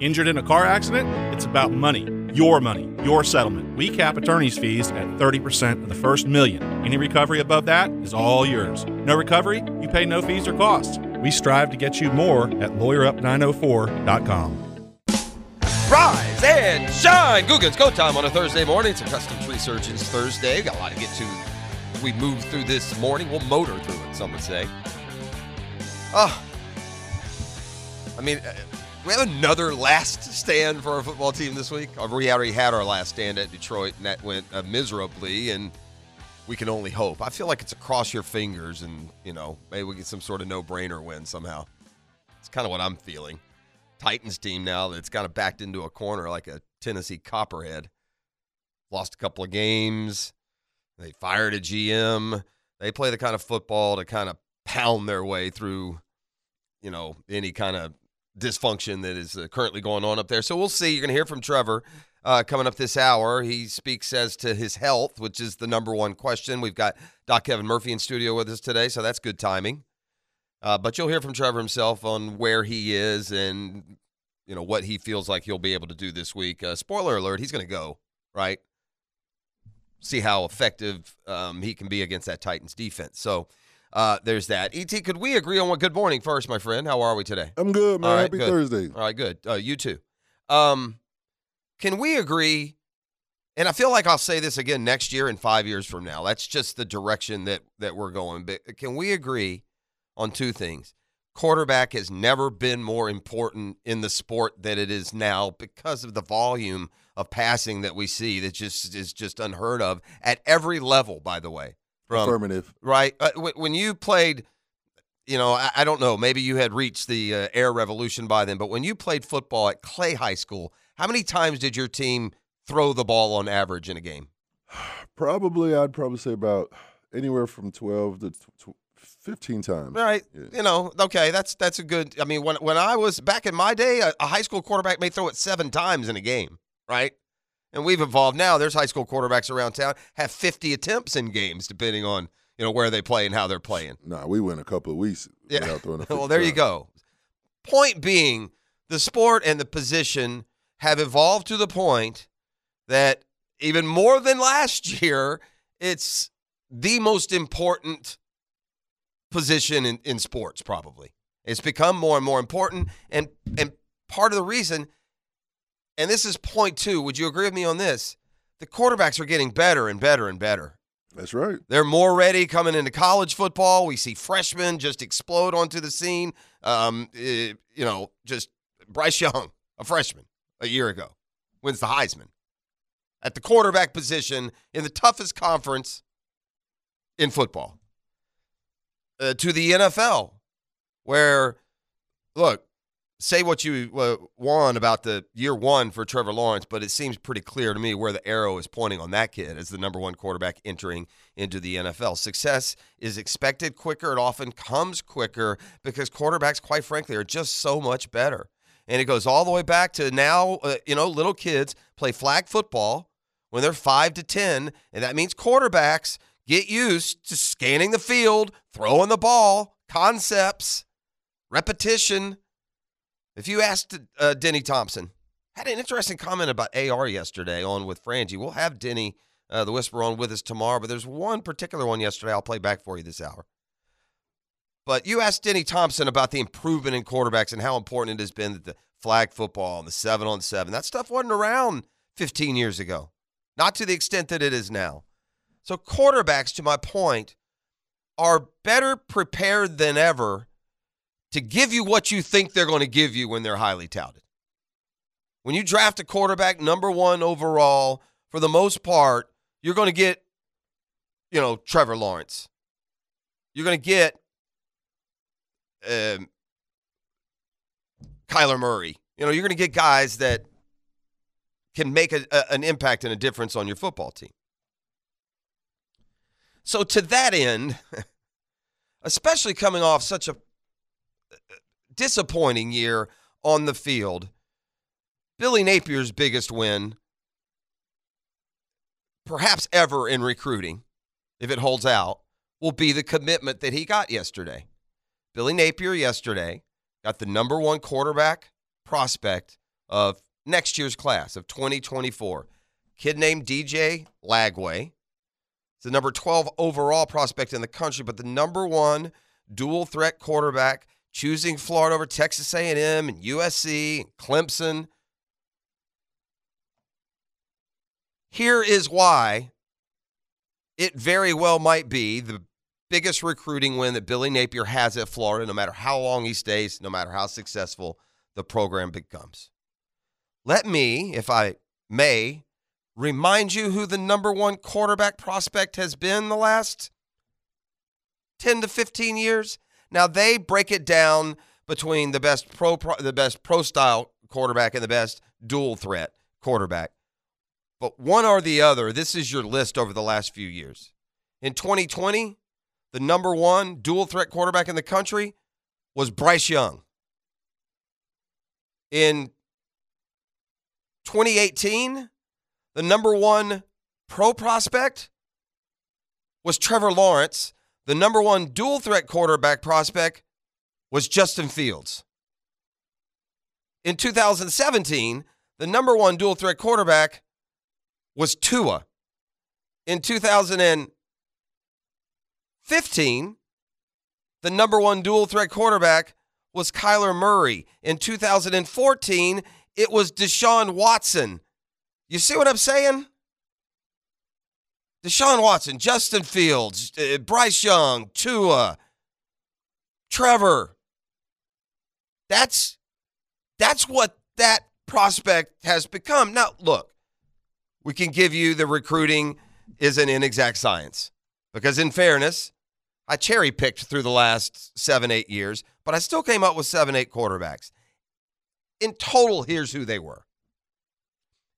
Injured in a car accident? It's about money. Your money, your settlement. We cap attorney's fees at 30% of the first million. Any recovery above that is all yours. No recovery? You pay no fees or costs. We strive to get you more at lawyerup904.com. Rise and shine. Googan's Go Time on a Thursday morning. It's a custom tree surgeons Thursday. Got a lot to get to. as We move through this morning. We'll motor through it, some would say. Oh, I mean, uh, we have another last stand for our football team this week. Uh, We already had our last stand at Detroit, and that went uh, miserably. And we can only hope. I feel like it's across your fingers, and you know, maybe we get some sort of no-brainer win somehow. It's kind of what I'm feeling. Titans team now that's kind of backed into a corner like a Tennessee Copperhead. Lost a couple of games. They fired a GM. They play the kind of football to kind of pound their way through, you know, any kind of dysfunction that is uh, currently going on up there. So we'll see. You're going to hear from Trevor uh, coming up this hour. He speaks as to his health, which is the number one question. We've got Doc Kevin Murphy in studio with us today, so that's good timing. Uh, but you'll hear from Trevor himself on where he is and you know what he feels like he'll be able to do this week. Uh, spoiler alert: he's going to go right. See how effective um, he can be against that Titans defense. So uh, there's that. Et, could we agree on what? Good morning, first, my friend. How are we today? I'm good, man. All right, Happy good. Thursday. All right, good. Uh, you too. Um, can we agree? And I feel like I'll say this again next year and five years from now. That's just the direction that that we're going. But can we agree on two things? Quarterback has never been more important in the sport than it is now because of the volume of passing that we see that just is just unheard of at every level. By the way, from Affirmative. right? Uh, wh- when you played, you know, I, I don't know, maybe you had reached the uh, air revolution by then, but when you played football at Clay High School, how many times did your team throw the ball on average in a game? Probably, I'd probably say about anywhere from 12 to tw- tw- 15 times. All right, Yeah. you know, okay, that's that's a good. I mean, when when I was back in my day, a, a high school quarterback may throw it seven times in a game, right? And we've evolved now. There's high school quarterbacks around town have 50 attempts in games, depending on you know where they play and how they're playing. Nah, we went a couple of weeks Yeah. without throwing a well, fifty there you times. go. Point being, the sport and the position have evolved to the point that even more than last year, it's the most important position in, in sports, probably. It's become more and more important. And and part of the reason, and this is point two, would you agree with me on this? The quarterbacks are getting better and better and better. That's right. They're more ready coming into college football. We see freshmen just explode onto the scene. Um, eh, you know, just Bryce Young, a freshman a year ago, wins the Heisman at the quarterback position in the toughest conference in football. Uh, to the NFL, where, look, say what you uh, want about the year one for Trevor Lawrence, but it seems pretty clear to me where the arrow is pointing on that kid as the number one quarterback entering into the NFL. Success is expected quicker. It often comes quicker because quarterbacks, quite frankly, are just so much better. And it goes all the way back to now, uh, you know, little kids play flag football when they're five to 10, and that means quarterbacks get used to scanning the field, throwing the ball, concepts, repetition. If you asked uh, Denny Thompson, had an interesting comment about AR yesterday on with Frangie. We'll have Denny, uh, the Whisper, on with us tomorrow, but there's one particular one yesterday I'll play back for you this hour. But you asked Denny Thompson about the improvement in quarterbacks and how important it has been that the flag football and the seven on seven, that stuff wasn't around 15 years ago, not to the extent that it is now. So, quarterbacks, to my point, are better prepared than ever to give you what you think they're going to give you when they're highly touted. When you draft a quarterback number one overall, for the most part, you're going to get, you know, Trevor Lawrence. You're going to get um, Kyler Murray. You know, you're going to get guys that can make a, a- an impact and a difference on your football team. So, to that end, especially coming off such a uh, disappointing year on the field. Billy Napier's biggest win, perhaps ever in recruiting, if it holds out, will be the commitment that he got yesterday. Billy Napier yesterday got the number one quarterback prospect of next year's class of 2024. Kid named DJ Lagway. He's the number 12 overall prospect in the country, but the number one dual threat quarterback, choosing Florida over Texas A&M and USC and Clemson. Here is why it very well might be the biggest recruiting win that Billy Napier has at Florida, no matter how long he stays, no matter how successful the program becomes. Let me, if I may, remind you who the number one quarterback prospect has been the last 10 to 15 years. Now they break it down between the best pro, pro the best pro style quarterback and the best dual threat quarterback. But one or the other, this is your list over the last few years. In 2020, the number one dual threat quarterback in the country was Bryce Young. In 2018, the number one pro prospect was Trevor Lawrence. The number one dual threat quarterback prospect was Justin Fields. In 2017, the number one dual threat quarterback was Tua. In 2015, the number one dual threat quarterback was Kyler Murray. In 2014, it was Deshaun Watson. You see what I'm saying? Deshaun Watson, Justin Fields, uh, Bryce Young, Tua, Trevor. That's that's what that prospect has become. Now, look, we can give you the recruiting is an inexact science because, in fairness, I cherry picked through the last seven, eight years, but I still came up with seven, eight quarterbacks. In total, here's who they were.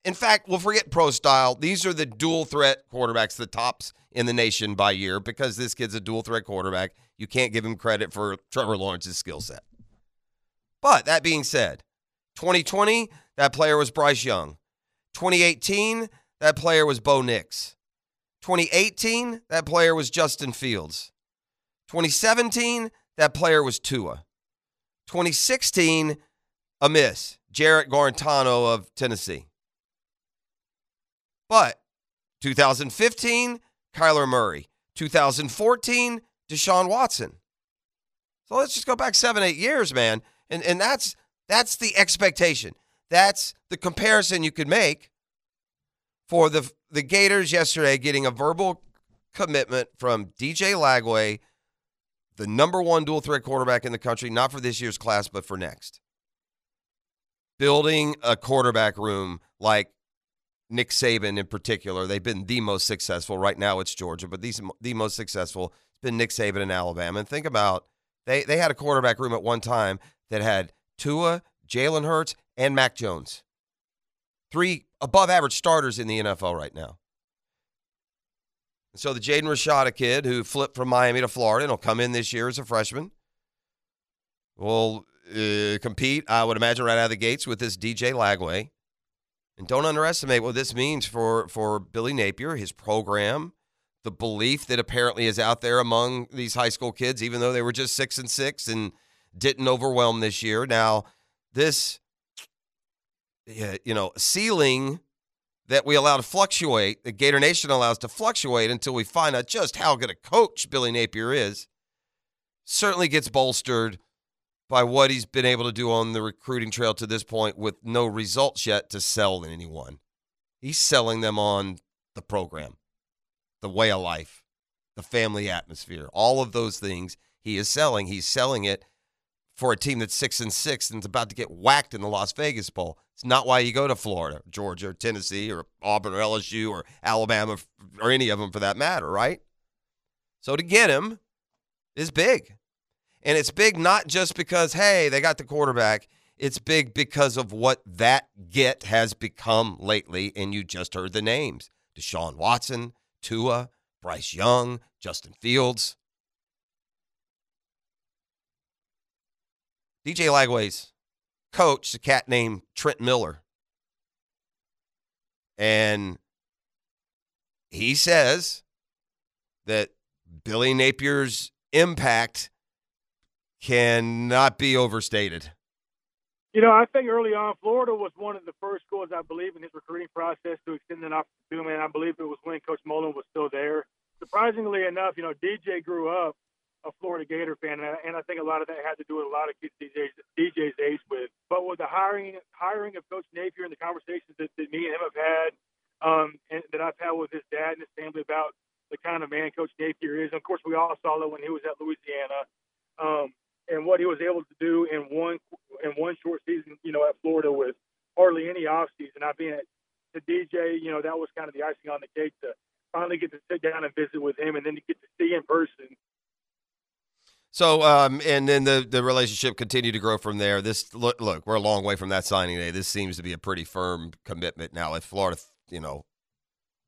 In fact, we'll forget pro style. These are the dual threat quarterbacks, the tops in the nation by year, because this kid's a dual threat quarterback. You can't give him credit for Trevor Lawrence's skill set. But that being said, 2020, that player was Bryce Young. 2018, that player was Bo Nix. 2018, that player was Justin Fields. 2017, that player was Tua. 2016, a miss, Jarrett Garantano of Tennessee. But 2015, Kyler Murray. 2014, Deshaun Watson. So let's just go back seven, eight years, man. And and that's that's the expectation. That's the comparison you could make for the the Gators yesterday getting a verbal commitment from DJ Lagway, the number one dual threat quarterback in the country, not for this year's class, but for next. Building a quarterback room like Nick Saban in particular. They've been the most successful. Right now it's Georgia, but these the most successful has been Nick Saban in Alabama. And think about they they had a quarterback room at one time that had Tua, Jalen Hurts, and Mac Jones. Three above average starters in the NFL right now. And so the Jaden Rashada kid who flipped from Miami to Florida and will come in this year as a freshman will uh, compete, I would imagine, right out of the gates with this DJ Lagway. And don't underestimate what this means for, for Billy Napier, his program, the belief that apparently is out there among these high school kids, even though they were just six and six and didn't overwhelm this year. Now, this yeah, you know, ceiling that we allow to fluctuate, that Gator Nation allows to fluctuate until we find out just how good a coach Billy Napier is, certainly gets bolstered by what he's been able to do on the recruiting trail to this point with no results yet to sell to anyone. He's selling them on the program, the way of life, the family atmosphere, all of those things he is selling. He's selling it for a team that's six and six and is about to get whacked in the Las Vegas Bowl. It's not why you go to Florida, Georgia, or Tennessee, or Auburn, or LSU, or Alabama, or any of them for that matter, right? So to get him is big. And it's big not just because, hey, they got the quarterback. It's big because of what that get has become lately. And you just heard the names Deshaun Watson, Tua, Bryce Young, Justin Fields. DJ Lagway's coach, a cat named Trent Miller. And he says that Billy Napier's impact cannot be overstated. You know, I think early on, Florida was one of the first schools, I believe, in his recruiting process to extend an offer to him, and I believe it was when Coach Mullen was still there. Surprisingly enough, you know, DJ grew up a Florida Gator fan, and I, and I think a lot of that had to do with a lot of kids DJ's, DJ's age with. But with the hiring hiring of Coach Napier and the conversations that, that me and him have had, um, and that I've had with his dad and his family about the kind of man Coach Napier is. And of course, we all saw that when he was at Louisiana. Um, and what he was able to do in one in one short season, you know, at Florida with hardly any off season. I mean, to DJ, you know, that was kind of the icing on the cake to finally get to sit down and visit with him, and then to get to see in person. So, um, and then the, the relationship continued to grow from there. This look, look, we're a long way from that signing day. This seems to be a pretty firm commitment now. If Florida, you know,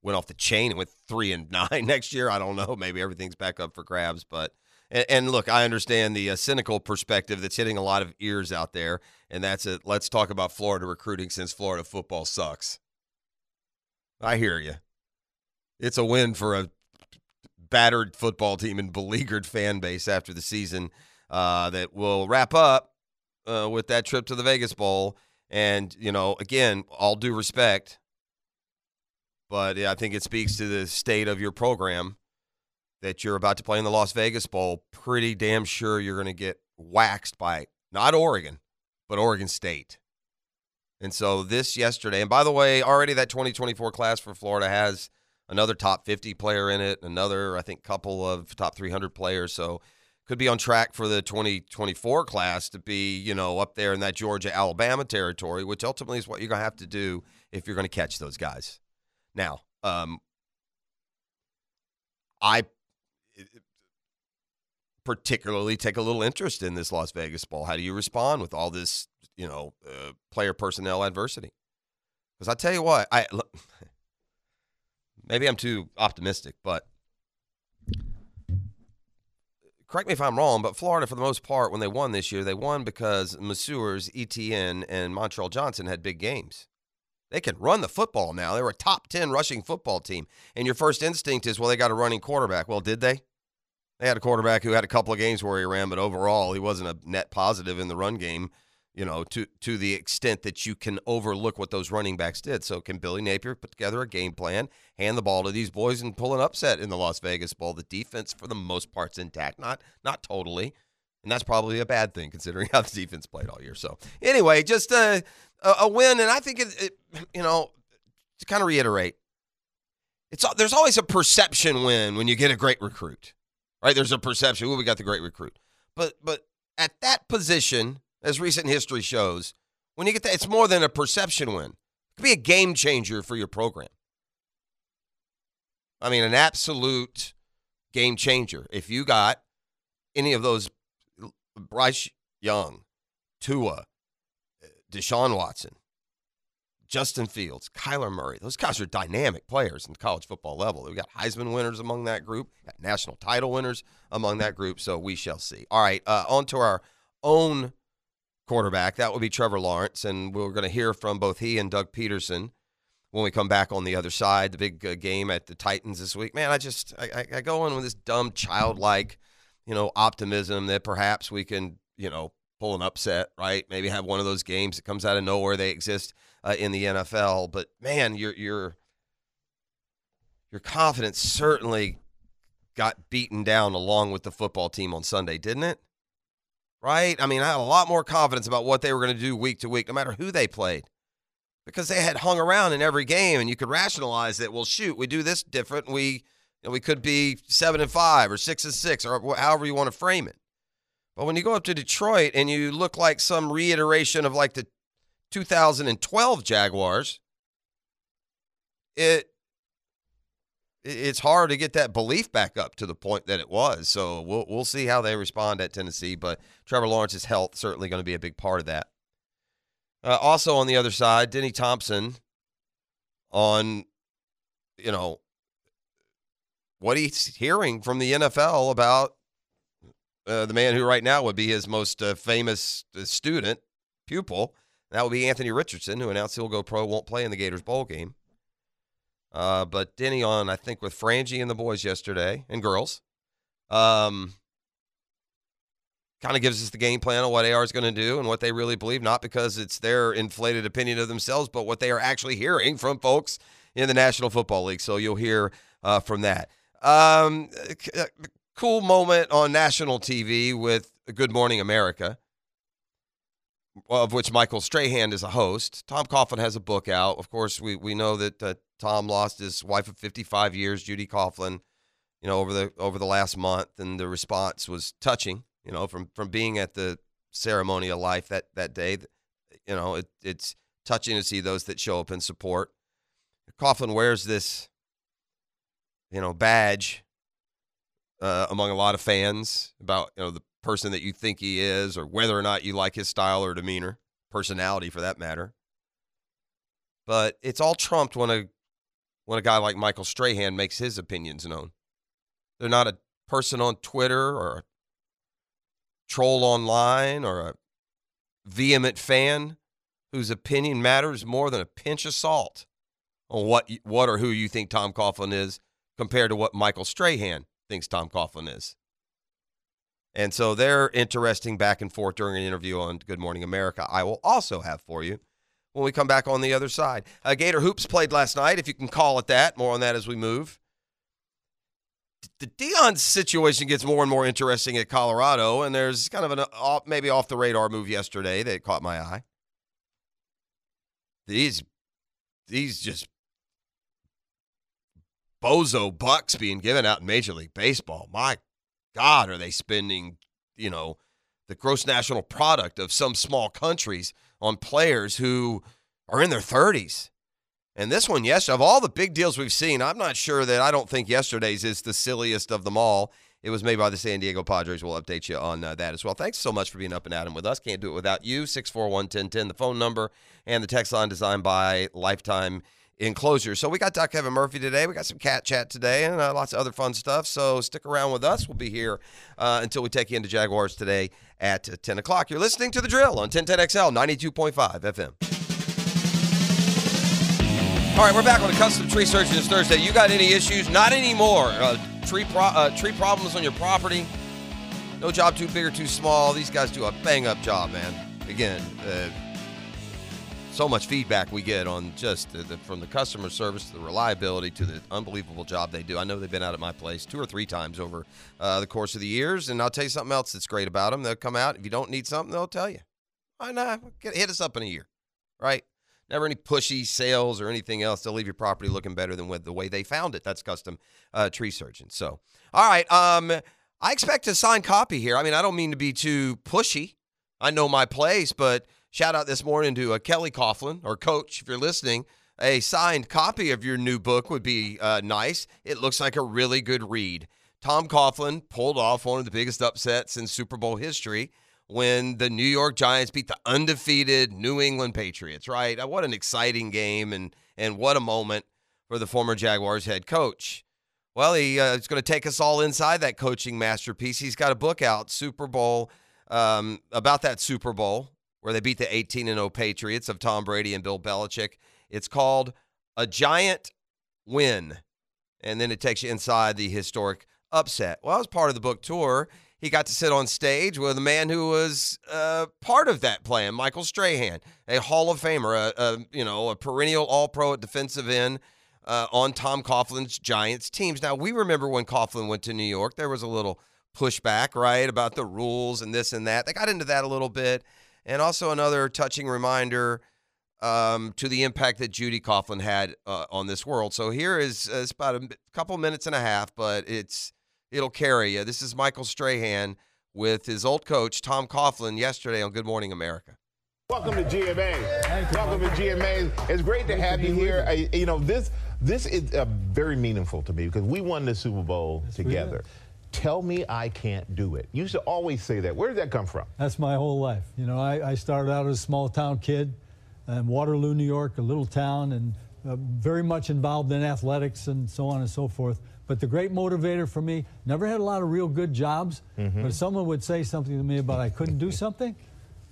went off the chain and went three and nine next year, I don't know. Maybe everything's back up for grabs. But and, and look, I understand the uh, cynical perspective that's hitting a lot of ears out there, and that's it. Let's talk about Florida recruiting since Florida football sucks. I hear you. It's a win for a battered football team and beleaguered fan base after the season uh, that will wrap up uh, with that trip to the Vegas Bowl. And, you know, again, all due respect, but I think it speaks to the state of your program that you're about to play in the Las Vegas Bowl. Pretty damn sure you're going to get waxed by not Oregon, but Oregon State. And so this yesterday, and by the way, already that 2024 class for Florida has another top 50 player in it, another, I think, couple of top 300 players. So could be on track for the 2024 class to be, you know, up there in that Georgia Alabama territory, which ultimately is what you're going to have to do if you're going to catch those guys. Now, um, I particularly take a little interest in this Las Vegas ball. How do you respond with all this, you know, uh, player personnel adversity? Because I tell you what, I look, maybe I'm too optimistic, but correct me if I'm wrong. But Florida, for the most part, when they won this year, they won because Masure's ETN and Montreal Johnson had big games. They can run the football now. They were a top 10 rushing football team. And your first instinct is, well, they got a running quarterback. Well, did they? They had a quarterback who had a couple of games where he ran, but overall, he wasn't a net positive in the run game, you know, to, to the extent that you can overlook what those running backs did. So, can Billy Napier put together a game plan, hand the ball to these boys, and pull an upset in the Las Vegas Bowl? The defense, for the most part, is intact. Not, not totally. And that's probably a bad thing considering how the defense played all year. So, anyway, just uh, a, a, win. And I think, it, it, you know, to kind of reiterate, it's there's always a perception win when you get a great recruit, right? There's a perception, oh, we got the great recruit. But but at that position, as recent history shows, when you get that, it's more than a perception win. It could be a game changer for your program. I mean, an absolute game changer. If you got any of those Bryce Young, Tua, Deshaun Watson, Justin Fields, Kyler Murray. Those guys are dynamic players in the college football level. We've got Heisman winners among that group, got national title winners among that group. So we shall see. All right, uh, on to our own quarterback. That would be Trevor Lawrence. And we're going to hear from both he and Doug Peterson when we come back on the other side. The big uh, game at the Titans this week. Man, I just, I, I, I go on with this dumb, childlike, you know, optimism that perhaps we can, you know, pull an upset, right? Maybe have one of those games that comes out of nowhere. They exist uh, in the NFL, but man, your your your confidence certainly got beaten down along with the football team on Sunday, didn't it? Right? I mean, I had a lot more confidence about what they were going to do week to week, no matter who they played, because they had hung around in every game, and you could rationalize that. Well, shoot, we do this different. And we you know, we could be seven and five or six and six or however you want to frame it. But when you go up to Detroit and you look like some reiteration of like the 2012 Jaguars, it it's hard to get that belief back up to the point that it was. So we'll we'll see how they respond at Tennessee. But Trevor Lawrence's health certainly going to be a big part of that. Uh, also on the other side, Denny Thompson on you know what he's hearing from the NFL about uh, the man who right now would be his most uh, famous student pupil. That would be Anthony Richardson, who announced he'll go pro, won't play in the Gators bowl game. Uh, but Denny on, I think, with Frangie and the boys yesterday and girls. Um, kind of gives us the game plan on what AR is going to do and what they really believe, not because it's their inflated opinion of themselves, but what they are actually hearing from folks in the National Football League. So you'll hear uh, from that. Um, c- uh, cool moment on national TV with Good Morning America, of which Michael Strahan is a host. Tom Coughlin has a book out. Of course, we, we know that uh, Tom lost his wife of 55 years, Judy Coughlin you know over the over the last month and the response was touching you know from from being at the ceremony of life that that day you know it, it's touching to see those that show up in support coughlin wears this you know badge uh, among a lot of fans about you know the person that you think he is or whether or not you like his style or demeanor personality for that matter but it's all trumped when a when a guy like michael strahan makes his opinions known they're not a person on Twitter or a troll online or a vehement fan whose opinion matters more than a pinch of salt on what what or who you think Tom Coughlin is compared to what Michael Strahan thinks Tom Coughlin is. And so they're interesting back and forth during an interview on Good Morning America. I will also have for you when we come back on the other side. Uh, Gator Hoops played last night, if you can call it that. More on that as we move the Dion situation gets more and more interesting at Colorado, and there's kind of an off, maybe off the radar move yesterday that caught my eye. These, these just bozo bucks being given out in Major League Baseball. My God, are they spending you know the gross national product of some small countries on players who are in their thirties? And this one, yes, of all the big deals we've seen, I'm not sure that I don't think yesterday's is the silliest of them all. It was made by the San Diego Padres. We'll update you on uh, that as well. Thanks so much for being up and at 'em with us. Can't do it without you. 641 1010, the phone number, and the text line designed by Lifetime Enclosure. So we got Doc Kevin Murphy today. We got some cat chat today and uh, lots of other fun stuff. So stick around with us. We'll be here uh, until we take you into Jaguars today at 10 o'clock. You're listening to The Drill on 1010XL 92.5 FM. All right, we're back on the Custom Tree Search this Thursday. You got any issues? Not anymore. Uh, tree pro- uh, tree problems on your property? No job too big or too small. These guys do a bang up job, man. Again, uh, so much feedback we get on just the, the, from the customer service to the reliability to the unbelievable job they do. I know they've been out at my place two or three times over uh, the course of the years, and I'll tell you something else that's great about them. They'll come out if you don't need something, they'll tell you. I know. Nah, hit us up in a year, right? never any pushy sales or anything else. They'll leave your property looking better than with the way they found it. That's custom uh, tree surgeon. So, all right. Um, I expect a signed copy here. I mean, I don't mean to be too pushy. I know my place, but shout out this morning to uh, Kelly Coughlin or Coach, if you're listening. A signed copy of your new book would be uh, nice. It looks like a really good read. Tom Coughlin pulled off one of the biggest upsets in Super Bowl history when the New York Giants beat the undefeated New England Patriots, right? Uh, What an exciting game and and what a moment for the former Jaguars head coach. Well, he uh, is going to take us all inside that coaching masterpiece. He's got a book out, Super Bowl, um, about that Super Bowl where they beat the 18 and 0 Patriots of Tom Brady and Bill Belichick. It's called A Giant Win, and then it takes you inside the historic upset. Well, that was part of the book tour he got to sit on stage with a man who was uh, part of that plan, Michael Strahan, a Hall of Famer, a, a you know a perennial All Pro at defensive end uh, on Tom Coughlin's Giants teams. Now we remember when Coughlin went to New York, there was a little pushback, right, about the rules and this and that. They got into that a little bit, and also another touching reminder. Um, to the impact that Judy Coughlin had uh, on this world. So here is uh, it's about a couple minutes and a half, but it's it'll carry you. This is Michael Strahan with his old coach, Tom Coughlin, yesterday on Good Morning America. Welcome to GMA. Welcome to GMA. It's great to have you here. I, you know, this this is uh, very meaningful to me because we won the Super Bowl together. Tell me I can't do it. You should always say that. Where did that come from? That's my whole life. You know, I, I started out as a small town kid in Waterloo, New York, a little town, and uh, very much involved in athletics and so on and so forth but the great motivator for me never had a lot of real good jobs mm-hmm. but if someone would say something to me about i couldn't do something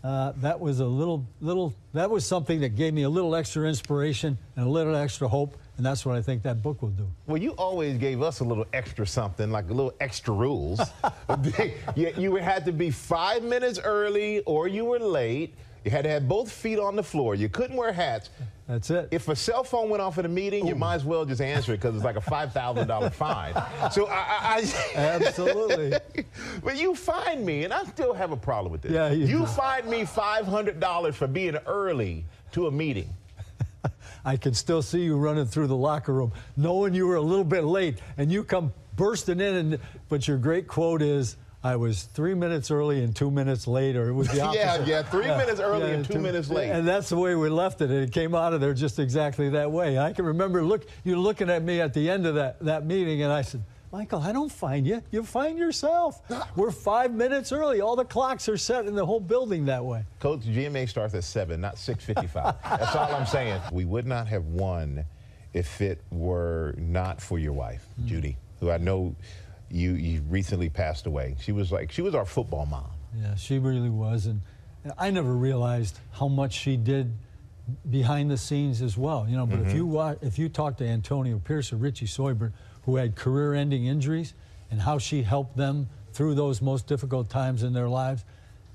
uh, that was a little little that was something that gave me a little extra inspiration and a little extra hope And that's what I think that book will do. Well, you always gave us a little extra something, like a little extra rules. you, you had to be five minutes early or you were late. You had to have both feet on the floor. You couldn't wear hats. That's it. If a cell phone went off in a meeting, you might as well just answer it because it's like a five thousand dollar fine. So I, I, I Absolutely. but you find me, and I still have a problem with this. Yeah, you you do. find me five hundred dollars for being early to a meeting. I can still see you running through the locker room, knowing you were a little bit late, and you come bursting in. And but your great quote is, "I was three minutes early and two minutes late," or it was the opposite. Yeah, yeah, three minutes early and two minutes late. And that's the way we left it. And it came out of there just exactly that way. I can remember look you looking at me at the end of that, that meeting, and I said, Michael, I don't find you. You find yourself. Ah. We're five minutes early. All the clocks are set in the whole building that way. Coach, GMA starts at seven, not six fifty-five. That's all I'm saying. We would not have won if it were not for your wife, Judy, who I know you you recently passed away. She was like she was our football mom. Yeah, she really was, and, and I never realized how much she did behind the scenes as well. You know, but if you watch, if you talk to Antonio Pierce or Richie Soybert, who had career-ending injuries, and how she helped them through those most difficult times in their lives,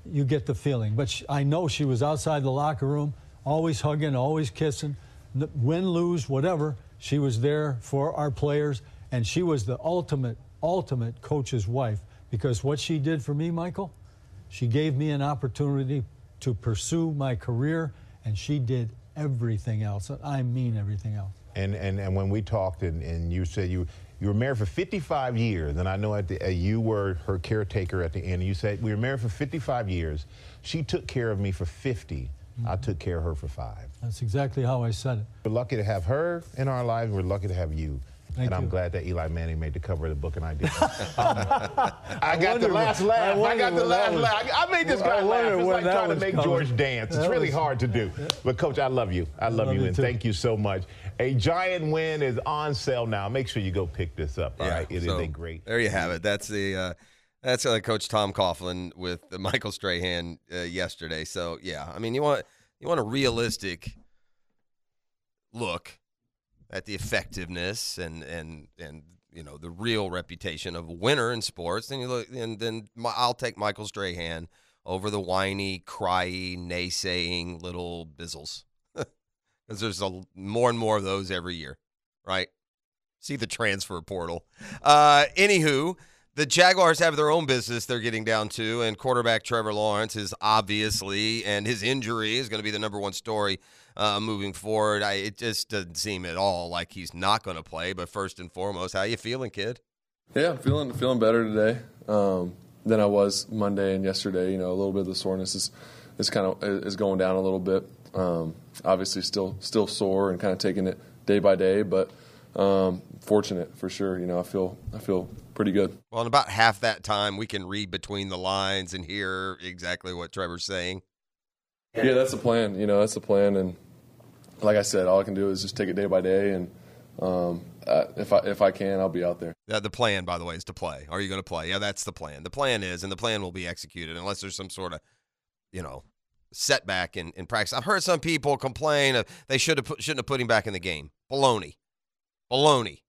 you get the feeling. But sh I know she was outside the locker room, always hugging, always kissing, N- win, lose, whatever. She was there for our players, and she was the ultimate, ultimate coach's wife because what she did for me, Michael, she gave me an opportunity to pursue my career, and she did everything else. and I mean everything else. And and, and when we talked, and, and you said you you were married for 55 years, and I know at the, uh, you were her caretaker at the end. You said we were married for 55 years. She took care of me for 50. I took care of her for five. That's exactly how I said it. We're lucky to have her in our lives. We're lucky to have you. Thank and I'm you. glad that Eli Manning made the cover of the book, and I did. I got the wonder last when- I laugh. I, wonder got the when last that was- laugh. I made this I guy laugh. wonder It's when like that trying to was make covered. George dance. It's That really was- hard to do. But Coach, I love you. I love, love you, you and too. thank you so much. A giant win is on sale now. Make sure you go pick this up. All right, it is so a great. There you have it. That's the uh, that's uh, Coach Tom Coughlin with uh, Michael Strahan uh, yesterday. So yeah, I mean you want you want a realistic look at the effectiveness and and and you know the real reputation of a winner in sports. Then you look and then my, I'll take Michael Strahan over the whiny, cryy, naysaying little bizzles because there's a l- more and more of those every year, right? See the transfer portal. Uh, anywho, the Jaguars have their own business they're getting down to, and quarterback Trevor Lawrence is obviously, and his injury is going to be the number one story uh, moving forward. I, it just doesn't seem at all like he's not going to play. But first and foremost, how you feeling, kid? Yeah, feeling feeling better today um, than I was Monday and yesterday. You know, a little bit of the soreness is is kind of is going down a little bit. Um, obviously, still still sore and kind of taking it day by day, but um, fortunate for sure. You know, I feel I feel pretty good. Well, in about half that time, we can read between the lines and hear exactly what Trevor's saying. Yeah, that's the plan. You know, that's the plan. And like I said, all I can do is just take it day by day. And um, uh, if I if I can, I'll be out there. Uh, the plan, by the way, is to play. Are you going to play? Yeah, that's the plan. The plan is, and the plan will be executed unless there's some sort of, you know, setback in, in practice. I've heard some people complain of they should have put, shouldn't have put him back in the game. Baloney, baloney.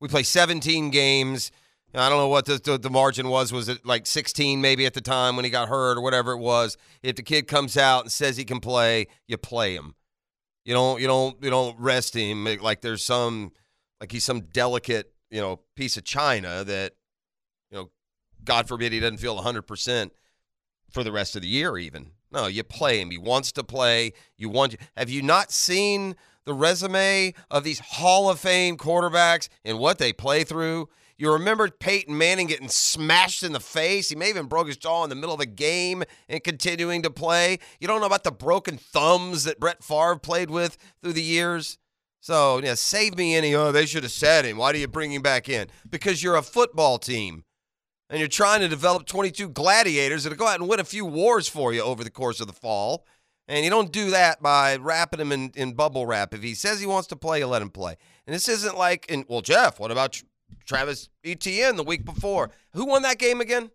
We play 17 games. And I don't know what the, the, the margin was. Was it like 16 maybe at the time when he got hurt or whatever it was? If the kid comes out and says he can play, you play him. You don't you don't you don't rest him like there's some like he's some delicate you know piece of china that you know god forbid he doesn't feel 100% for the rest of the year even no you play him he wants to play you want have you not seen the resume of these hall of fame quarterbacks and what they play through you remember Peyton Manning getting smashed in the face. He may even broke his jaw in the middle of a game and continuing to play. You don't know about the broken thumbs that Brett Favre played with through the years. So, yeah, save me any. Oh, they should have sat him. Why do you bring him back in? Because you're a football team and you're trying to develop 22 gladiators that'll go out and win a few wars for you over the course of the fall. And you don't do that by wrapping him in, in bubble wrap. If he says he wants to play, you let him play. And this isn't like, and, well, Jeff, what about Tr- Travis Etienne the week before? Who won that game again?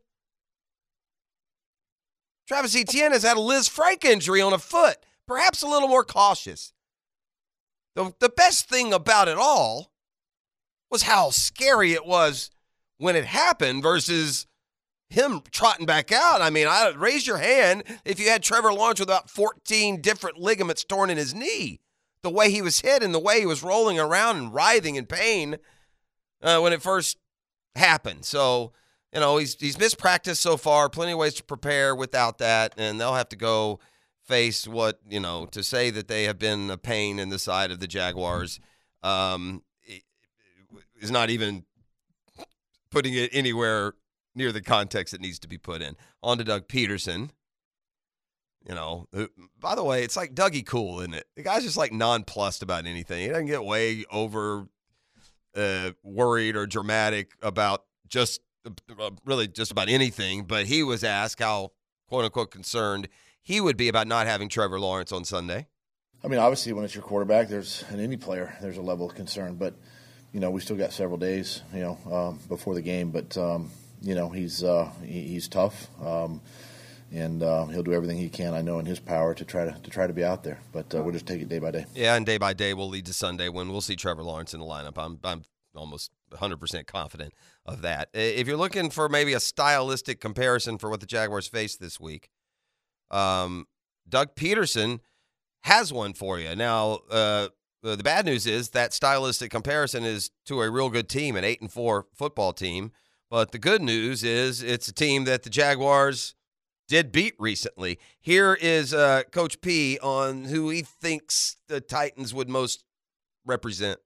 Travis Etienne has had a Liz Frank injury on a foot, perhaps a little more cautious. The, the best thing about it all was how scary it was when it happened versus him trotting back out. I mean, I raise your hand if you had Trevor Lawrence with about 14 different ligaments torn in his knee. The way he was hit and the way he was rolling around and writhing in pain uh, when it first happened. So, you know, he's he's missed practice so far. Plenty of ways to prepare without that, and they'll have to go face what you know to say that they have been a pain in the side of the Jaguars. Um, i- is not even putting it anywhere near the context it needs to be put in. On to Doug Peterson. You know, who- by the way, it's like Dougie Cool, isn't it? The guy's just like nonplussed about anything. He doesn't get way over uh, worried or dramatic about just uh, really just about anything, but he was asked how quote unquote concerned he would be about not having Trevor Lawrence on Sunday. I mean, obviously, when it's your quarterback, there's and any player, there's a level of concern. But you know, we still got several days, you know, um, before the game. But um, you know, he's uh, he, he's tough, um, and uh, he'll do everything he can. I know in his power to try to, to try to be out there. But uh, we'll just take it day by day. Yeah, and day by day will lead to Sunday when we'll see Trevor Lawrence in the lineup. I'm I'm almost 100% confident of that. I- If you're looking for maybe a stylistic comparison for what the Jaguars faced this week, um, Doug Peterson has one for you. Now, uh, the the bad news is that stylistic comparison is to a real good team, an eight and four football team. But the good news is it's a team that the Jaguars did beat recently. Here is uh, Coach P on who he thinks the Titans would most represent.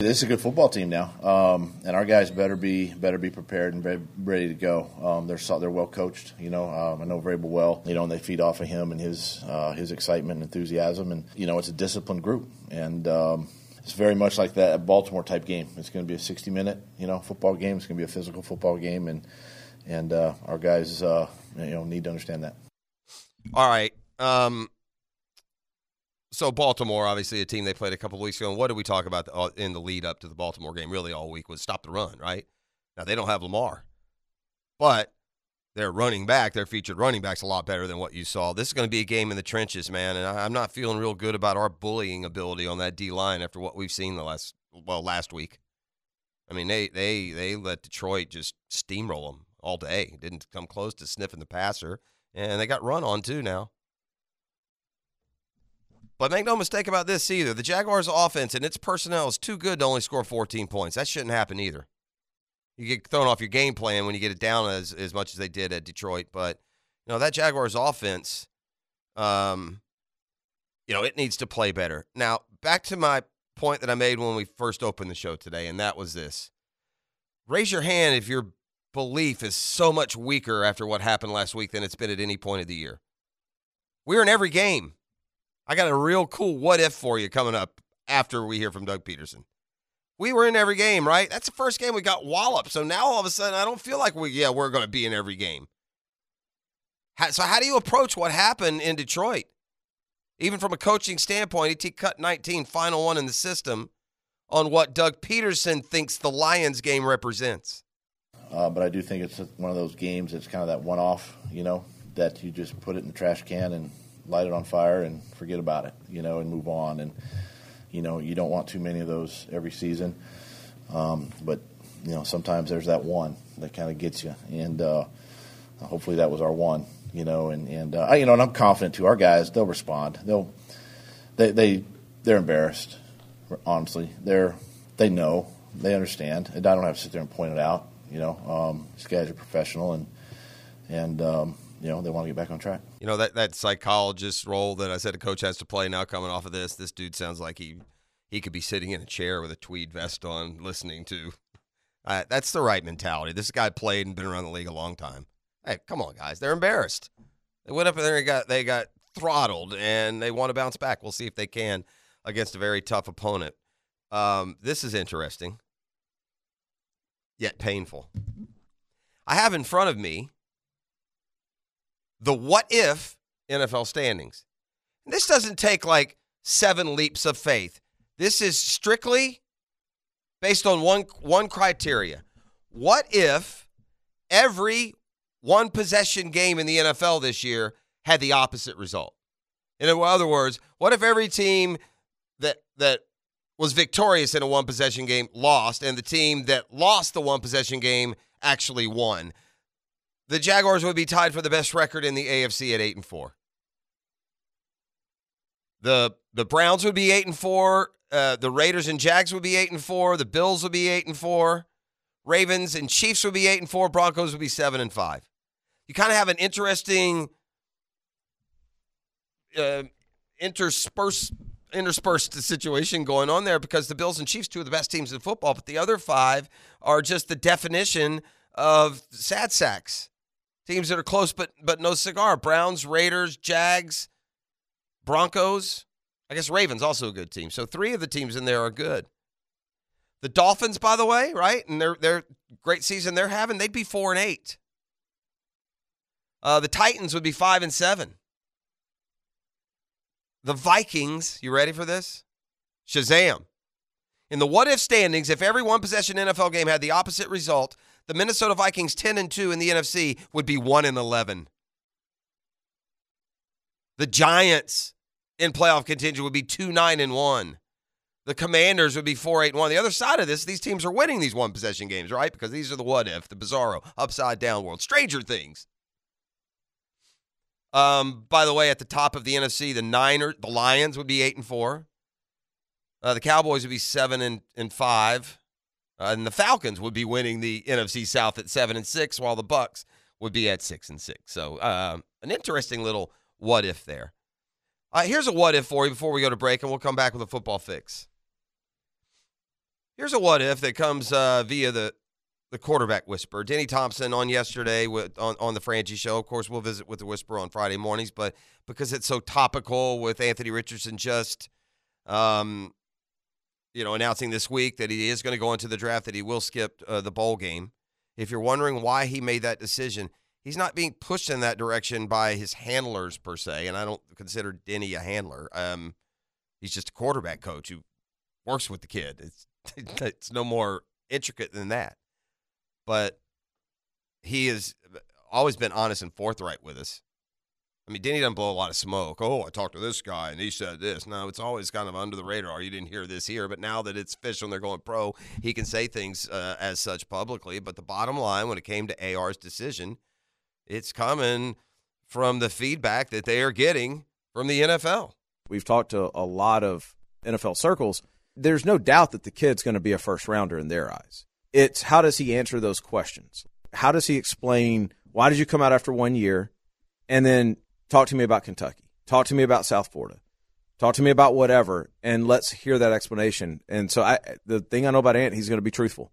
This is a good football team now, um, and our guys better be better be prepared and be ready to go. Um, they're so- they're well coached, you know. Um, I know Vrabel well, you know, and they feed off of him and his uh, his excitement and enthusiasm, and you know, it's a disciplined group, and um, it's very much like that Baltimore type game. It's going to be a sixty minute, you know, football game. It's going to be a physical football game, and and uh, our guys, uh, you know, need to understand that. All right. Um, so Baltimore, obviously a team they played a couple weeks ago. And what did we talk about uh, in the lead up to the Baltimore game? Really, all week was stop the run, right? Now they don't have Lamar, but their running back, their featured running back's a lot better than what you saw. This is going to be a game in the trenches, man. And I, I'm not feeling real good about our bullying ability on that D line after what we've seen the last well last week. I mean, they they they let Detroit just steamroll them all day. Didn't come close to sniffing the passer, and they got run on too now. But make no mistake about this either. The Jaguars' offense and its personnel is too good to only score 14 points. That shouldn't happen either. You get thrown off your game plan when you get it down as, as much as they did at Detroit. But, you know, that Jaguars' offense, um, you know, it needs to play better. Now, back to my point that I made when we first opened the show today, and that was this raise your hand if your belief is so much weaker after what happened last week than it's been at any point of the year. We're in every game. I got a real cool what if for you coming up after we hear from Doug Peterson. We were in every game, right? That's the first game we got walloped. So now all of a sudden, I don't feel like we, yeah, we're going to be in every game. How, so, how do you approach what happened in Detroit? Even from a coaching standpoint, ET cut 19, final one in the system on what Doug Peterson thinks the Lions game represents. Uh, but I do think it's one of those games that's kind of that one off, you know, that you just put it in the trash can and light it on fire and forget about it, you know, and move on. And, you know, you don't want too many of those every season. Um, but, you know, sometimes there's that one that kind of gets you. And uh, hopefully that was our one, you know, and, and uh, I- you know, and I'm confident too. Our guys, they'll respond. They'll, they, they, they're embarrassed, honestly. They're, they know, they understand. And I don't have to sit there and point it out. You know, um, these guys are professional and, and, um, you know, they want to get back on track. You know that that psychologist role that I said a coach has to play now. Coming off of this, this dude sounds like he he could be sitting in a chair with a tweed vest on, listening to. Uh, that's the right mentality. This guy played and been around the league a long time. Hey, come on, guys, they're embarrassed. They went up there and got they got throttled, and they want to bounce back. We'll see if they can against a very tough opponent. Um, this is interesting, yet painful. I have in front of me the what if NFL standings. And this doesn't take like seven leaps of faith. This is strictly based on one one criteria. What if every one possession game in the NFL this year had the opposite result? In other words, what if every team that that was victorious in a one possession game lost, and the team that lost the one possession game actually won. The Jaguars would be tied for the best record in the AFC at eight and four. The the Browns would be eight and four. Uh, the Raiders and Jags would be eight and four. The Bills would be eight and four. Ravens and Chiefs would be eight and four. Broncos would be seven and five. You kind of have an interesting uh, intersperse interspersed situation going on there because the Bills and Chiefs two of the best teams in football, but the other five are just the definition of sad sacks. Teams that are close but but no cigar. Browns, Raiders, Jags, Broncos. I guess Ravens also a good team. So three of the teams in there are good. The Dolphins, by the way, right? And they're they're great season they're having. They'd be four and eight. Uh, the Titans would be five and seven. The Vikings, you ready for this? Shazam. In the what if standings, if every one possession NFL game had the opposite result, the Minnesota Vikings 10 and 2 in the NFC would be 1 and 11. The Giants in playoff contention would be 2 9 and 1. The Commanders would be 4 8 and 1. The other side of this, these teams are winning these one possession games, right? Because these are the what if, the bizarro, upside down world, stranger things. Um, by the way, at the top of the NFC, the Niners, the Lions would be eight and four. Uh, the Cowboys would be seven and, and five, uh, and the Falcons would be winning the NFC South at seven and six, while the Bucks would be at six and six. So, uh, an interesting little what if there. Uh, here's a what if for you before we go to break, and we'll come back with a football fix. Here's a what if that comes uh, via the the quarterback whisper. Denny Thompson on yesterday with, on, on the Frangie show. Of course, we'll visit with the whisper on Friday mornings, but because it's so topical with Anthony Richardson just, um, you know, announcing this week that he is going to go into the draft, that he will skip uh, the bowl game. If you're wondering why he made that decision, he's not being pushed in that direction by his handlers per se, and I don't consider Denny a handler. Um, he's just a quarterback coach who works with the kid. It's it's no more intricate than that but he has always been honest and forthright with us. I mean, Denny doesn't blow a lot of smoke. Oh, I talked to this guy and he said this. No, it's always kind of under the radar. You didn't hear this here, but now that it's official and they're going pro, he can say things uh, as such publicly. But the bottom line, when it came to AR's decision, it's coming from the feedback that they are getting from the NFL. We've talked to a lot of NFL circles. There's no doubt that the kid's going to be a first rounder in their eyes it's how does he answer those questions? How does he explain why did you come out after one year? And then talk to me about Kentucky. Talk to me about South Florida. Talk to me about whatever, and let's hear that explanation. And so, I the thing I know about Ant, he's going to be truthful.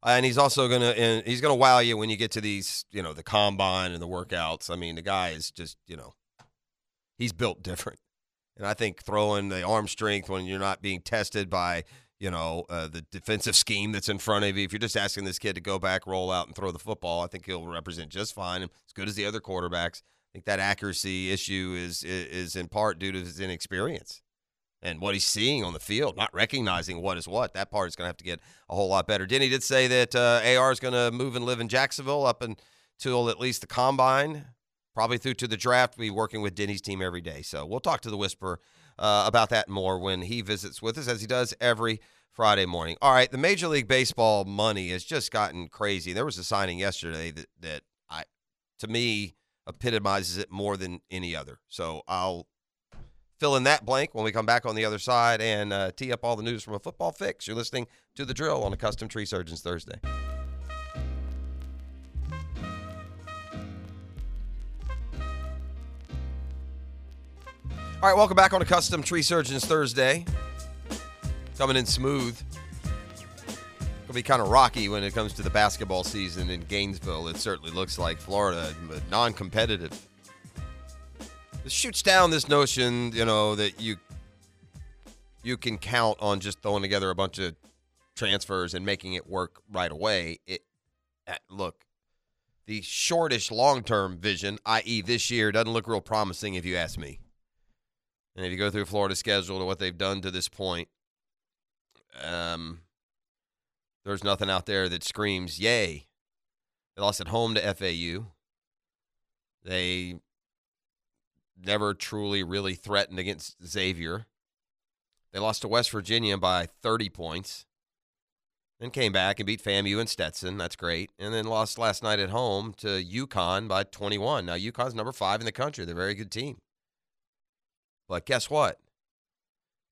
Uh, And he's also gonna and he's gonna wow you when you get to these, you know, the combine and the workouts. I mean, the guy is just, you know, he's built different. And I think throwing the arm strength when you're not being tested by you know, uh, the defensive scheme that's in front of you. If you're just asking this kid to go back, roll out, and throw the football, I think he'll represent just fine, as good as the other quarterbacks. I think that accuracy issue is is in part due to his inexperience and what he's seeing on the field, not recognizing what is what. That part is going to have to get a whole lot better. Denny did say that uh, AR is going to move and live in Jacksonville up until at least the combine, probably through to the draft. We'll be working with Denny's team every day. So we'll talk to the Whisperer. Uh, about that more when he visits with us, as he does every Friday morning. All right, the Major League Baseball money has just gotten crazy. There was a signing yesterday that that I, to me, epitomizes it more than any other. So I'll fill in that blank when we come back on the other side and uh, tee up all the news from a football fix. You're listening to the drill on a Custom Tree Surgeons Thursday. All right, welcome back on a Custom Tree Surgeons Thursday. Coming in smooth. It'll be kind of rocky when it comes to the basketball season in Gainesville. It certainly looks like Florida, but non competitive. This shoots down this notion, you know, that you you can count on just throwing together a bunch of transfers and making it work right away. It eh, look, the shortish long term vision, i.e., this year, doesn't look real promising if you ask me. And if you go through Florida's schedule to what they've done to this point, um, there's nothing out there that screams, yay. They lost at home to FAU. They never truly, really threatened against Xavier. They lost to West Virginia by 30 points. Then came back and beat FAMU and Stetson. That's great. And then lost last night at home to UConn by 21. Now, UConn's number five in the country. They're a very good team. But guess what?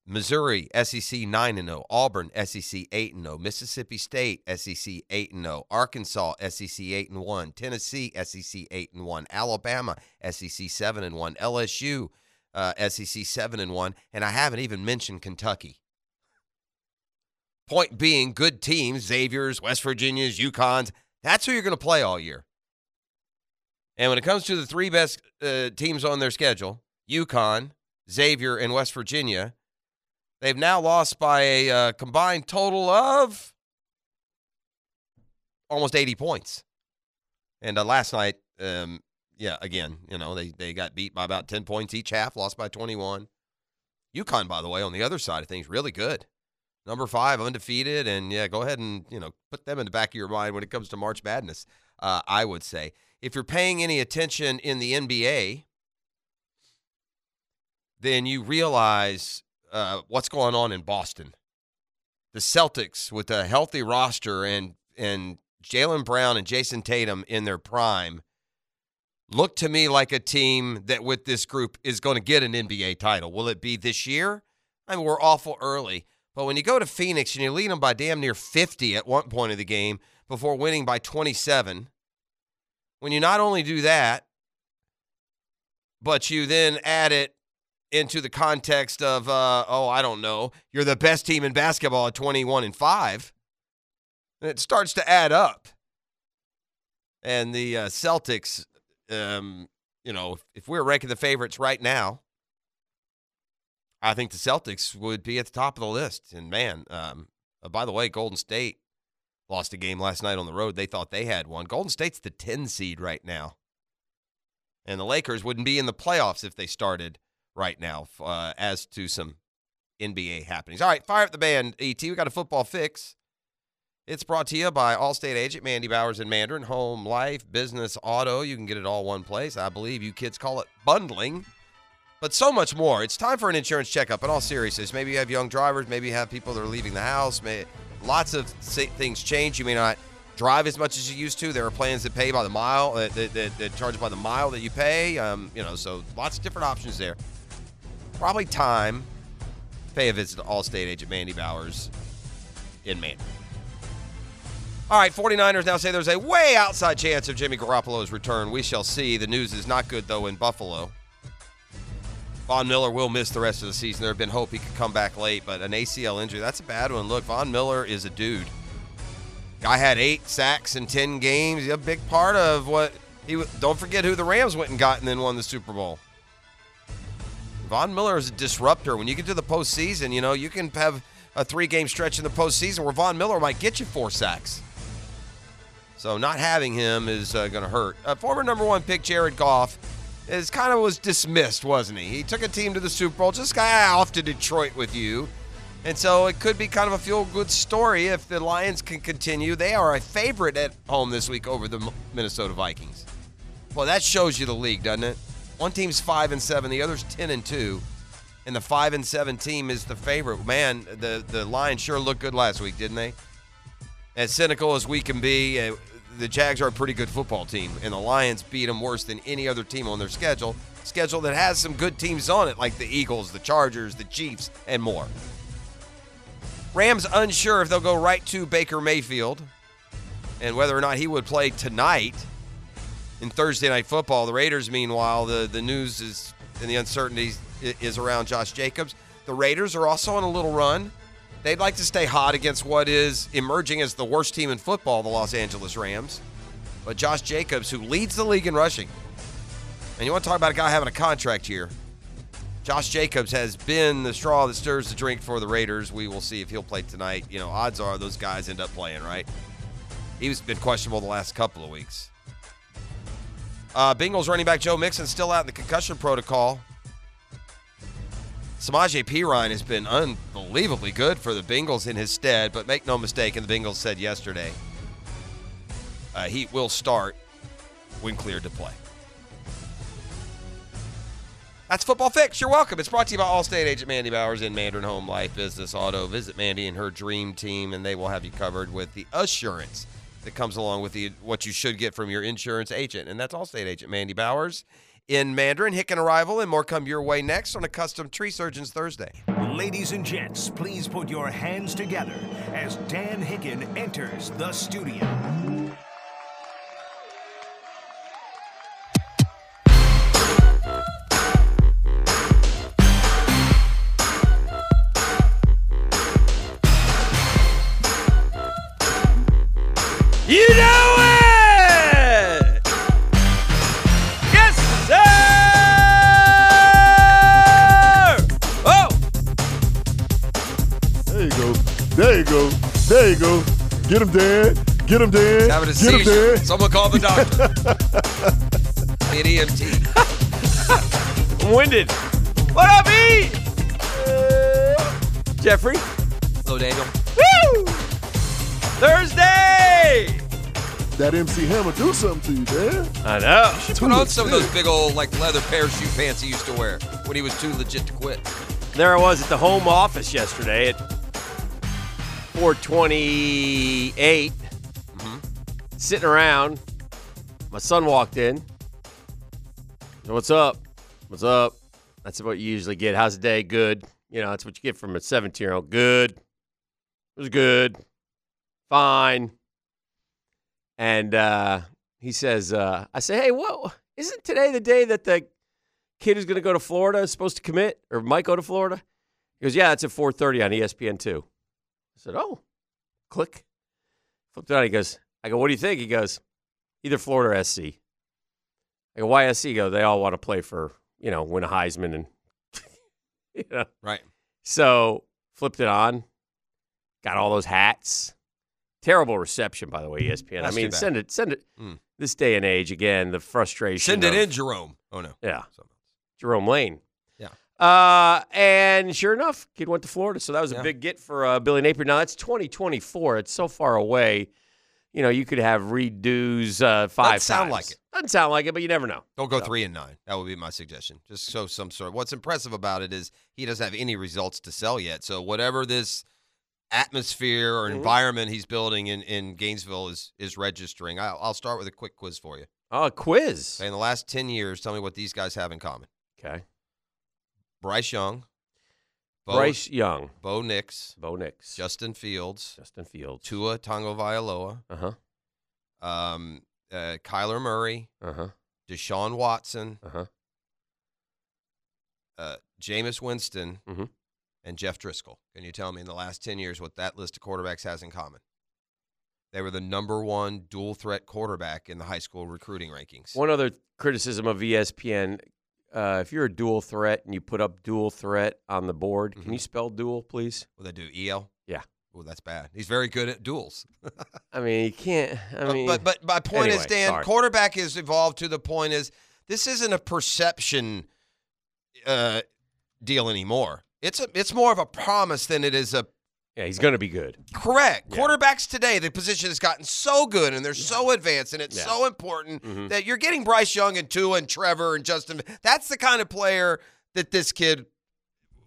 Missouri, E SEC 9 0. oh. Auburn, E SEC 8 0. oh. Mississippi State, E SEC 8 0. oh. Arkansas, E SEC 8 1. Tennessee, E SEC 8 1. Alabama, SEC 7 1. LSU, uh, SEC 7 and 1, and I haven't even mentioned Kentucky. Point being, good teams, Xavier's, West Virginia's, UConn's, that's who you're going to play all year. And when it comes to the three best uh, teams on their schedule, UConn, Xavier, and West Virginia, they've now lost by a uh, combined total of almost 80 points. And uh, last night, um, yeah, again, you know, they, they got beat by about 10 points each half, lost by 21. UConn, by the way, on the other side of things, really good. Number five, undefeated. And yeah, go ahead and, you know, put them in the back of your mind when it comes to March Madness, uh, I would say. If you're paying any attention in the NBA, then you realize uh, what's going on in Boston. The Celtics, with a healthy roster and, and Jalen Brown and Jason Tatum in their prime, look to me like a team that with this group is going to get an NBA title. Will it be this year? I mean, we're awful early. But when you go to Phoenix and you lead them by damn near 50 at one point of the game before winning by 27, when you not only do that, but you then add it into the context of, uh, oh, I don't know, you're the best team in basketball at 21 and 5, and it starts to add up. And the uh, Celtics um, you know, if, if we're ranking the favorites right now, I think the Celtics would be at the top of the list. And man, um, uh, by the way, Golden State lost a game last night on the road. They thought they had one. Golden State's the 10 seed right now. And the Lakers wouldn't be in the playoffs if they started right now, uh, as to some NBA happenings. All right, fire up the band, ET. We got a football fix. It's brought to you by Allstate agent Mandy Bowers and Mandarin Home Life Business Auto. You can get it all one place. I believe you kids call it bundling, but so much more. It's time for an insurance checkup. In all seriousness, maybe you have young drivers, maybe you have people that are leaving the house. May, lots of si- things change. You may not drive as much as you used to. There are plans that pay by the mile, uh, that, that, that charge by the mile that you pay. Um, you know, so lots of different options there. Probably time to pay a visit to Allstate agent Mandy Bowers in Mandarin. All right, 49ers now say there's a way outside chance of Jimmy Garoppolo's return. We shall see. The news is not good, though, in Buffalo. Von Miller will miss the rest of the season. There had been hope he could come back late, but an ACL injury, that's a bad one. Look, Von Miller is a dude. Guy had eight sacks in 10 games. He's a big part of what he w- Don't forget who the Rams went and got and then won the Super Bowl. Von Miller is a disruptor. When you get to the postseason, you know, you can have a three game stretch in the postseason where Von Miller might get you four sacks. So not having him is uh, going to hurt. Uh, former number one pick Jared Goff is kind of was dismissed, wasn't he? He took a team to the Super Bowl, just got ah, off to Detroit with you, and so it could be kind of a feel good story if the Lions can continue. They are a favorite at home this week over the M- Minnesota Vikings. Well, that shows you the league, doesn't it? One team's five and seven, the other's ten and two, and the five and seven team is the favorite. Man, the the Lions sure looked good last week, didn't they? as cynical as we can be, uh, the Jags are a pretty good football team, and the Lions beat them worse than any other team on their schedule. Schedule that has some good teams on it, like the Eagles, the Chargers, the Chiefs, and more. Rams unsure if they'll go right to Baker Mayfield and whether or not he would play tonight in Thursday Night Football. The Raiders, meanwhile, the, the news is and the uncertainty i- is around Josh Jacobs. The Raiders are also on a little run. They'd like to stay hot against what is emerging as the worst team in football, the Los Angeles Rams. But Josh Jacobs, who leads the league in rushing, and you want to talk about a guy having a contract here. Josh Jacobs has been the straw that stirs the drink for the Raiders. We will see if he'll play tonight. You know, odds are those guys end up playing, right? He's been questionable the last couple of weeks. Uh, Bengals running back Joe Mixon still out in the concussion protocol. Samaje Perine has been unbelievably good for the Bengals in his stead, but make no mistake, and the Bengals said yesterday, uh, he will start when cleared to play. That's Football Fix. You're welcome. It's brought to you by Allstate agent Mandy Bowers in Mandarin Home Life Business Auto. Visit Mandy and her dream team, and they will have you covered with the assurance that comes along with the what you should get from your insurance agent. And that's Allstate agent Mandy Bowers in Mandarin. Hick and Arrival and more come your way next on a Custom Tree Surgeons Thursday. Ladies and gents, please put your hands together as Dan Hicken enters the studio. You know it! Yes, sir! Oh! There you go. There you go. There you go. Get him, Dan. Get him, Dan. Having a Get him, seizure. Dan. Someone call the doctor. E Be an EMT. I'm winded. What up, E? Jeffrey. Hello, Daniel. Woo! Thursday! That MC Hammer do something to you, Dan. I know. Put on some of those big old like leather parachute pants he used to wear when he was too legit to quit. There I was at the home office yesterday at 428, Mm-hmm. sitting around. My son walked in. So, What's up? What's up? That's what you usually get. How's the day? Good. You know, that's what you get from a 17 year old. Good. It was good. Fine. And uh, he says, uh, I say, hey, whoa, isn't today the day that the kid who's going to go to Florida is supposed to commit or might go to Florida? He goes, yeah, it's at 4.30 on E ESPN2. I said, oh, click. Flipped it on. He goes, I go, what do you think? He goes, either Florida or SC. I go, why SC? He goes, they all want to play for, you know, win a Heisman and, you know. Right. So flipped it on, got all those hats. Terrible reception, by the way, E ESPN. That's I too mean, bad. send it, send it. Mm. This day and age, again, the frustration. Send it of- in, Jerome. Oh no. Yeah, So- Jerome Lane. Yeah. Uh, and sure enough, kid went to Florida, so that was a Yeah. big get for uh, Billy Napier. Now that's 2024. It's so far away. You know, you could have redos uh, 5 Doesn't sound times. like it. Doesn't sound like it, but you never know. Don't go three and nine. That would be my suggestion. Just show some sort. What's impressive about it is he doesn't have any results to sell yet. So whatever this atmosphere Mm-hmm. or environment he's building in, in Gainesville is is registering. I'll, I'll start with a quick quiz for you. Oh, a quiz. Okay, in the last ten years, tell me what these guys have in common. Okay. Bryce Young, Bo, Bryce Young, Bo Nix, Bo Nix, Justin Fields, Justin Fields. Tua Tagovailoa, Uh huh. um, uh, Kyler Murray, Uh huh. Deshaun Watson, Uh huh. uh, Jameis Winston Mhm. and Jeff Driscoll. Can you tell me in the last 10 years what that list of quarterbacks has in common? They were the number one dual threat quarterback in the high school recruiting rankings. One other criticism of E ESPN: uh, if you're a dual threat and you put up dual threat on the board, Mm-hmm. can you spell dual, please? What they do, EL? Yeah. Oh, that's bad. He's very good at duels. I mean, you can't. I But- mean, but, but my point is, anyway, Dan, sorry. quarterback is evolved to the point is this isn't a perception uh, deal anymore. It's a, it's more of a promise than it is a yeah, he's going to be good. Correct. Quarterbacks today, the position has gotten so good and they're so advanced and it's Yeah. so important Mhm. that you're getting Bryce Young and Tua and Trevor and Justin. That's the kind of player that this kid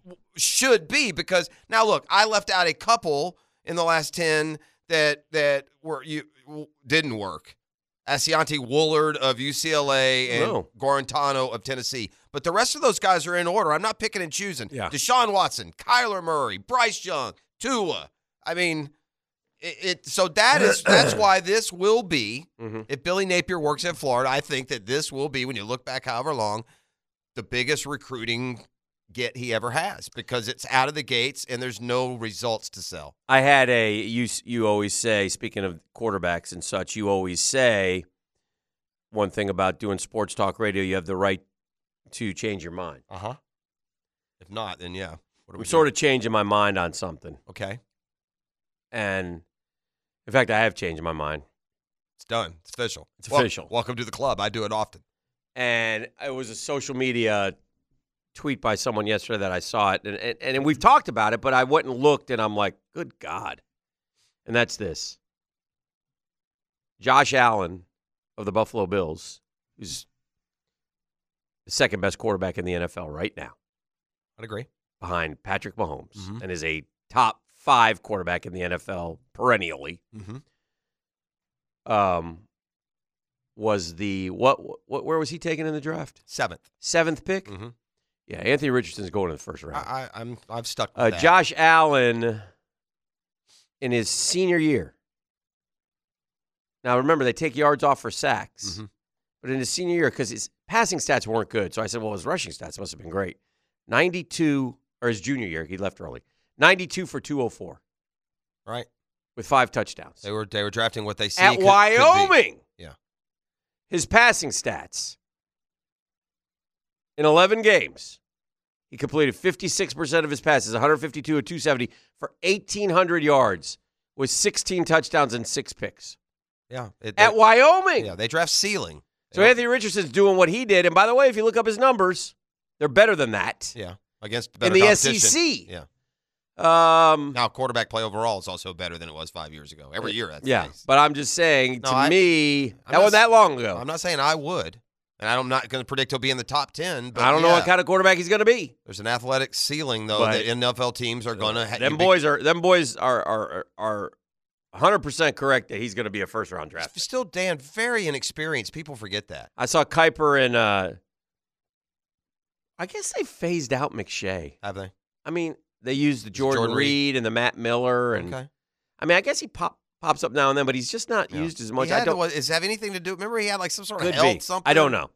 w- should be because now look, I left out a couple in the last 10 that that were you w- didn't work. Asiante Woolard of UCLA and No. Guarantano of Tennessee. But the rest of those guys are in order. I'm not picking and choosing. Yeah. Deshaun Watson, Kyler Murray, Bryce Young, Tua. I mean, it, it so that is that's why this will be Mhm. if Billy Napier works at Florida, I think that this will be when you look back however long, the biggest recruiting get he ever has because it's out of the gates and there's no results to sell. I had a you s- you always say speaking of quarterbacks and such you always say one thing about doing sports talk radio you have the right to change your mind. Uh-huh. If not, then yeah. What I'm sort of changing my mind on something of okay. and in fact I have changed my mind It's done. It's official. It's Wel- official. Welcome to the club. I do it often. and it was a social media tweet by someone yesterday that I saw it and and, and we've talked about it but I went and looked and I'm like good god. And that's this. Josh Allen of the Buffalo Bills who's the second best quarterback in the NFL right now, I'd agree. behind Patrick Mahomes, Mhm. and is a top five quarterback in the NFL perennially. Mm-hmm. Um, was the what, what? Where was he taken in the draft? Seventh. Seventh pick. Mm-hmm. Yeah, Anthony Richardson's going in the first round. I, I, I'm I've stuck with Uh, that. Josh Allen in his senior year. Now remember, they take yards off for sacks, Mhm. but in his senior year, because his passing stats weren't good, so I said, well, his rushing stats must have been great. Ninety-two, or his junior year, he left early. Ninety-two for two hundred four right? with five touchdowns They were they were drafting what they see at could- could be. Wyoming. Yeah. His passing stats in 11 games, he completed 56% of his passes, 152 of 270 for 1,800 yards with 16 touchdowns and six picks Yeah, it- at they- Wyoming. Yeah, they draft ceiling. So Anthony Richardson's doing what he did. And by the way, if you look up his numbers, they're better than that. Yeah, against In better the E competition. SEC. Yeah, Um, now quarterback play overall is also better than it was five years ago. Every year, that's yeah, nice. but I'm just saying, No, to I- me, I'm that not was that s- long ago. I'm not saying I would, and I'm not going to predict he'll be in the top ten. But I don't know yeah, what kind of quarterback he's going to be. There's an athletic ceiling though But- that NFL teams are going to. Ha- them you be- boys are them boys are are are hundred percent correct that he's going to be a first round draft. pick. still Dan very inexperienced. People forget that. I saw Kuiper and uh, I guess they phased out McShay. Have they? I mean, they used the Jordan, Jordan Reed, Reed. and the Matt Miller, and Okay. I mean, I guess he pop pops up now and then, but he's just not Yeah. used as much. He I had the don't one- is have anything to do? Remember, he had like some sort could of health be. something. I don't know,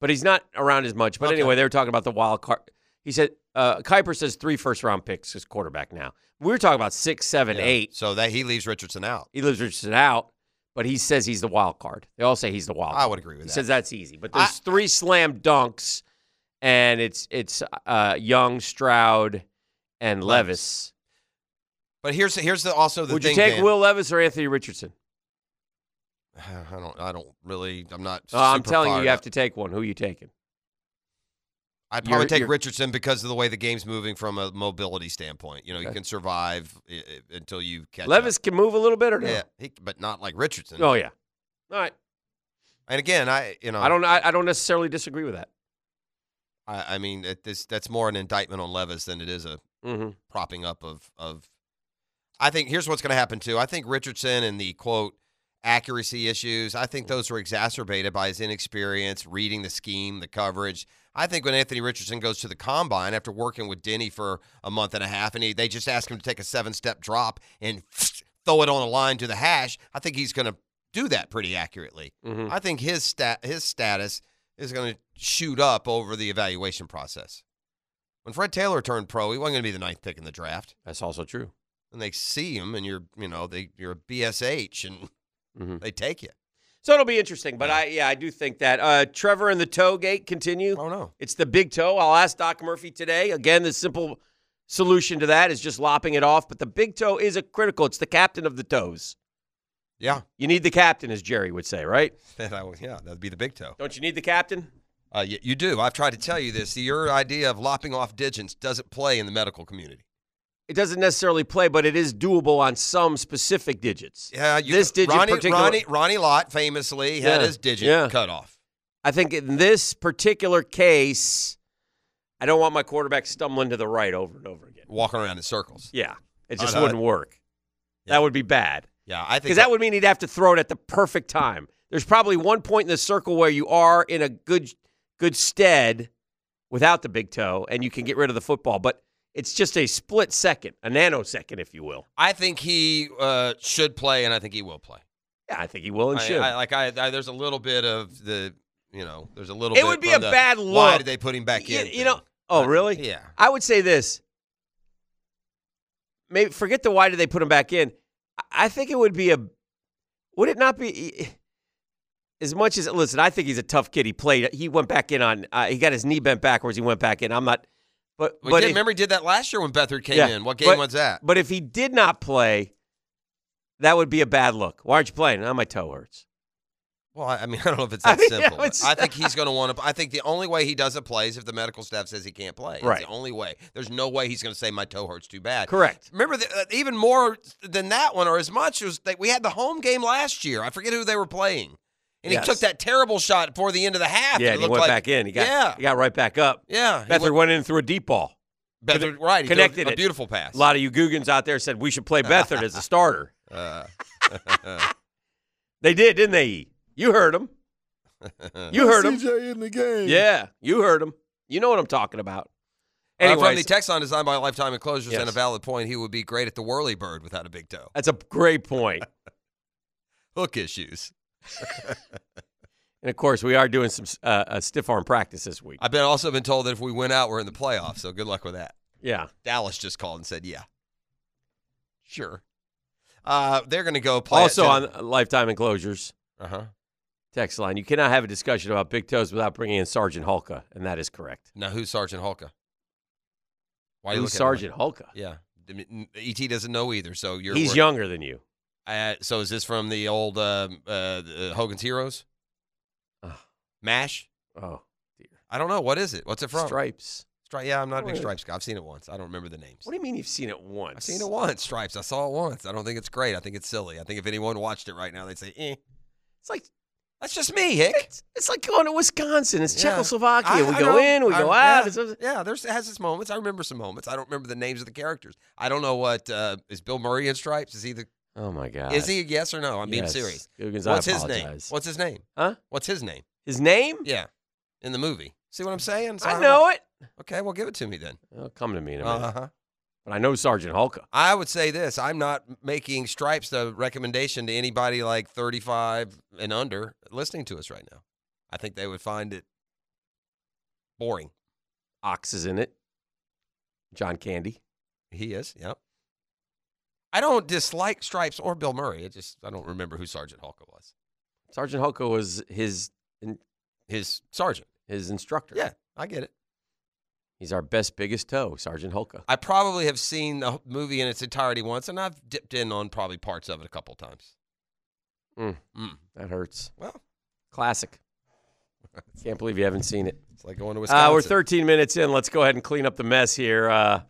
but he's not around as much. But Okay. anyway, they were talking about the wild card. He said uh, Kuiper says three first round picks as quarterback now. We were talking about six, seven, eight. Yeah. So that he leaves Richardson out. He lives Richardson out, but he says he's the wild card. They all say he's the wild. I Card. would agree with He that. says that's easy, but I- there's three slam dunks, and it's it's uh, Young, Stroud, and Levis. But here's here's the, also the Would thing. you take Dan. Will Levis or Anthony Richardson? I don't. I don't really. I'm not. Uh, I'm super telling you, fired you have up. to take one. Who are you taking? I'd probably you're- take you're- Richardson because of the way the game's moving from a mobility standpoint. You know, you Okay. can survive i- i- until you catch Levis Up. can move a little bit or no? Yeah, he, but not like Richardson. Oh yeah. All right. And again, I you know I don't. I, I don't necessarily disagree with that. I, I mean, it, this that's more an indictment on Levis than it is a Mm-hmm. propping up of of. I think here's what's going to happen too. I think Richardson and the quote accuracy issues. I think those were exacerbated by his inexperience, reading the scheme, the coverage. I think when Anthony Richardson goes to the combine after working with Denny for a month and a half, and he, they just ask him to take a seven step drop and throw it on a line to the hash, I think he's going to do that pretty accurately. Mhm. I think his stat his status is going to shoot up over the evaluation process. When Fred Taylor turned pro, he wasn't going to be the ninth pick in the draft. That's also true. And they see him, and you're, you know, they you're a BSH, and Mhm. they take you. So it'll be interesting. But I yeah I do think that uh, Trevor and the toe gate continue. Oh no, It's the big toe. I'll ask Doc Murphy today. Again, the simple solution to that is just lopping it off. But the big toe is a critical. It's the captain of the toes. yeah, You need the captain, as Jerry would say, right? that I, would- yeah, that'd be the big toe. Don't you need the captain? Uh, you, you do. I've tried to tell you this. Your idea of lopping off digits doesn't play in the medical community. It doesn't necessarily play, but it is doable on some specific digits. Yeah, you, this digit Ronnie, particular. Ronnie, Ronnie Lott famously had Yeah, his digit yeah. cut off. I think in this particular case, I don't want my quarterback stumbling to the right over and over again. walking around in circles. Yeah, it just know. wouldn't work. Yeah. That would be bad. Yeah, I think Because that would mean he'd have to throw it at the perfect time. There's probably one point in the circle where you are in a good good stead without the big toe and you can get rid of the football, but it's just a split second, a nanosecond, if you will. I think he uh, should play, and I think he will play. Yeah, I think he will and I- should. I, like I, I, there's a little bit of the, you know, there's a little. It bit would be from a the, bad Why look. did they put him back you, in? you know, thing. oh I- really? Yeah. I would say this. Maybe forget the why did they put him back in. I- I think it would be a. Would it not be? e, As much as listen, I think he's a tough kid. He played. He went back in on. Uh, he got his knee bent backwards. He went back in. I'm not. But We but did, if- remember he did that last year when Bethard came yeah, in. What game but- was that? But if he did not play, that would be a bad look. Why aren't you playing? Oh, my toe hurts. Well, I I mean, I don't know if it's I that mean, simple. it's- I think he's going to want to. I think the only way he doesn't play is if the medical staff says he can't play. It's Right. the only way. There's no way he's going to say my toe hurts too bad. Correct. Remember, the, uh, even more than that one, or as much, was that we had the home game last year. I forget who they were playing, and Yes. he took that terrible shot before the end of the half. yeah, it and he looked went like, back in. He got, yeah, Uh, he got right back up. Yeah, he Bethard looked- went in and threw a deep ball. Bethard, right? He threw a- connected a it. beautiful pass. A lot of you Googans out there said we should play Bethard as a starter. Uh. They did, didn't they? E? You heard them. Uh, You heard him. CJ in the game. Yeah, you heard him. You know what I'm talking about. Uh, from the Anyways, text line designed by Lifetime Enclosures Yes. and a valid point, he would be great at the whirly bird without a big toe. that's a great point. Hook issues. And of course, we are doing some uh, uh, stiff arm practice this week. I've been also been told that if we win out, we're in the playoffs. So good luck with that. Yeah. Dallas just called and said, "Yeah, sure." Uh, they're going to go play. also on lifetime enclosures Uh huh. text line, you cannot have a discussion about big toes without bringing in Sergeant Hulka, and that is correct. Now who's Sergeant Hulka? Why looking at Who's me? Sergeant Hulka? Yeah, I mean, Et doesn't know either. So you're He's wor- younger than you. Uh, so is this from the old um, uh, the Hogan's Heroes? Ugh. Mash? Oh, I don't know. What is it? What's it from? stripes. Stri- yeah, I'm not a What big is- Stripes guy. I've seen it once. I don't remember the names. What do you mean you've seen it once? I've seen it once, Stripes. I saw it once. I don't think it's great. I think it's silly. I think if anyone watched it right now, they'd say, eh. It's like That's just me, Hick. it's, it's like going to Wisconsin. It's Yeah. Czechoslovakia. I- we I go know. in, we I- go out. Yeah, It's- it's- yeah there's, it has its moments. I remember some moments. I don't remember the names of the characters. I don't know what. Uh, is Bill Murray in Stripes? Is he the. Oh my God. Is he a yes or no? I'm being Yes. serious. Googans, I What's his name? apologize. What's his name? Huh? What's his name? His name? Yeah, in the movie. See what I'm saying? So I I'm know not- it. Okay, well, give it to me then. It'll come to me in a minute. Uh huh. But I know Sergeant Hulka. I would say this: I'm not making Stripes the recommendation to anybody like 35 and under listening to us right now. I think they would find it boring. Ox is in it. John Candy. He is. Yep. I don't dislike Stripes or Bill Murray. It just I don't remember who Sergeant Hulka was. Sergeant Hulka was his His sergeant. his instructor. Yeah, I get it. He's our best, biggest toe, Sergeant Hulka. I probably have seen the movie in its entirety once, and I've dipped in on probably parts of it a couple times. Mm, Mm. that hurts. Well, Classic. Can't believe you haven't seen it. it's like going to Wisconsin. Uh, we're 13 minutes in. Let's go ahead and clean up the mess here. Uh,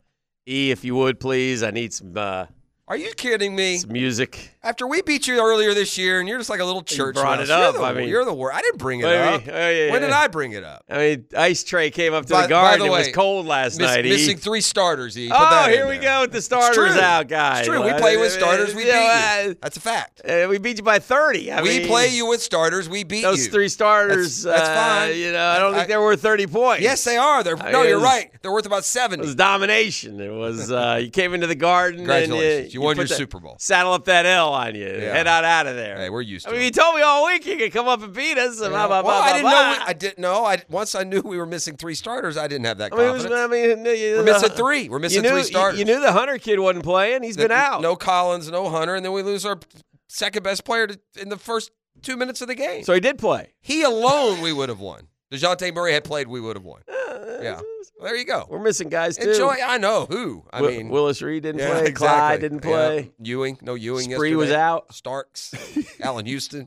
e, if you would, please. I need some, uh, Are you kidding me? some music. After we beat you earlier this year, and you're just like a little church. brought mouse. it up, You're the, I mean- you're the worst. I didn't bring it Wait, up. wait, oh, yeah, when did yeah. I bring it up? I mean, Ice Tray came up to By- the by garden. the it was way, cold last Miss- night. E. missing three starters. E. Put oh, that in here we there. go with the It's starters true. out, guys. It's true. We Uh, play with starters. We you know, beat you. uh, That's a fact. uh, we beat you by 30. I we mean, play you with starters. We beat Those you. three starters, That's- that's uh, fine. you know, I don't I- think they were 30 points. Yes, they are. They're, I no, mean, you're it was- right. They're worth about It was seventy. domination. It was uh, you came into the garden. And Congratulations. you, You won put your that- Super Bowl. Saddle up that L on you. Yeah. Head on out of there. Hey, we're used to I mean, it. you told me all week you could come up and beat us. and blah, blah, well, blah, I didn't blah, know. blah. I didn't know. I once I knew we were missing three starters. I didn't have that I mean, it was, confidence. I mean, you- We're missing three. We're you missing knew- three you- starters. You, knew the Hunter kid wasn't playing. He's been That- out. No Collins, no Hunter, and then we lose our second best player to, in the first two minutes of the game. So he did play. he alone, we would have won. Dejounte Murray had played, we would have won. Uh, Yeah, Well, there you go. We're missing guys too. Enjoy. I know who. I Wi- mean, Willis Reed didn't yeah, play. exactly. Clyde didn't Yeah. play. Ewing, no Ewing. Spree yesterday. was out. Starks, Allen Houston.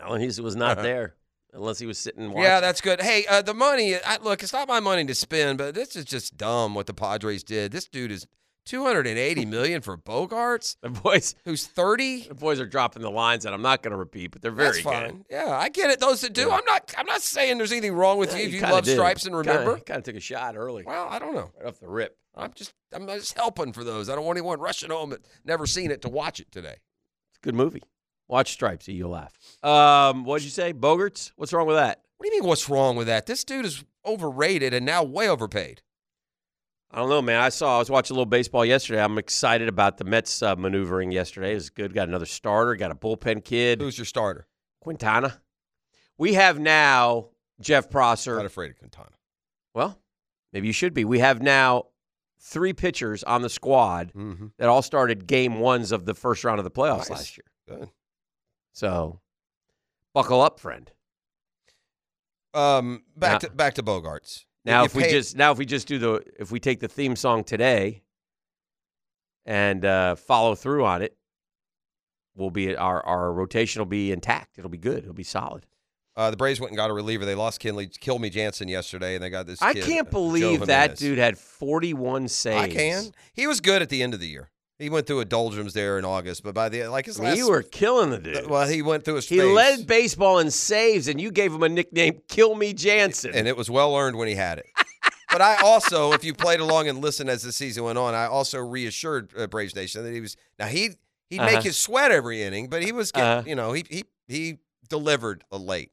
Uh-huh. Alan Houston was not there unless he was sitting. Watching. Yeah, that's good. Hey, uh, the money. I, look, it's not my money to spend, but this is just dumb what the Padres did. This dude is two hundred and eighty million for Bogarts, the boys. who's thirty. The boys are dropping the lines that I'm not going to repeat, but they're very That's good. fine. Yeah, I get it. Those that do, I'm not. I'm not saying there's anything wrong with you if you love stripes and remember. kind of, took a shot early, Well, I don't know. right off the rip. I'm just. I'm just helping for those. I don't want anyone rushing home that never seen it to watch it today. It's a good movie. Watch Stripes, you'll laugh. Um, what'd you say, Bogarts? What's wrong with that? What do you mean? What's wrong with that? This dude is overrated and now way overpaid. I don't know, man. I saw. I was watching a little baseball yesterday. I'm excited about the Mets uh, maneuvering yesterday. It was good. Got another starter. Got a bullpen kid, Who's your starter? Quintana. We have now Jeff Prosser. Not afraid of Quintana. Well, maybe you should be. We have now three pitchers on the squad Mm-hmm. that all started game ones of the first round of the Nice. playoffs last year. Oh, Good. So buckle up, friend. Um, back Now- to back to Bogarts. Now You if we paid- just now if we just do the if we take the theme song today and uh, follow through on it, we'll be our our rotation will be intact. It'll be good. It'll be solid. uh, the Braves went and got a reliever, they lost Kinley, Kill Me Jansen yesterday, and they got this. I kid, uh, can't Joe believe Jimenez. that dude had 41 saves. I can. He was good at the end of the year. He went through a doldrums there in August, but by the like his I mean, last, you were killing the dude. well, he went through a He phase, led baseball in saves, and you gave him a nickname, Kill Me Jansen. and it was well earned when he had it. but I also, if you played along and listened as the season went on, I also reassured uh, Braves Nation that he was now he he'd Uh-huh. make you sweat every inning, but he was getting, Uh-huh. you know he he he delivered a late.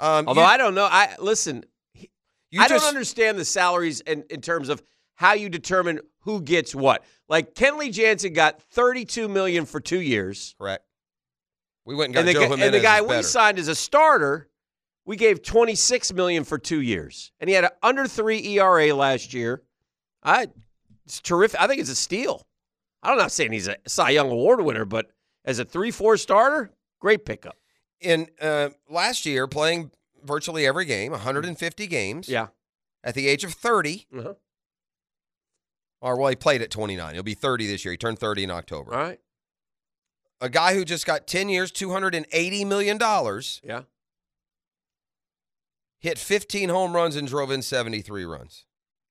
Um, Although you- I don't know. I Listen, he- You I just- don't understand the salaries in, in terms of how you determine who gets what. Like, Kenley Jansen got $32 million for two years. correct. We went and got And the, Joe gu- Jimenez and the guy is we better. signed as a starter, we gave $26 million for two years. And he had an under three ERA last year. I, it's terrific. I think it's a steal. I'm not saying he's a Cy Young Award winner, but as a three four starter, great pickup. in uh, last year playing virtually every game, 150 games. Yeah. At the age of 30, Uh-huh. or well, he played at 29. He'll be 30 this year. He turned 30 in October. All right. A guy who just got 10 years, 280 million dollars, Yeah. hit 15 home runs and drove in 73 runs.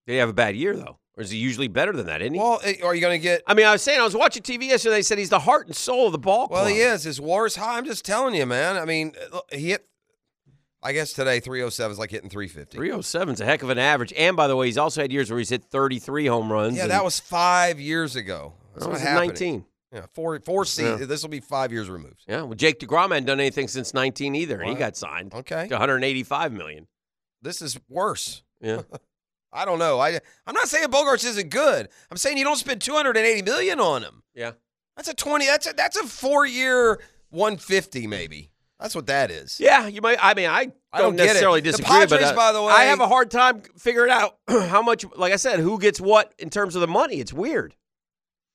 Did he have a bad year though, or is he usually better than that? Isn't he? Well, eh, are you going to get? I mean, I was saying I was watching TV yesterday. They said he's the heart and soul of the ball Well, club. he is. His WAR is high. I'm just telling you, man. I mean, eh, look, he hit. I guess today 307 is like hitting 350. 307's a heck of an average. And by the way, he's also had years where he's hit 33 home runs. Yeah, and- that was five years ago. That's That what was happened. 19. Yeah, four four seasons. Yeah. This will be five years removed. Yeah, well, Jake DeGrom hadn't done anything since 19 either, and he got signed Okay. to 185 million. This is worse. Yeah, I don't know. I I'm not saying Bogarts isn't good. I'm saying you don't spend 280 million on him. yeah. That's a 20. That's a that's a four year 150 maybe. That's what that is. Yeah, you might. I mean, I don't, I don't get it. necessarily The disagree. Padres, but, uh, by the way- I have a hard time figuring out how much. Like I said, who gets what in terms of the money? It's weird.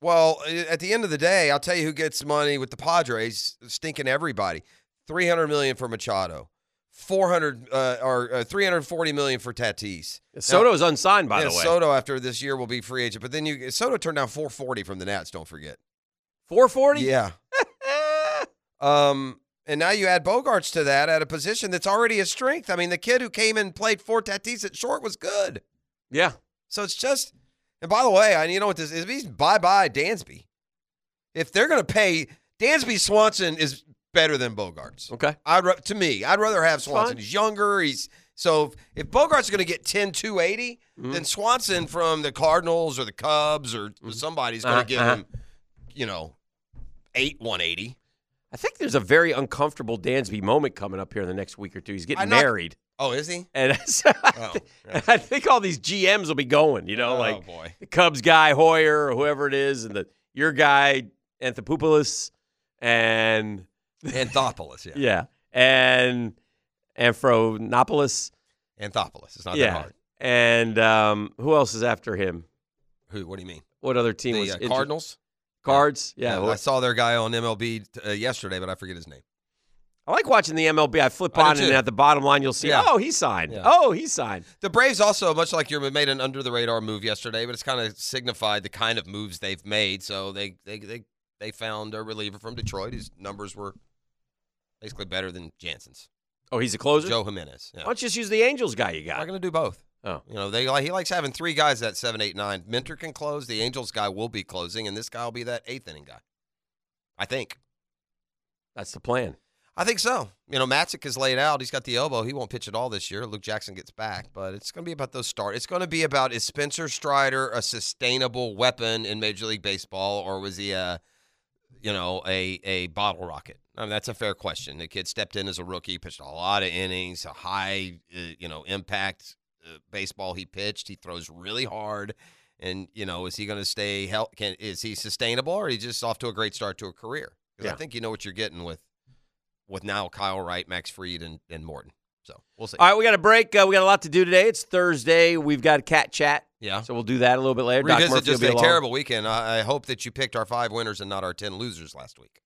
Well, i- at the end of the day, I'll tell you who gets money with the Padres. Stinking everybody. 300 million for Machado. 400 uh, or uh, 340 million for Tatis. Soto is unsigned, by yeah, the way. Soto after this year will be free agent. But then you Soto turned down 440 from the Nats. Don't forget. 440. Yeah. um, and now you add Bogarts to that at a position that's already a strength. I mean, the kid who came and played for Tatis at short was good. yeah. So it's just. And by the way, I you know what this is? He's bye bye Dansby. If they're going to pay, Dansby Swanson is better than Bogarts. Okay. I'd ra- to me, I'd rather have Swanson. fine. He's younger. He's so if, if Bogart's going to get 10 280, Mm-hmm. then Swanson from the Cardinals or the Cubs or somebody's going to Uh-huh, give uh-huh. him, you know, 8 180. I think there's a very uncomfortable Dansby moment coming up here in the next week or two. He's getting I'm not- married, Oh, is he? and so I, Oh, thi- I think all these GMs will be going. You know, oh like boy. the Cubs guy Hoyer or whoever it is, and the your guy Anthopoulos, and Anthopoulos, yeah. yeah, and Amphronopoulos. Anthopoulos. It's not yeah. that hard. And um, who else is after him? Who? What do you mean? What other team The was uh, inter- Cardinals? Cards, yeah. I saw their guy on MLB uh, yesterday, but I forget his name. I like watching the MLB. I flip I do on and too. at the bottom line you'll see, Yeah. oh, he signed. Yeah. Oh, he signed. The Braves also, much like you made an under the radar move yesterday, but it's kind of signified the kind of moves they've made. So they they they they found a reliever from Detroit. His numbers were basically better than Jansen's. Oh, he's a closer. Joe Jimenez. Yeah. Why don't you just use the Angels guy you We're got? gonna do both. Oh, You know, they like he likes having three guys at seven, eight, nine. Mentor can close. The Angels guy will be closing, and this guy will be that eighth inning guy. I think. that's the plan. I think so. You know, Matzik is laid out. He's got the elbow. He won't pitch at all this year. Luke Jackson gets back, but it's going to be about those start. It's going to be about is Spencer Strider a sustainable weapon in Major League Baseball, or was he a, you know, a a bottle rocket? I mean, that's a fair question. The kid stepped in as a rookie, pitched a lot of innings, a high, uh, you know, impact uh, baseball he pitched. He throws really hard, and you know, is he going to stay? Hel- can is he sustainable, or he just off to a great start to a career? 'Cause I Yeah. think you know what you're getting with with now Kyle Wright, Max Freed, and, and Morton. So we'll see. All right, we got a break. Uh, we got a lot to do today. It's Thursday. We've got cat chat. Yeah. So we'll do that a little bit later. Doc Revisit Murphy just will a be along. terrible weekend. I, I hope that you picked our five winners and not our 10 losers last week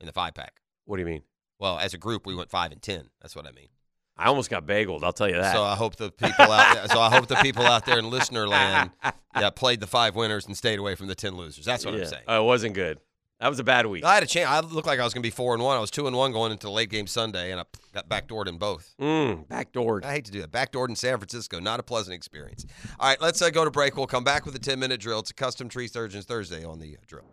in the five pack. What do you mean? Well, as a group, we went five and 10. That's what I mean. I almost got bageled. I'll tell you that. So I hope the people out there, so I hope the people out there in listener land yeah, played the five winners and stayed away from the 10 losers. That's what Yeah. I'm saying. Oh, it wasn't good. That was a bad week. I had a chance. I looked like I was going to be four and one. I was two and one going into the late game Sunday, and I got backdoored in both. Mm, backdoored. I hate to do that. Backdoored in San Francisco. Not a pleasant experience. All right, let's uh, go to break. We'll come back with a ten minute drill. It's a custom tree surgeons Thursday on the uh, drill.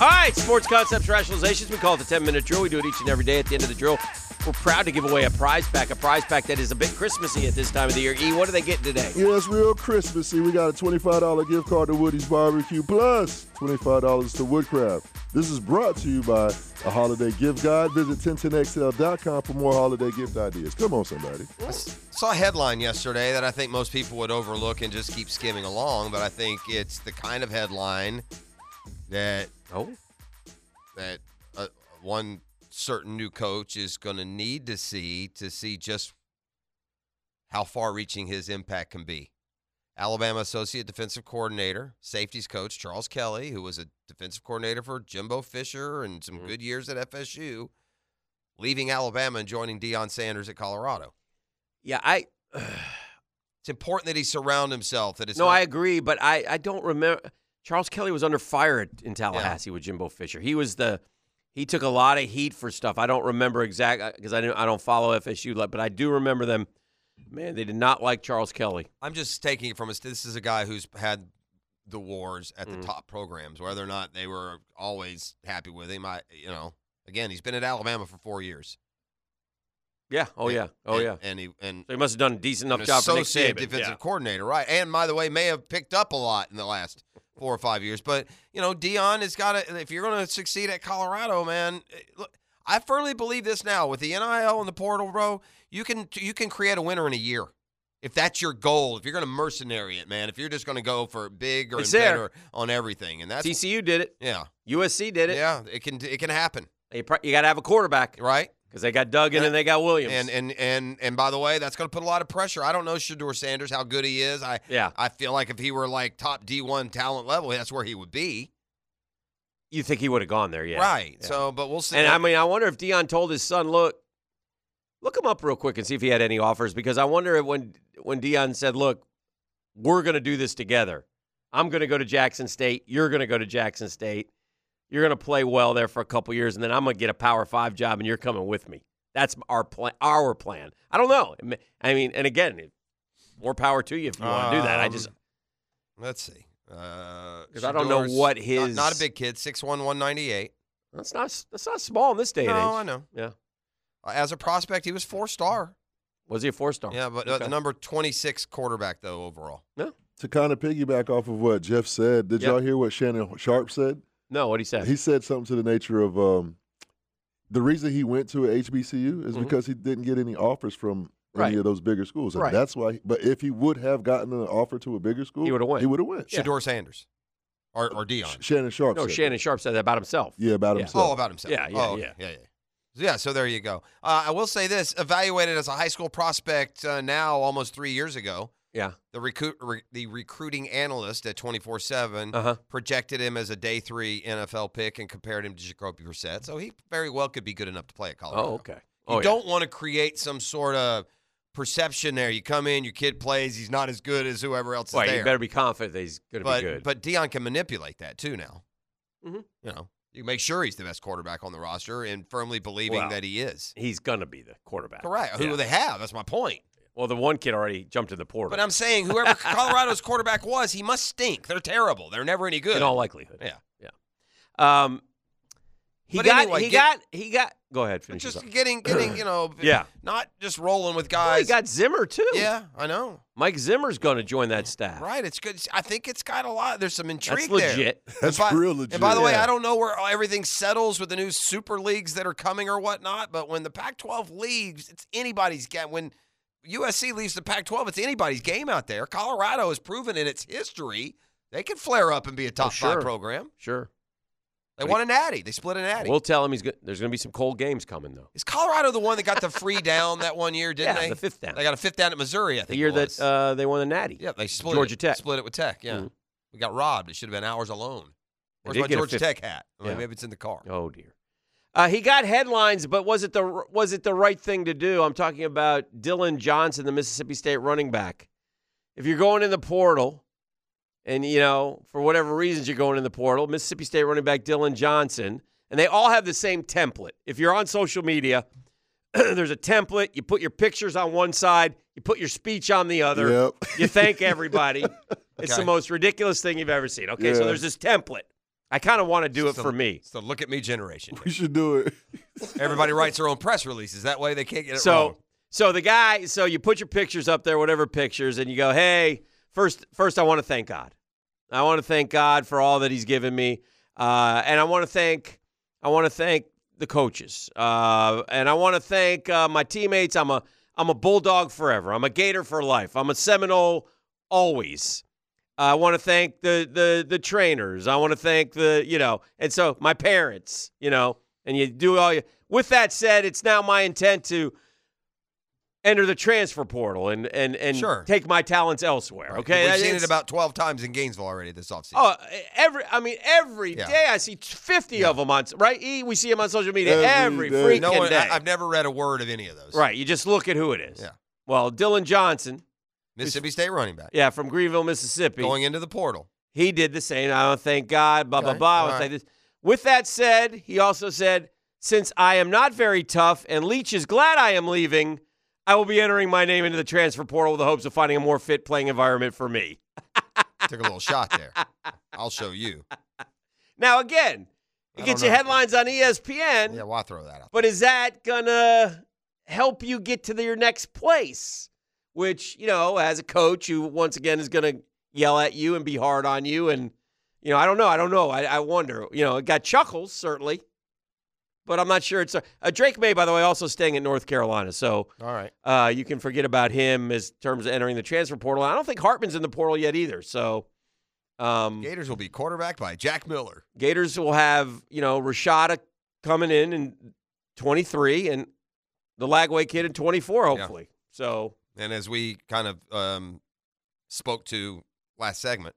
All right, sports concepts rationalizations. We call it the 10 minute drill. We do it each and every day at the end of the drill. We're proud to give away a prize pack, a prize pack that is a bit Christmassy at this time of the year. E, what are they getting today? Yeah, it's real Christmassy. We got a $25 gift card to Woody's Barbecue plus $25 to Woodcraft. This is brought to you by a holiday gift guide. Visit 1010xl.com for more holiday gift ideas. Come on, somebody. I s- saw a headline yesterday that I think most people would overlook and just keep skimming along, but I think it's the kind of headline that oh that uh, one certain new coach is going to need to see to see just how far-reaching his impact can be. Alabama associate defensive coordinator, safeties coach Charles Kelly, who was a defensive coordinator for Jimbo Fisher and some good years at FSU, leaving Alabama and joining Deion Sanders at Colorado. Yeah, I. It's important that he surround himself. That it's no, not- I agree, but I, I don't remember. Charles Kelly was under fire at, in Tallahassee with Jimbo Fisher. He was the he took a lot of heat for stuff. I don't remember exactly because I didn't I don't follow FSU, like, but I do remember them. Man, they did not like Charles Kelly. I'm just taking it from us. This is a guy who's had the wars at Mm. the top programs, whether or not they were always happy with him. I, you know, again, he's been at Alabama for four years. Yeah. Oh yeah. Oh And- yeah. And he and So he must have done a decent enough an job for Nick associate Saban. defensive yeah. coordinator, right? And by the way, may have picked up a lot in the last four or five years. But you know, Dion has got to. If you're going to succeed at Colorado, man, eh, look, I firmly believe this now with the NIL and the portal, bro. You can you can create a winner in a year. If that's your goal, if you're going to mercenary it, man, if you're just going to go for bigger It's and there. better on everything, and that's TCU did it. yeah, USC did it. yeah, it can it can happen, You, pro- you got to have a quarterback right? because they got Duggan and, And- they got Williams. And and and and by the way, that's going to put a lot of pressure. I don't know Shador Sanders how good he is. I Yeah. I feel like if he were like top D one talent level, that's where he would be. you think he would have gone there? Yeah. Right. Yeah. So, but we'll see. And I mean, I wonder if Dion told his son, "Look, look him up real quick and see if he had any offers," because I wonder if when when Dion said, "Look, we're going to do this together. I'm going to go to Jackson State. You're going to go to Jackson State. You're going to play well there for a couple years, and then I'm going to get a Power Five job, and you're coming with me. That's our plan. Our plan. I don't know. I mean- I mean, and again, more power to you if you want to do that. I Um, just let's see. Uh, 'Cause I don't know what not- his- not, a big kid six one one ninety eight. that's not that's not small in this day and age. No, I know. Yeah. Uh, As a prospect, he was four star. Was he a four star? Yeah, but uh, the number twenty six quarterback though overall. To kind of piggyback off of what Jeff said, did Yep. y'all hear what Shannon Sharp said? no, what he said. He said something to the nature of um, the reason he went to a HBCU is Mhm. because he didn't get any offers from Right. any of those bigger schools, and Right. that's why. But if he would have gotten an offer to a bigger school, He would've went. He would have went. Shador Sanders, or or Dion. Sh- Shannon Sharp. no, said Shannon Sharp said that about himself. that. Yeah, about Yeah. himself. Oh, about himself. Yeah, yeah, Oh, okay. yeah. yeah, yeah. Yeah, so there you go. Uh, I will say this: evaluated as a high school prospect uh, now, almost three years ago, Yeah. the recruit re- the recruiting analyst at twenty four seven Uh-huh. projected him as a day three NFL pick and compared him to Jacoby Brissett. So he very well could be good enough to play at Colorado. Oh, okay. You Oh, yeah. don't want to create some sort of perception there. You come in, your kid plays, he's not as good as whoever else is Well, there. you better be confident that he's going to but be good. but Dion can manipulate that too now. Mhm. You know, you can make sure he's the best quarterback on the roster and firmly believing Well, that he is. he's going to be the quarterback. Correct. Who Yeah. do they have? That's my point. Well, the one kid already jumped in the portal. But I'm saying whoever Colorado's quarterback was, he must stink. They're terrible. They're never any good. in all likelihood. Yeah. Yeah. Um, he But got. anyway, he get- got. He got. Go ahead. But Finish. just this up. getting getting, you know, Yeah. not just rolling with Well, he guys. got Zimmer too. yeah, I know. Mike Zimmer's going to join that staff. Right. It's good. I think it's got a lot. There's some intrigue That's there. legit. That's and by, real legit. And by the way, Yeah. I don't know where everything settles with the new super leagues that are coming or whatnot, but when the Pac 12 leaves, it's anybody's game. When USC leaves the Pac 12, it's anybody's game out there. Colorado has proven in its history they can flare up and be a top sure. five program. Sure. They But won an Natty, they split an Natty. We'll tell him he's. Go- There's going to be some cold games coming though. Is Colorado the one that got the free down that one year, didn't Yeah, they? the fifth down. They got a fifth down at Missouri, I think. The it year that was. uh, they won the Natty. yeah, they split Georgia it, Tech. Split it with Tech, yeah. Mhm. We got robbed. It should have been ours alone. They Where's did my get a Georgia fifth- Tech hat? I mean, Yeah. Maybe it's in the car. Oh dear. Uh, he got headlines, but was it the r- was it the right thing to do? I'm talking about Dylan Johnson, the Mississippi State running back. If you're going in the portal, And, you know, for whatever reasons, you're going in the portal. Mississippi State running back Dylan Johnson. And they all have the same template. If you're on social media, there's a template. You put your pictures on one side, you put your speech on the other. Yep. You thank everybody. It's Okay. the most ridiculous thing you've ever seen. Okay, so Yeah. there's this template. I kind of want to do it It's the- for me. It's the look at me generation. You should do it. Everybody writes their own press releases. That way they can't get it so wrong. so the guy so you put your pictures up there whatever pictures and you go hey first first i want to thank god i want to thank god for all that he's given me uh, and i want to thank i want to thank the coaches uh, and i want to thank uh, my teammates i'm a i'm a bulldog forever i'm a gator for life i'm a seminole always I want to thank the the the trainers. I want to thank the you know, and so my parents, you know, and you do all you. With that said, it's now my intent to enter the transfer portal and and and Sure. take my talents elsewhere. Okay, We've seen It's- it about 12 times in Gainesville already this offseason. Oh, every I mean every day Yeah. I see fifty of them on right. E, we see them on social media every, Every day. freaking no one, day. I, have never read a word of any of those. right, you just look at who it is. Yeah. Well, Dylan Johnson, Mississippi State running back yeah, from Greenville, Mississippi, going into the portal. He did the same. I don't thank God, blah, blah, Okay. blah. I don't All thank right. this. With that said, he also said, since I am not very tough and Leach is glad I am leaving, I will be entering my name into the transfer portal with the hopes of finding a more fit playing environment for me. Took a little shot there. I'll show you. Now, again, it I gets don't you know. headlines on E ESPN, Yeah, why throw that out? but is that going to help you get to your next place? Which, you know, as a coach who once again is going to yell at you and be hard on you. And, you know, I don't know. I don't know. I, I wonder. You know, it got chuckles, certainly. but I'm not sure it's uh, uh, Drake May. By the way, also staying at North Carolina, so All right. uh, you can forget about him as terms of entering the transfer portal. I don't think Hartman's in the portal yet either. So um, Gators will be quarterbacked by Jack Miller. Gators will have you know Rashada coming in in 23 and the Lagway kid in 24, hopefully. So And as we kind of um, spoke to last segment,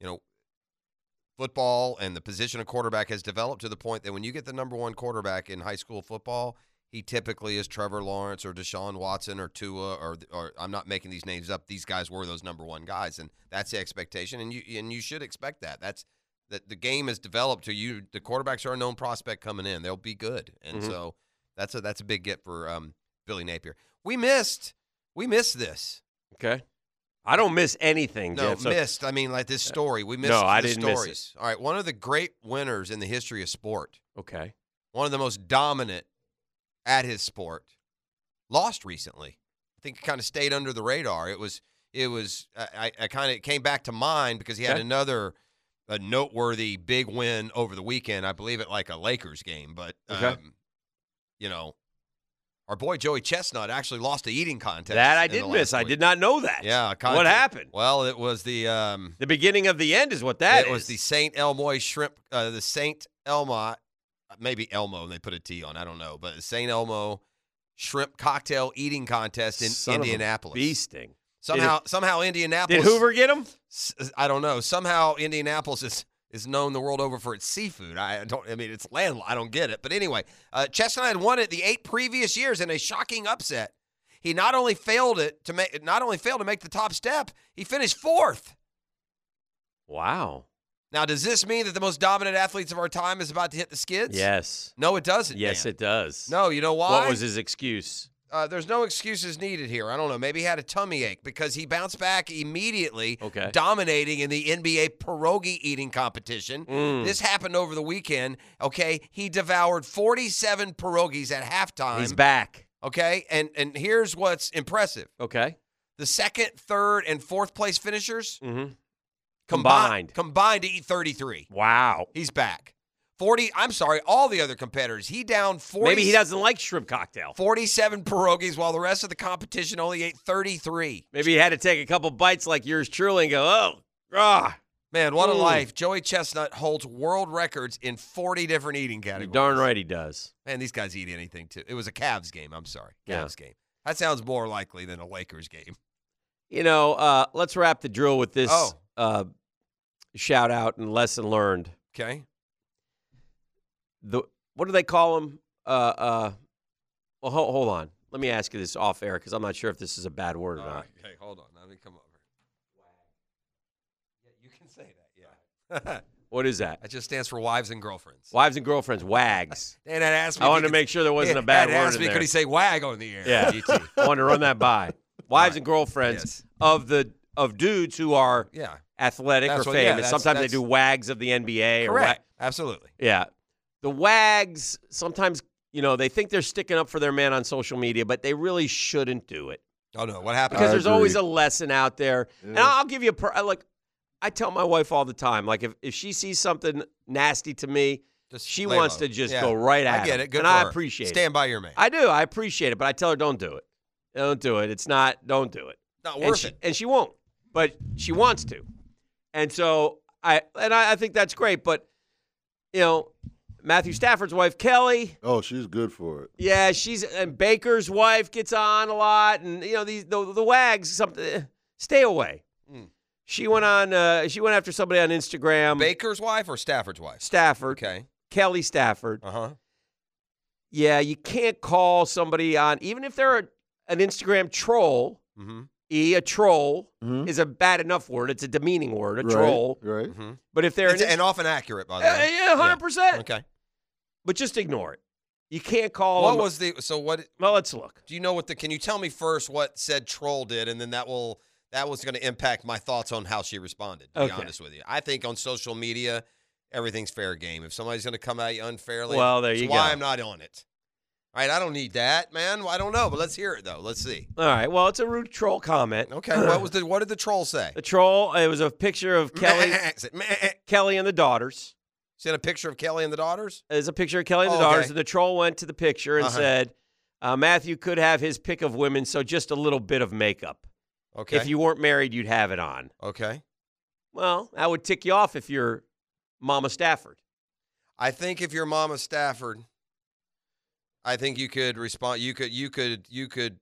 you know, football and the position of quarterback has developed to the point that when you get the number one quarterback in high school football, he typically is Trevor Lawrence or Deshaun Watson or Tua or, or I'm not making these names up. These guys were those number one guys, and that's the expectation. And you and you should expect that. That's that the game has developed to you. The quarterbacks are a known prospect coming in. They'll be good, and Mhm. so that's a that's a big get for um, Billy Napier. We missed we missed this. okay, I don't miss anything. No, Jeff, so- Uh, missed. I mean, like this story. We missed No, I the didn't miss it. stories. All right. One of the great winners in the history of sport, Okay, one of the most dominant at his sport, lost recently. I think it kind of stayed under the radar. It was, it was, I, I kind of it came back to mind because he had Okay. another a noteworthy big win over the weekend. I believe it like a Lakers game, but, Okay. um, you know, our boy Joey Chestnut actually lost a eating contest. that I in the did last miss. I week. did not know that. Yeah. a what contest. happened? Well, it was the, um, The beginning of the end is what that is. it was the Saint Elmoy shrimp, uh, the Saint Elmo, maybe Elmo. They put a T on. I don't know, but the Saint Elmo shrimp cocktail eating contest in Son of a Indianapolis. bee sting. Somehow, somehow Did Indianapolis. Hoover get him? s- I don't know. Somehow Indianapolis is is known the world over for its seafood. I don't. I mean, it's land. I don't get it. But anyway, uh, Chestnut had won it the eight previous years in a shocking upset. He not only failed it to make, not only failed to make the top step, he finished fourth. Wow. Now, does this mean that the most dominant athletes of our time is about to hit the skids? Yes. No, it doesn't. Yes, Dan. it does. No, you know why? What was his excuse? uh, there's no excuses needed here. I don't know. Maybe he had a tummy ache because he bounced back immediately, Okay. dominating in the NBA pierogi eating competition. Mm. This happened over the weekend. Okay, he devoured 47 pierogies at halftime. He's back. Okay, and and here's what's impressive: Okay. the second, third, and fourth place finishers Mm-hmm. combi- Combined. combined to eat 33. Wow. He's back. 40, I'm sorry, all the other competitors. He down 40, Maybe he doesn't like shrimp cocktail. 47 pierogies while the rest of the competition only ate 33. Maybe he had to take a couple bites like yours truly and go, oh, ah. Man, what a Mm. life. Joey Chestnut holds world records in 40 different eating You're categories. darn right he does. Man, these guys eat anything too. It was a Cavs game, I'm sorry. Yeah. Cavs game. That sounds more likely than a Lakers game. You know, uh, let's wrap the drill with this Oh. uh, shout out and lesson learned. Okay? the what do they call them? Uh, uh, well, ho- hold on. Let me ask you this off air because I'm not sure if this is a bad word or not. Okay, hold on. Let me come over. What is that? That just stands for wives and girlfriends. Wives and girlfriends, wags. Dan had asked me. if I he wanted to could- make sure there wasn't Dan a bad had word asked in me, there. could he say wag on the air? Yeah, GT. I wanted to run that by wives and girlfriends of the of dudes who are Yeah. athletic That's or what- yeah, famous. that's- Sometimes they that's- do wags of the NBA or Correct. Absolutely. Yeah. The wags sometimes, you know, they think they're sticking up for their man on social media, but they really shouldn't do it Oh no, what happened? because there's always a lesson out there. And I'll give you a per- I like I tell my wife all the time, like if, if she sees something nasty to me, Just she lay wants low. to just Yeah. go right at I get it. Good and for I her. appreciate it. Stand by your man. I do. I appreciate it, but I tell her don't do it. Don't do it. It's not. Don't do it. Not and worth she, it. And she won't. But she wants to. And so I and I, I think that's great. But you know, Matthew Stafford's wife Kelly, Oh, she's good for it. yeah, she's and Baker's wife gets on a lot, and you know these the, the wags. Something. Stay away. Hmm. She went on. Uh, she went after somebody on Instagram. Baker's wife or Stafford's wife? Stafford. Okay. Kelly Stafford. Uh huh. Yeah, you can't call somebody on, even if they're a, an Instagram troll. Mm-hmm. E, a troll Mhm. is a bad enough word. It's a demeaning word, a troll. Right. right. But if they're Mm-hmm. It's, an, and often accurate, by the Yeah, way. yeah, 100%. Okay. But just ignore it. You can't call What them- was the? So what? Well, let's look. Do you know what the? Can you tell me first what said troll did, and then that will that was going to impact my thoughts on how she responded. To Okay. be honest with you, I think on social media, everything's fair game. If somebody's going to come at you unfairly, Well, there it's you Why go. I'm not on it. All right, I don't need that, man. Well, I don't know, but let's hear it though. Let's see. All right. Well, it's a rude troll comment. Okay, what was the? What did the troll say? The troll, it was a picture of Kelly Is it meh? Kelly and the daughters. Sent a picture of Kelly and the daughters. There's a picture of Kelly and the Oh, okay. daughters. And the troll went to the picture and Uh-huh. said, uh, Matthew could have his pick of women, so just a little bit of makeup. Okay. If you weren't married, you'd have it on. okay. Well, that would tick you off if you're Mama Stafford. I think if you're Mama Stafford, I think you could respond. You could, you could, you could,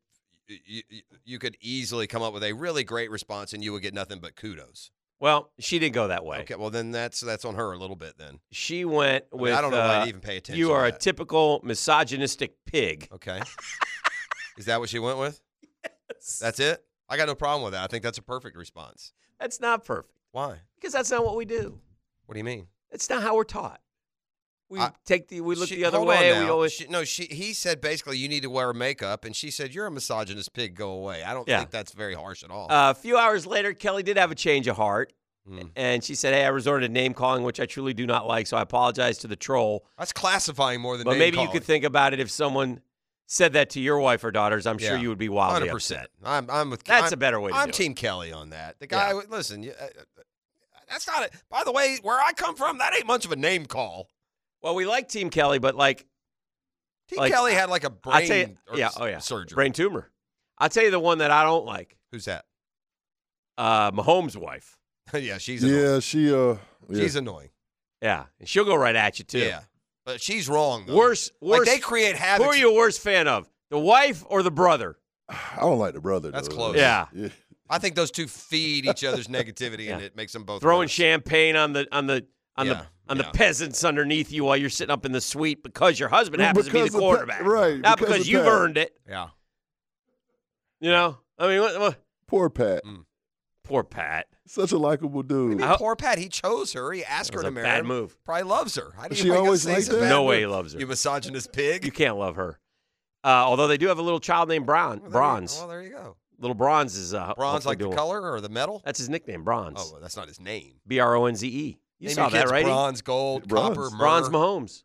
you, you, you could easily come up with a really great response, and you would get nothing but kudos. Well, she didn't go that way. Okay, well then that's that's on her a little bit then. She went mean, with. I don't know why I'd uh, even pay attention You to are a that. typical misogynistic pig. Okay, is that what she went with? That's it. I got no problem with that. I think that's a perfect response. That's not perfect Why? because that's not what we do. What do you mean? That's not how we're taught. We I- take the we look She- the other hold on way. We now. always She- no. She he said basically you need to wear makeup, and she said you're a misogynist pig. Go away. I don't Yeah. think that's very harsh at all. Uh, a few hours later, Kelly did have a change of heart, Mm. and she said, "Hey, I resorted to name calling, which I truly do not like. So I apologize to the troll. that's classifying more than. but name maybe you calling. could think about it if someone said that to your wife or daughters. I'm sure Yeah. you would be wildly upset. I'm, I'm with. That's I'm, a better way to I'm do it. Team Kelly on that. The guy. Listen, you, uh, uh, that's not. A, by the way, where I come from, that ain't much of a name call. Well, we like Team Kelly, but like Team Like, Kelly had like a I brain. tell you, or yeah, s- oh yeah, surgery. brain tumor. I'll tell you the one that I don't like. Who's that? Uh, Mahomes' wife. yeah, she's annoying. Yeah, she uh yeah. she's annoying. Yeah, and she'll go right at you too. Yeah, but she's wrong. Though. Worse, Like, worse. they create havoc. Who are you a worst fan of? The wife or the brother? I don't like the brother. That's though. close. Yeah. yeah. I think those two feed each other's negativity, and Yeah. it makes them both Throwing worse. champagne on the on the on Yeah, the on yeah. the peasants underneath you while you're sitting up in the suite because your husband happens to be Because the of Pat- quarterback, right, Not because because, of you've Pat. earned it. Yeah, You know. I mean, what, what- Poor Pat. Mm. poor Pat. Such a likable dude. I hope- poor Pat. He chose her. He asked That was her to a marry bad him. move. Probably loves her. How do you She make always a liked season that? bad No move? way he loves her. You misogynist pig. You can't love her. Uh, although they do have a little child named Bron- Well, there you- Bronze. Well, there you go. Little Bronze is uh, Bronze, hopefully like the doing- color or the metal? That's his nickname, Bronze. Oh, well, that's not his name. B R O N Z E. You Name saw your that, kids right? Bronze, gold, Bronze. copper, myrrh. Bronze Mahomes.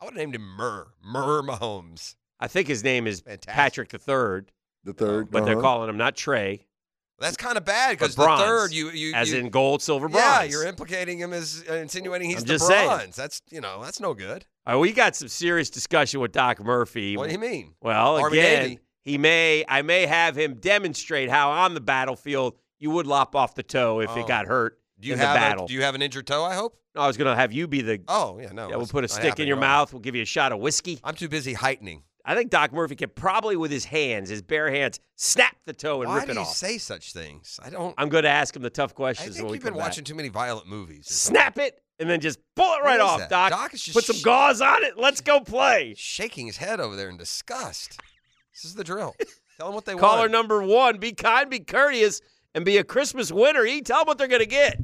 I would have named him Myrrh. Myrrh Mahomes. I think his name is Fantastic. Patrick the Third, The third. but they're uh-huh. calling him not Trey, That's kind of bad but because the Bronze. third, you you as you- in gold, silver, bronze. yeah, you're implicating him as uh, insinuating he's I'm the just saying. bronze. That's you know that's no good. All right, we got some serious discussion with Doc Murphy. What do you mean? Well, Army again, Navy. he may, I may have him demonstrate how on the battlefield you would lop off the toe if Oh. it got hurt Do you in have the battle. A, do you have an injured toe? I hope. no, I was going to have you be the. Oh yeah, no. yeah, we'll it's put a not stick in happening your at all. mouth. We'll give you a shot of whiskey. I'm too busy heightening. I think Doc Murphy could probably, with his hands, his bare hands, snap the toe and Why rip do it you off. say such things? I don't. I'm going to ask him the tough I questions. think when we you've been come back. watching too many violent movies. or something. Snap it and then just pull it right is off, that? Doc. Doc is just Put some sh- gauze on it. Let's go play. shaking his head over there in disgust. This is the drill. Tell them what they Caller want. number one: Be kind, be courteous, and be a Christmas winner. E, tell them what they're going to get.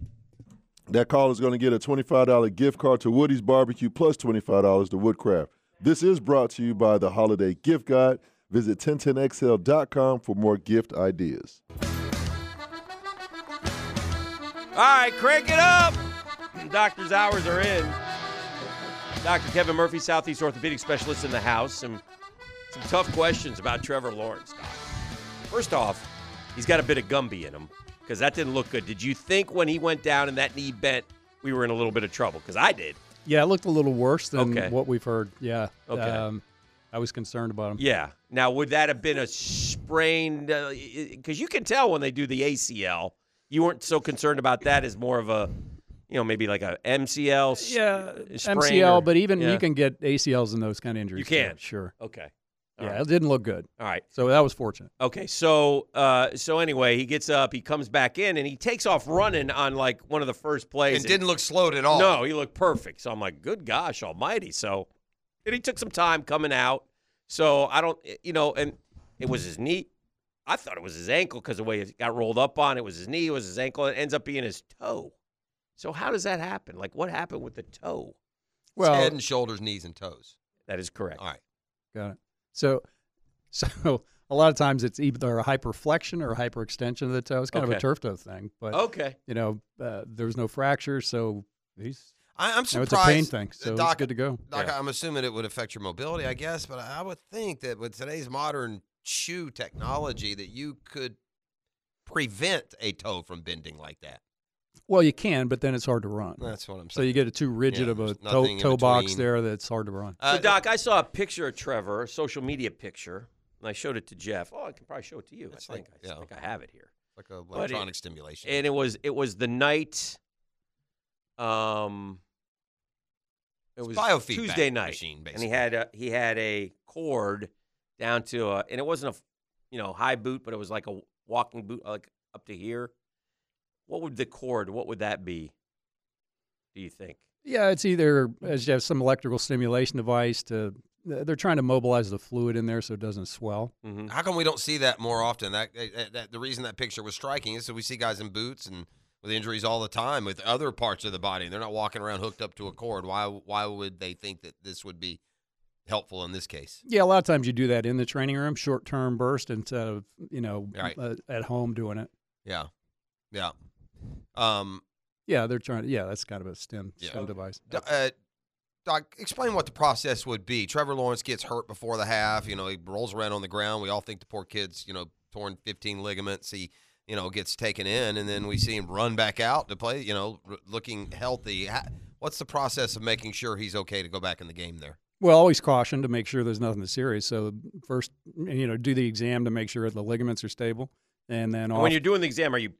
That caller is going to get a $25 gift card to Woody's Barbecue plus $25 to Woodcraft. This is brought to you by the Holiday Gift Guide. Visit 1010xl.com for more gift ideas. All right, crank it up. Doctor's hours are in. Dr. Kevin Murphy, Southeast Orthopedic Specialist in the house. Some, some tough questions about Trevor Lawrence. Doc. First off, he's got a bit of Gumby in him because that didn't look good. Did you think when he went down and that knee bent, we were in a little bit of trouble? Because I did. Yeah, it looked a little worse than Okay. what we've heard. Yeah. Okay. Um, I was concerned about him. Yeah. Now, would that have been a sprained? uh, Because you can tell when they do the ACL, you weren't so concerned about that as more of a, you know, maybe like a MCL. s- Yeah, sprain MCL, or- but even Yeah. you can get ACLs in those kind of injuries. You too, can. Sure. Okay. All yeah, right. it didn't look good. All right. So that was fortunate. Okay, so uh, so anyway, he gets up, he comes back in, and he takes off running on like one of the first plays. And didn't look slowed at all. No, he looked perfect. So I'm like, good gosh, almighty. So, and he took some time coming out. So I don't, eh, you know, and it was his knee. I thought it was his ankle because the way it got rolled up on. It was his knee, it was his ankle. It ends up being his toe. So how does that happen? Like, what happened with the toe? Well, Well- head and shoulders, knees and toes. That is correct. All right. Got it. So, so a lot of times it's either a hyperflexion or a hyperextension of the toe. It's kind of Okay. a turf toe thing. But Okay. you know, uh, there's no fracture, so he's I, I'm No, surprised. it's a pain thing, so Uh, it's Doc, good to go. Doc, Yeah. I'm assuming it would affect your mobility, I guess, but I would think that with today's modern shoe technology, that you could prevent a toe from bending like that. Well, you can, but then it's hard to run. That's what I'm saying. So you get a too rigid Yeah, of a there's toe, nothing in toe box between. there that's hard to run. Uh, so, Doc, I saw a picture of Trevor, a social media picture, and I showed it to Jeff. Oh, I can probably show it to you. I It's think, like- I yeah. think I have it here. like a it- electronic stimulation. and it was it was the night. Um, it It's was biofeedback Tuesday night, machine, and he had a he had a cord down to a, and it wasn't a you know high boot, but it was like a walking boot, like up to here. What would the cord? What would that be? Do you think? Yeah, it's either as you have some electrical stimulation device to they're trying to mobilize the fluid in there so it doesn't swell. Mm-hmm. How come we don't see that more often? That, that, that- the reason that picture was striking is that we see guys in boots and with injuries all the time with other parts of the body. They're not walking around hooked up to a cord. Why why would they think that this would be helpful in this case? Yeah, a lot of times you do that in the training room, short term burst instead of you know Right. uh, at home doing it. Yeah, yeah. Um, Yeah, they're trying. Yeah, that's kind of a stem Yeah. stem device. Do- uh, Doc, explain what the process would be. Trevor Lawrence gets hurt before the half. You know, he rolls around on the ground. We all think the poor kid's, you know, torn 15 ligaments. He, you know, gets taken in, and then we see him run back out to play, you know, r- looking healthy. Ha- What's the process of making sure he's okay to go back in the game there? Well, always caution to make sure there's nothing serious. So first, you know, do the exam to make sure the ligaments are stable, and then And off when you're doing the exam, are you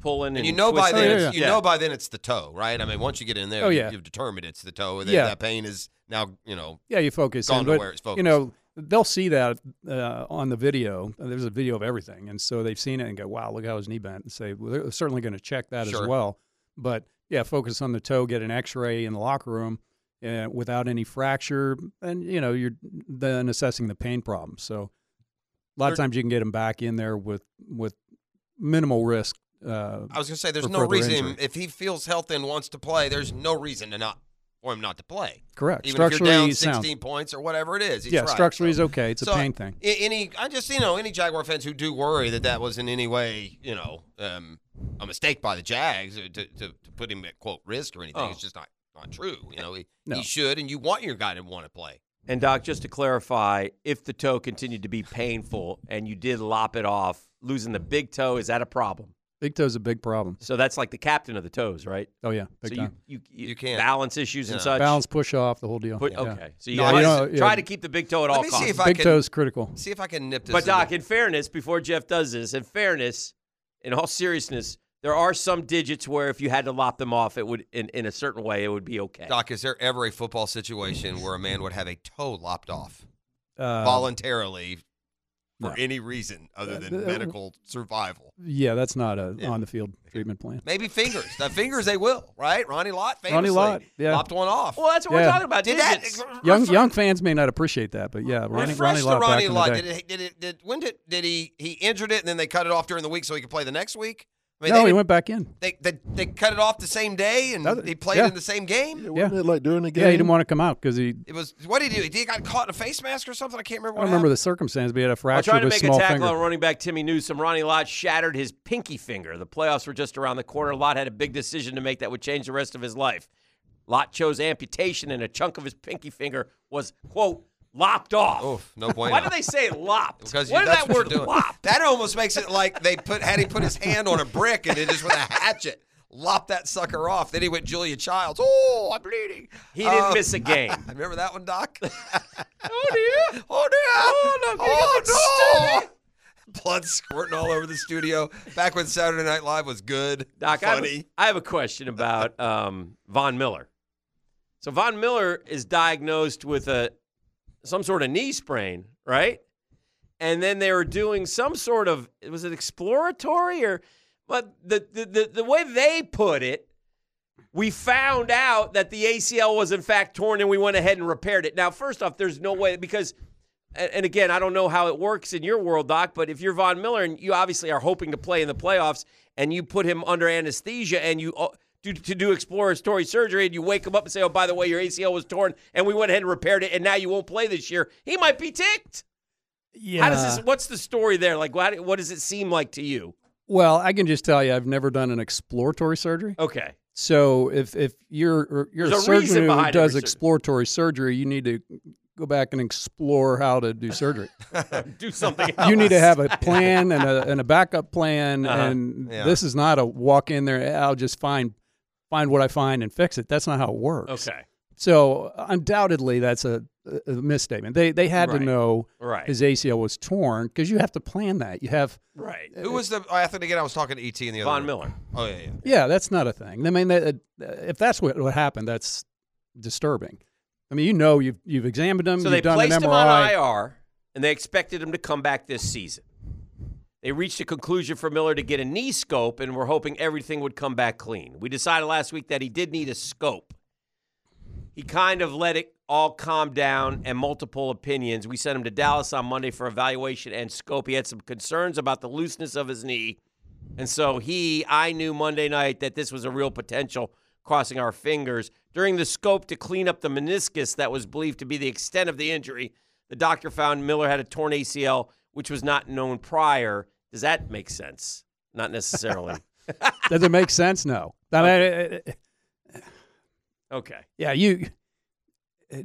pulling? And, And you know by twisting? then, Oh, yeah, it's, you yeah. know by then it's the toe, right? I mean, once you get in there, Oh, you- yeah. you've determined it's the toe, and then Yeah. that pain is now, you know, Yeah, you focus Gone in, to but, where it's focused. You know, they'll see that uh, on the video. Uh, There's a video of everything, and so they've seen it and go, "Wow, look how his knee bent." And say, well, they're certainly going to check that Sure. as well. But yeah, focus on the toe, get an X-ray in the locker room uh, without any fracture, and you know, you're then assessing the pain problem. So a lot of There- times you can get him back in there with with minimal risk. Uh, I was gonna say there's for no further reason injury. if he feels healthy and wants to play, there's no reason to not for him not to play. correct. Even if you're structurally down sound. 16 points or whatever it is. he's Yeah, right. structurally So- is okay. It's so a pain thing. a- Any, I just you know any Jaguar fans who do worry that that was in any way you know um, a mistake by the Jags uh, to, to, to put him at quote risk or anything. Oh. It's just not not true. You know he, No. he should and you want your guy to want to play. And Doc, just to clarify, if the toe continued to be painful and you did lop it off, losing the big toe is that a problem? Big toe's a big problem. So that's like the captain of the toes, right? Oh yeah, big so time. you you, You can't. balance issues and Yeah. such. Balance push off the whole deal. Put- Yeah. Okay, so you, No, try, you know, try yeah. to keep the big toe at Let all me see costs. if I Big can- toe is critical. See if I can nip this. but in Doc, the- in fairness, before Jeff does this, in fairness, in all seriousness, there are some digits where if you had to lop them off, it would in, in a certain way it would be okay. Doc, is there ever a football situation where a man would have a toe lopped off Uh, voluntarily for no. any reason other Uh, than th- medical survival? yeah, that's not a Yeah. on the field treatment plan. Maybe fingers. the fingers they will, right? Ronnie Lott famously Ronnie Lott, yeah. lopped one off. well, that's what we're Yeah. talking about. did that digits. Young refer- young fans may not appreciate that, but yeah, Ronnie, refresh Ronnie the Lott back Ronnie in the Lott. day. Did, it, did it did when did did he he injured it and then they cut it off during the week so he could play the next week? I I mean, no, they he didn't- went back in. They, they they cut it off the same day, and they played yeah. in the same game. yeah. like during the Yeah, game? he didn't want to come out because he. It was what did he do? He got caught in a face mask or something. I can't remember. I What don't remember the circumstance, but he had a While fracture trying to of make his a small tackle finger. on running back Timmy Newsom, Ronnie Lott shattered his pinky finger. The playoffs were just around the corner. Lott had a big decision to make that would change the rest of his life. Lott chose amputation, and a chunk of his pinky finger was quote lopped off. no bueno. Why do they say lopped? Because Where you, did that's that what word you're doing. lop? That almost makes it like they put had he put his hand on a brick and it just with a hatchet lopped that sucker off. Then he went Julia Childs. Oh, I'm bleeding. He didn't Uh, miss a game. remember that one, Doc? oh dear! Oh dear! Oh no! Oh no! Blood squirting all over the studio. Back when Saturday Night Live was good, Doc, I have, funny. I have a question about um, Von Miller. So Von Miller is diagnosed with a some sort of knee sprain, right? And then they were doing some sort of was it exploratory or but the the, the, the way they put it, we found out that the ACL was in fact torn and we went ahead and repaired it. Now, first off, there's no way because and and again, I don't know how it works in your world, Doc, but if you're Von Miller and you obviously are hoping to play in the playoffs and you put him under anesthesia and you uh, do, to do exploratory surgery and you wake him up and say, oh, by the way, your ACL was torn and we went ahead and repaired it and now you won't play this year, he might be ticked. How does Yeah. this, what's the story there? Like, what, what does it seem like to you? Well, I can just tell you, I've never done an exploratory surgery. Okay. So if if you're or you're There's a a reason surgeon who behind does every surgery. exploratory surgery, you need to go back and explore how to do surgery. do something else. you need to have a plan and a and a backup plan. Uh-huh. And Yeah. this is not a walk in there. "Eh, I'll just find find what I find and fix it. That's not how it works. Okay. So undoubtedly, that's a, a misstatement. They they had Right. to know Right. his ACL was torn because you have to plan that. You have Right. Who was the athlete again? I was talking to ET in the other. Von room. Miller. Oh yeah, yeah. Yeah, that's not a thing. I mean, that, uh, if that's what, what happened, that's disturbing. I mean, you know, you've you've examined him. So you've they done placed an MRI. him on IR, and they expected him to come back this season. They reached a conclusion for Miller to get a knee scope, and we're hoping everything would come back clean. We decided last week that he did need a scope. He kind of let it all calm down and multiple opinions. We sent him to Dallas on Monday for evaluation and scope. He had some concerns about the looseness of his knee. And so he, I knew Monday night that this was a real potential, crossing our fingers. During the scope to clean up the meniscus that was believed to be the extent of the injury, the doctor found Miller had a torn ACL, which was not known prior. Does that make sense? Not necessarily. Does it make sense? No. I mean, it- it- okay. yeah, you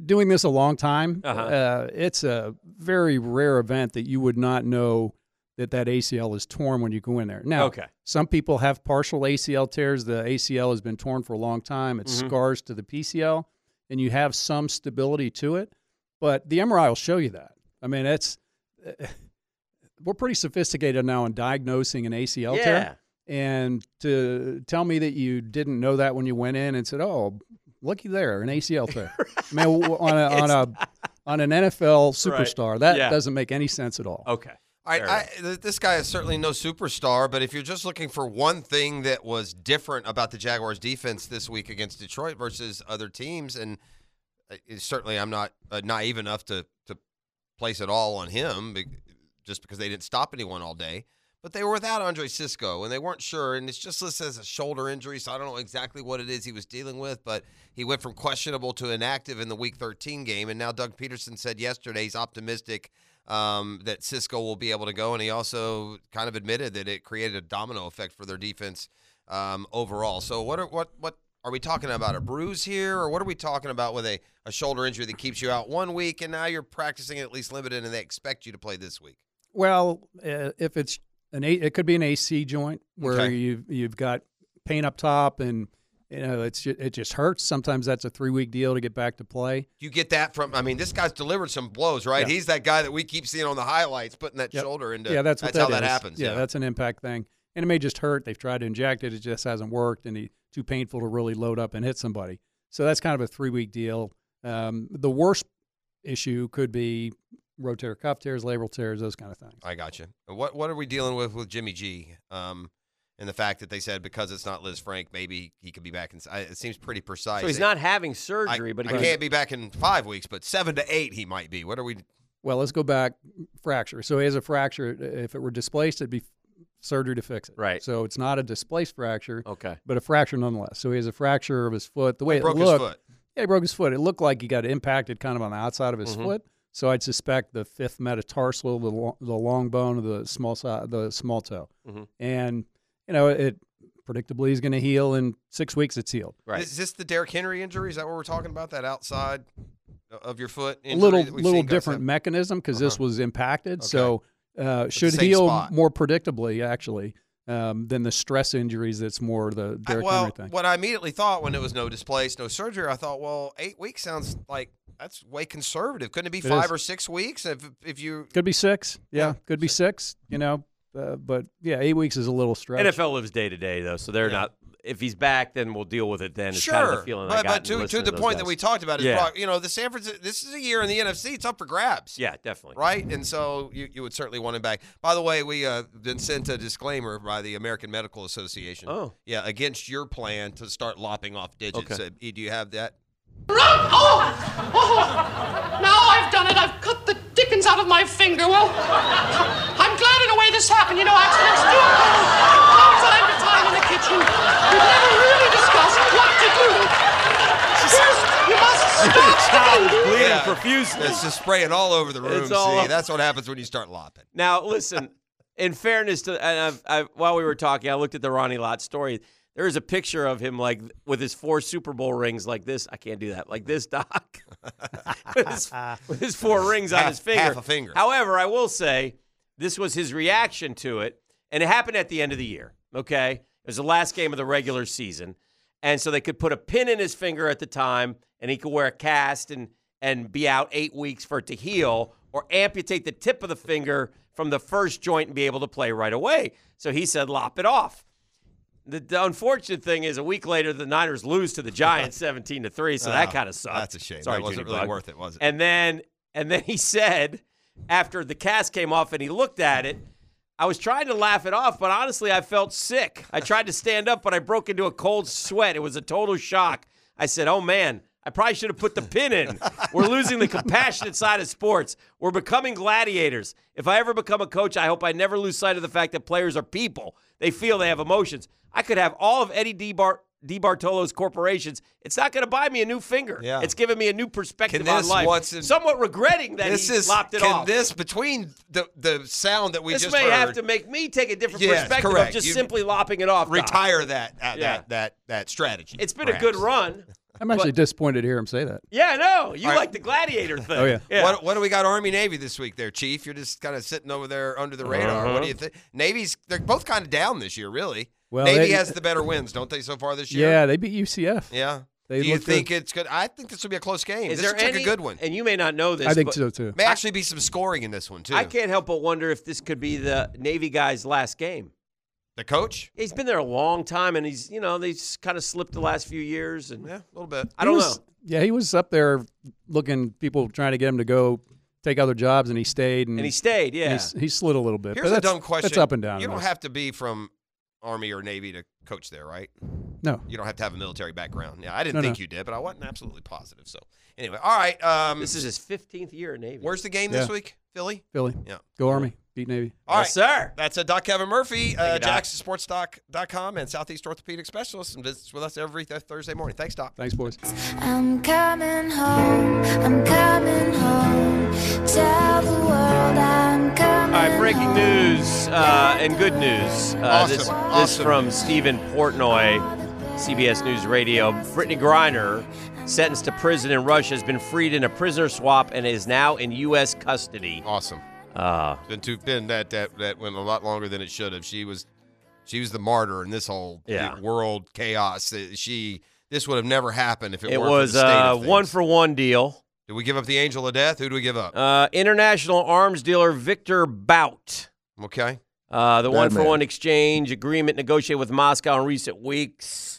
doing this a long time. Uh-huh. uh, it's a very rare event that you would not know that that ACL is torn when you go in there. Now, Okay. some people have partial ACL tears. The ACL has been torn for a long time. It Mhm. scars to the PCL, and you have some stability to it. But the MRI will show you that. I mean, it's we're pretty sophisticated now in diagnosing an ACL Yeah. tear. And to tell me that you didn't know that when you went in and said, "Oh, looky there, an ACL tear," I mean, w- on a on a on an NFL Right. superstar, that Yeah. doesn't make any sense at all. Okay. All right, I, th- this guy is certainly no superstar, but if you're just looking for one thing that was different about the Jaguars' defense this week against Detroit versus other teams, and uh, it- certainly I'm not uh, naive enough to to place it all on him, be- just because they didn't stop anyone all day. But they were without Andre Sisco, and they weren't sure. And it's just listed as a shoulder injury, so I don't know exactly what it is he was dealing with. But he went from questionable to inactive in the Week 13 game, and now Doug Peterson said yesterday he's optimistic um, that Cisco will be able to go. And he also kind of admitted that it created a domino effect for their defense um, overall. So what are what what are we talking about? A bruise here, or what are we talking about with a, a shoulder injury that keeps you out one week and now you're practicing at least limited, and they expect you to play this week? Well, uh, if it's an a- it could be an AC joint where Okay. you've you've got pain up top and you know it's ju- it just hurts. Sometimes that's a three week deal to get back to play. You get that from? I mean, this guy's delivered some blows, right? Yeah. He's that guy that we keep seeing on the highlights, putting that shoulder into. yeah, that's what how that is. happens. Yeah, that's an impact thing, and it may just hurt. They've tried to inject it, it just hasn't worked, and it's too painful to really load up and hit somebody. So that's kind of a three week deal. Um, the worst issue could be rotator cuff tears, labral tears, those kind of things. I got you. And What what are we dealing with with Jimmy G? Um, and the fact that they said because it's not Liz Frank, maybe he could be back. In, I- it seems pretty precise. So he's not having surgery, I, but he I can't be back in five weeks, but seven to eight he might be. What are we? Well, let's go back fracture. So he has a fracture. If it were displaced, it'd be surgery to fix it. Right. So it's not a displaced fracture. Okay. But a fracture nonetheless. So he has a fracture of his foot. The way He it broke his looked, foot. Yeah, he broke his foot. It looked like he got impacted kind of on the outside of his Mhm. foot. So I'd suspect the fifth metatarsal, the long, the long bone of the small side, the small toe, Mhm. and you know it predictably is going to heal in six weeks. It's healed. Is this the Derrick Henry injury? Is that what we're talking about? That outside of your foot A injury little that we've little seen guys different have? mechanism because this Uh-huh. was impacted. So uh, should same heal spot. more predictably actually um, than the stress injuries. That's more the Derrick well, Henry thing. what I immediately thought when it was no displace, no surgery, I thought, well, eight weeks sounds like that's way conservative. Couldn't it be It five is. or six weeks if if you Could be six. Yeah, could be six. You know, uh, but yeah, eight weeks is a little stretch. NFL lives day to day though, so they're not. If he's back, then we'll deal with it. Then it's sure? kind of the feeling but I got but to listening to the those point guys. that we talked about is, yeah, pro- you know, the San Francisco. This is a year in the NFC. It's up for grabs. yeah, definitely. Right, and so you, you would certainly want him back. By the way, we uh, been sent a disclaimer by the American Medical Association. Oh. yeah, against your plan to start lopping off digits. Okay. Uh, E, do you have that? Oh, oh, now I've done it. I've cut the dickens out of my finger. Well, I'm glad in a way this happened. You know, accidents do happen from time to time in the kitchen. We've never really discussed what to do. First, you must stop the Oh, finger. Yeah. It's just spraying all over the room. It's all see, over. that's what happens when you start lopping. Now, listen, in fairness to, and I've, I've, while we were talking, I looked at the Ronnie Lott story. There is a picture of him like with his four Super Bowl rings like this. I can't do that. Like this, Doc. with, his, with his four rings on Half- his finger. half a finger. However, I will say this was his reaction to it, and it happened at the end of the year. Okay. It was the last game of the regular season. And so they could put a pin in his finger at the time, and he could wear a cast and and be out eight weeks for it to heal, or amputate the tip of the finger from the first joint and be able to play right away. So he said, lop it off. The, the unfortunate thing is, a week later, the Niners lose to the Giants, seventeen to three. So that Ah, kind of sucked. that's a shame. Sorry, That wasn't Judy really Bug. worth it, was it? And then, and then he said, after the cast came off and he looked at it, I was trying to laugh it off, but honestly, I felt sick. I tried to stand up, but I broke into a cold sweat. It was a total shock. I said, "Oh man." I probably should have put the pin in. We're losing the compassionate side of sports. We're becoming gladiators. If I ever become a coach, I hope I never lose sight of the fact that players are people. They feel they have emotions. I could have all of Eddie DeBar- DiBartolo's corporations. It's not going to buy me a new finger. Yeah. It's giving me a new perspective Can on this life. once in- Somewhat regretting that this he is lopped it can off. this between the the sound that we This just may heard, have to make me take a different Yes, perspective correct. of just You- simply lopping it off. Doc. retire that uh, Yeah. that that that strategy. It's been a good perhaps. run. I'm actually disappointed to hear him say that. Yeah, no, you All right. like the gladiator thing. Oh, yeah. What, what do we got Army Navy this week there, Chief? You're just kind of sitting over there under the radar. What do you think? Navy's they're both kind of down this year, really. Well, Navy they- has the better wins, don't they, so far this year? Yeah, they beat UCF. Yeah. They do you look good. think it's good? I think this will be a close game. this Is there looks like any- a good one. And you may not know this. I think but so too. May actually be some scoring in this one too. I can't help but wonder if this could be the Navy guy's last game. the coach? He's been there a long time, and he's you know they kind of slipped the last few years. And Yeah, a little bit. I don't He was- know. Yeah, he was up there looking people trying to get him to go take other jobs, and he stayed. And, And he stayed. and Yeah. he s- he, slid a little bit. Here's but a that's- dumb question. That's up and down. You don't That's- have to be from Army or Navy to coach there, right? no. You don't have to have a military background. Yeah, I didn't No, think no. you did, but I wasn't absolutely positive. So anyway, all right. Um, this is his 15th year in Navy. where's the game this Yeah. week? Philly. Philly. Yeah. Go Army. Beat Navy. All right, Yes, sir. That's a Doc Kevin Murphy, uh, you, Doc. JacksonSportsDoc.com, and Southeast Orthopedic Specialist, and visits with us every th- Thursday morning. Thanks, Doc. Thanks, boys. I'm coming home. I'm coming home. Tell the world I'm coming. All right, breaking news uh, and good news. Uh, This, this Awesome, awesome from news. Stephen Portnoy, CBS News Radio. Brittany Griner, sentenced to prison in Russia, has been freed in a prisoner swap and is now in U.S. custody. Awesome. Uh, Been too been that that that went a lot longer than it should have. She was, she was the martyr in this whole Yeah. world chaos. Uh, She this would have never happened if it, it weren't was for the state a of things. one for one deal. Did we give up the angel of death? Who do we give up? Uh, international arms dealer Victor Bout. Okay. Uh, the Bad one for man. one exchange agreement negotiated with Moscow in recent weeks.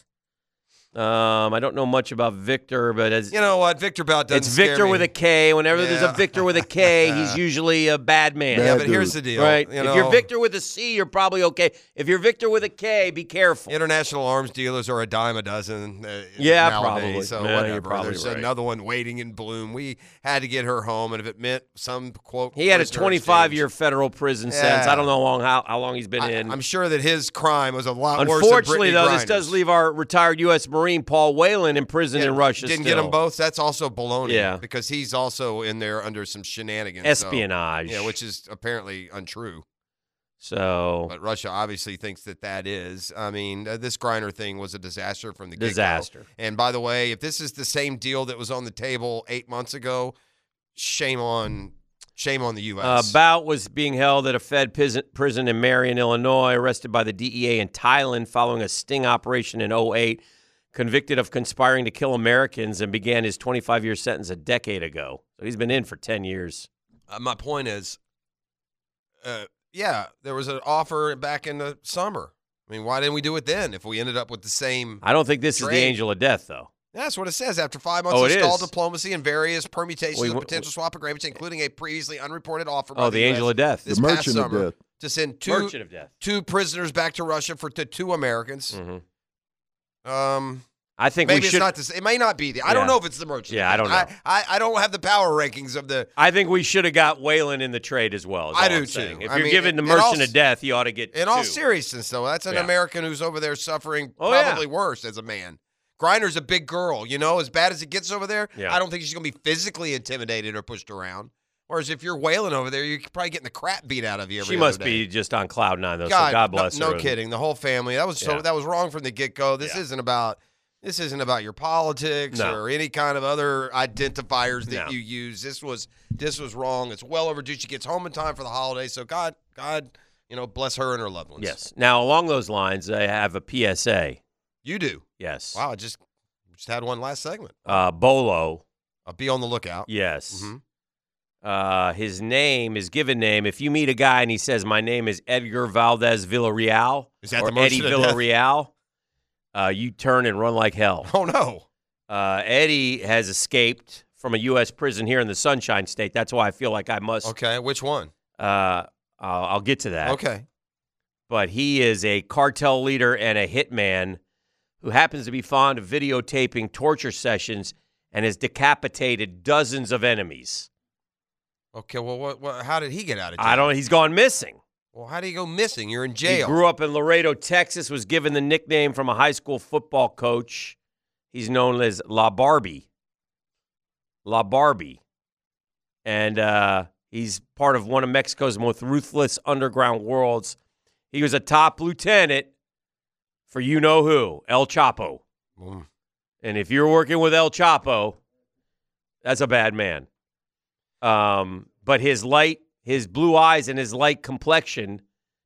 Um, I don't know much about Victor, but as You know what? Victor Bout doesn't it's scare Victor me. with a K. Whenever there's Yeah. a Victor with a K, he's usually a bad man. Yeah, Bad but here's dude. the deal, right? you if know. you're Victor with a C, you're probably okay. If you're Victor with a K, be careful. International arms dealers are a dime a dozen. Uh, Yeah, nowadays, probably. So Yeah, you're whatever. probably There's right. another one waiting in bloom. We had to get her home, and if it meant some quote, He had a prisoner 25 year federal prison sentence. Yeah. I don't know long, how how long he's been in. I'm sure that his crime was a lot worse. than Brittany Unfortunately, though, this Griner's. does leave our retired U.S. Marine Paul Whalen in prison in Russia. Didn't still. get them both. That's also baloney. Yeah. because he's also in there under some shenanigans, so- Espionage. yeah, which is apparently untrue. So But Russia obviously thinks that that is. I mean, uh, this Griner thing was a disaster from the get-go. Disaster. And by the way, if this is the same deal that was on the table eight months ago, shame on shame on the Uh, U.S. Bout was being held at a Fed prison, prison in Marion, Illinois, arrested by the DEA in Thailand following a sting operation in 08, convicted of conspiring to kill Americans, and began his 25 year sentence a decade ago. So he's been in for 10 years. Uh, my point is, uh, yeah, there was an offer back in the summer. I mean, why didn't we do it then? If we ended up with the same, I don't think this is Trade. the angel of death, though. That's what it says. After five months Oh, of it stalled is. diplomacy and various permutations We of w- potential swap agreements, including a previously unreported offer. by Oh, the angel US of death. This The past merchant of summer death. To send two Merchant of death. two prisoners back to Russia for the two Americans. Um, Mm-hmm. I think we maybe should- it's not this. It may not be the. I Yeah. don't know if it's the merchant. Yeah, I don't know. I, I, I don't have the power rankings of the. I think we should have got Whalen in the trade as well. is I all do I'm too. saying. If I you're mean, giving the in- in all merchant s- of death, you ought to get In all two. seriousness, though, that's an Yeah. American who's over there suffering Oh, yeah. probably worse as a man. Grinder's a big girl, you know. As bad as it gets over there, Yeah. I don't think she's going to be physically intimidated or pushed around. Whereas if you're wailing over there, you're probably getting the crap beat out of you. Every She other must day. be just on cloud nine, though. so God God, bless no, her. no kidding. The whole family. That was so. Yeah. That was wrong from the get go. This isn't about. This isn't about your politics No. or any kind of other identifiers that No. you use. This was. This was wrong. It's well overdue. She gets home in time for the holidays. So God, God, you know, bless her and her loved ones. Yes. Now, along those lines, I have a PSA. You do. Yes. Wow. I Just. Just had one last segment. Uh, Bolo. I'll be on the lookout. Mm-hmm. Yes. Uh, his name, his given name. If you meet a guy and he says, "My name is Edgar Valdez Villarreal," Is that or the merchant Eddie of death? Villarreal? Uh, you turn and run like hell. Oh no! Uh, Eddie has escaped from a U.S. prison here in the Sunshine State. That's why I feel like I must. Okay, which one? Uh, I'll, I'll get to that. Okay. but he is a cartel leader and a hitman who happens to be fond of videotaping torture sessions and has decapitated dozens of enemies. Okay. Well, what, what? How did he get out of jail? I don't. He's gone missing. Well, how do you go missing? You're in jail. He grew up in Laredo, Texas. Was given the nickname from a high school football coach. He's known as La Barbie. La Barbie, and uh, he's part of one of Mexico's most ruthless underground worlds. He was a top lieutenant for you know who, El Chapo. Mm. And if you're working with El Chapo, that's a bad man. Um, but his light, his blue eyes, and his light complexion,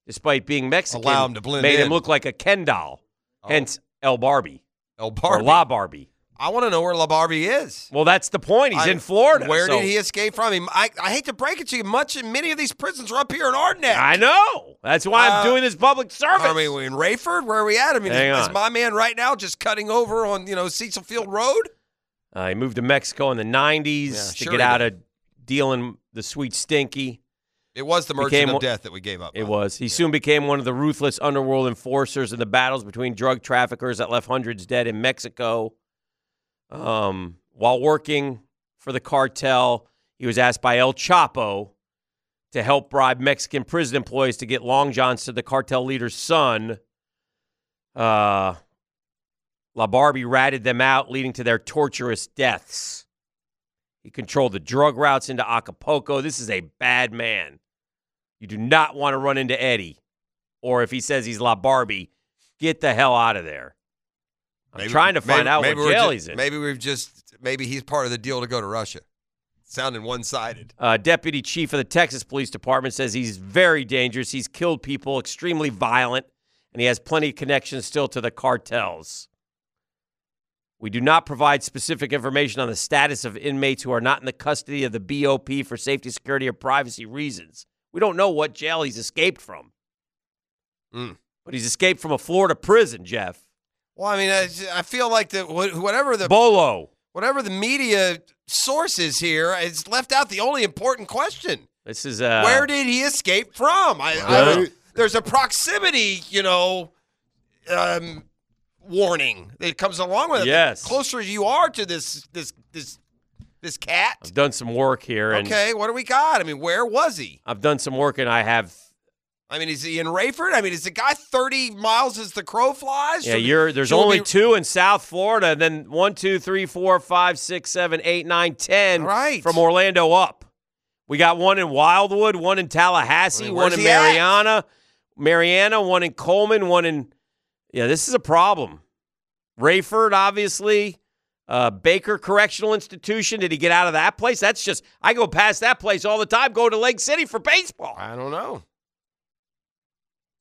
despite being Mexican, Allow him to blend made in. Oh. him look like a Ken doll. Hence El Barbie. El Or Barbie. La Barbie. I want to know where La Barbie is. Well, that's the point. He's I- in Florida. Where so- did he escape from? He- I, I hate to break it to you, much and many of these prisons are up here in Ardenett. I know. That's why Uh, I'm doing this public service. I mean, we in Rayford, where are we at? I mean, Hang is, is on. my man right now just cutting over on you know Cecil Field Road? Uh, he moved to Mexico in the 90s Yeah, to sure get he out of dealing the sweet stinky. It was the merchant Became of one- death that we gave up. It was. He soon became one of the ruthless underworld enforcers in the battles between drug traffickers that left hundreds dead in Mexico. Um, while working for the cartel, he was asked by El Chapo to help bribe Mexican prison employees to get long johns to the cartel leader's son. Uh, La Barbie ratted them out, leading to their torturous deaths. He controlled the drug routes into Acapulco. This is a bad man. You do not want to run into Eddie. Or if he says he's La Barbie, get the hell out of there. I'm trying to find maybe- out maybe what we're jail ju- he's in. Maybe we've just maybe he's part of the deal to go to Russia. Sounding one sided. Uh, Deputy Chief of the Texas Police Department says he's very dangerous. He's killed people, extremely violent, and he has plenty of connections still to the cartels. We do not provide specific information on the status of inmates who are not in the custody of the BOP for safety, security, or privacy reasons. We don't know what jail Hmm. he's escaped from, but he's escaped from a Florida prison, Jeff. Well, I mean, I, I feel like that wh- whatever the Bolo, whatever the media source is here, it's left out the only important question: This is uh, Where did he escape from? I, I Right. don't, there's a proximity, you know, um, warning that comes along with it. The Yes. closer you are to this this this this cat, I've done some work here, and okay, what do we got? I mean, where was he? I've done some work, and I have. I mean, is he in Rayford? I mean, is the guy 30 miles as the crow flies? Yeah, Should we- you're there's should we only be- two in South Florida, and then one, two, three, four, five, six, seven, eight, nine, ten. Right from Orlando up. We got one in Wildwood, one in Tallahassee, mean, one where's in he at? Mariana, Mariana, one in Coleman, one in. Yeah, this is a problem. Rayford, obviously. Uh, Baker Correctional Institution. Did he get out of that place? That's just I go past that place all the time. Go to Lake City for baseball. I don't know.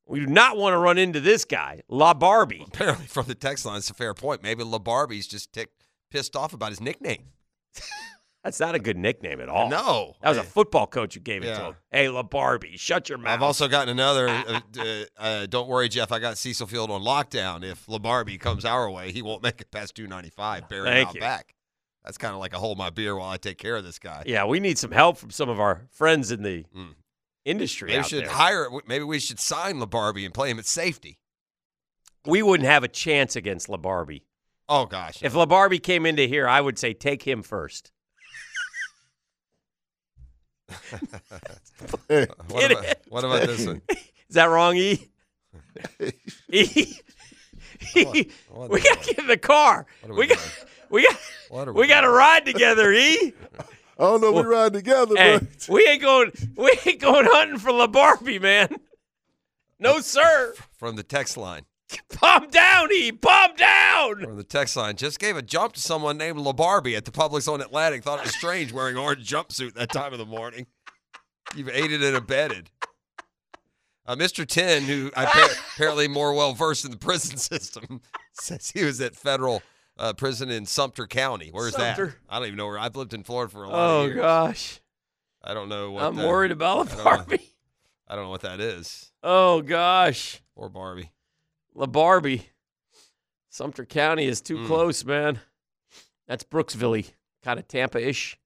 We do not want to run into this guy, La Barbie. Apparently, from the text line, it's a fair point. Maybe LaBarbie's just tick, pissed off about his nickname. That's not a good nickname at all. No. Oh, That was a football coach who gave it to Yeah. him. Hey, LaBarbie, shut your mouth. I've also gotten another. uh, uh, uh, don't worry, Jeff. I got Cecil Field on lockdown. If LaBarbie comes our way, he won't make it past 295. Barry Thank out you. back. That's kind of like a hold my beer while I take care of this guy. yeah, we need some help from some of our friends in the industry. Maybe we out Hmm. should there. hire. Maybe we should sign LaBarbie and play him at safety. we wouldn't have a chance against LaBarbie. Oh gosh. If LaBarbie came into here, I would say take him first. What Get about- it? what about this one? Is that wrong, E? e? E? what we the- got to get in the car. are We, we got, we got, What are we got to ride together, E. I don't know if we Well, ride together, Hey, but we ain't going. We ain't going hunting for LaBarbie, man. No, sir. From the text line. Palm down, E. Palm down. From the text line, just gave a jump to someone named LaBarbie at the Publix on Atlantic. Thought it was strange wearing orange jumpsuit that time of the morning. You've aided and abetted. Uh, Mr. Ten, who I appa- apparently more well versed in the prison system, says he was at federal uh, prison in Sumter County. Where's that? Sumter. I don't even know where. I've lived in Florida for a lot Oh of years. gosh, I don't know what. I'm the- worried about I don't know- LaBarbie. I don't know what that is. Oh gosh, Or Barbie. LaBarbie. Sumter County is too Mm. close, man. That's Brooksville, kind of Tampa-ish.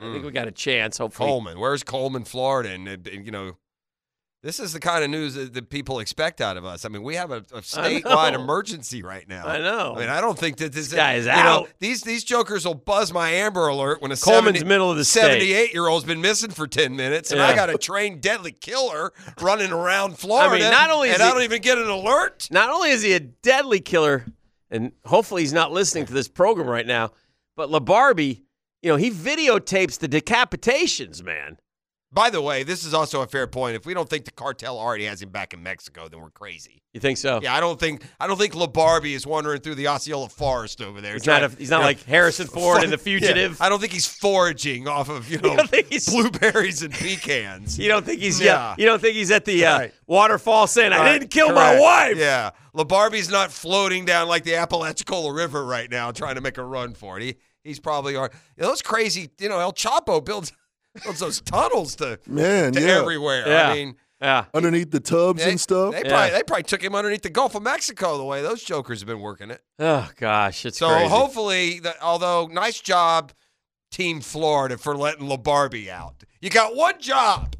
I think Mm. we got a chance. Hopefully, Coleman. Where's Coleman, Florida? And, and, and, you know, this is the kind of news that, that people expect out of us. I mean, we have a, a statewide know. emergency right now. I know. I mean, I don't think that this, guy is you know, out. these these jokers will buzz my Amber Alert when a Coleman's middle of the state. seventy-eight year old's been missing for ten minutes, and I Yeah. got a trained deadly killer running around Florida. not only is and I he- don't even get an alert. Not only is he a deadly killer, and hopefully he's not listening to this program right now, but LaBarbie, you know, he videotapes the decapitations, man. By the way, this is also a fair point. If we don't think the cartel already has him back in Mexico, then we're crazy. You think so? Yeah, I don't think I don't think LaBarbie is wandering through the Osceola forest over there. He's not trying- a- he's not you know, like Harrison Ford in The yeah, Fugitive. I don't think he's foraging off of you know don't think he's- blueberries and pecans. You don't think he's Yeah. yeah. You don't think he's at the uh, Right. waterfall saying, "I Right, didn't kill my correct. wife." Yeah, LaBarbie's not floating down like the Apalachicola River right now, trying to make a run for it. He, he's probably are you know, those crazy. You know, El Chapo builds builds those tunnels to man, to yeah, everywhere. Yeah. I mean. Yeah. underneath the tubs They, and stuff. they Yeah. probably they probably took him underneath the Gulf of Mexico the way those jokers have been working it. Oh gosh, it's So crazy. hopefully, that, although nice job, Team Florida for letting LaBarbie out. You got one job.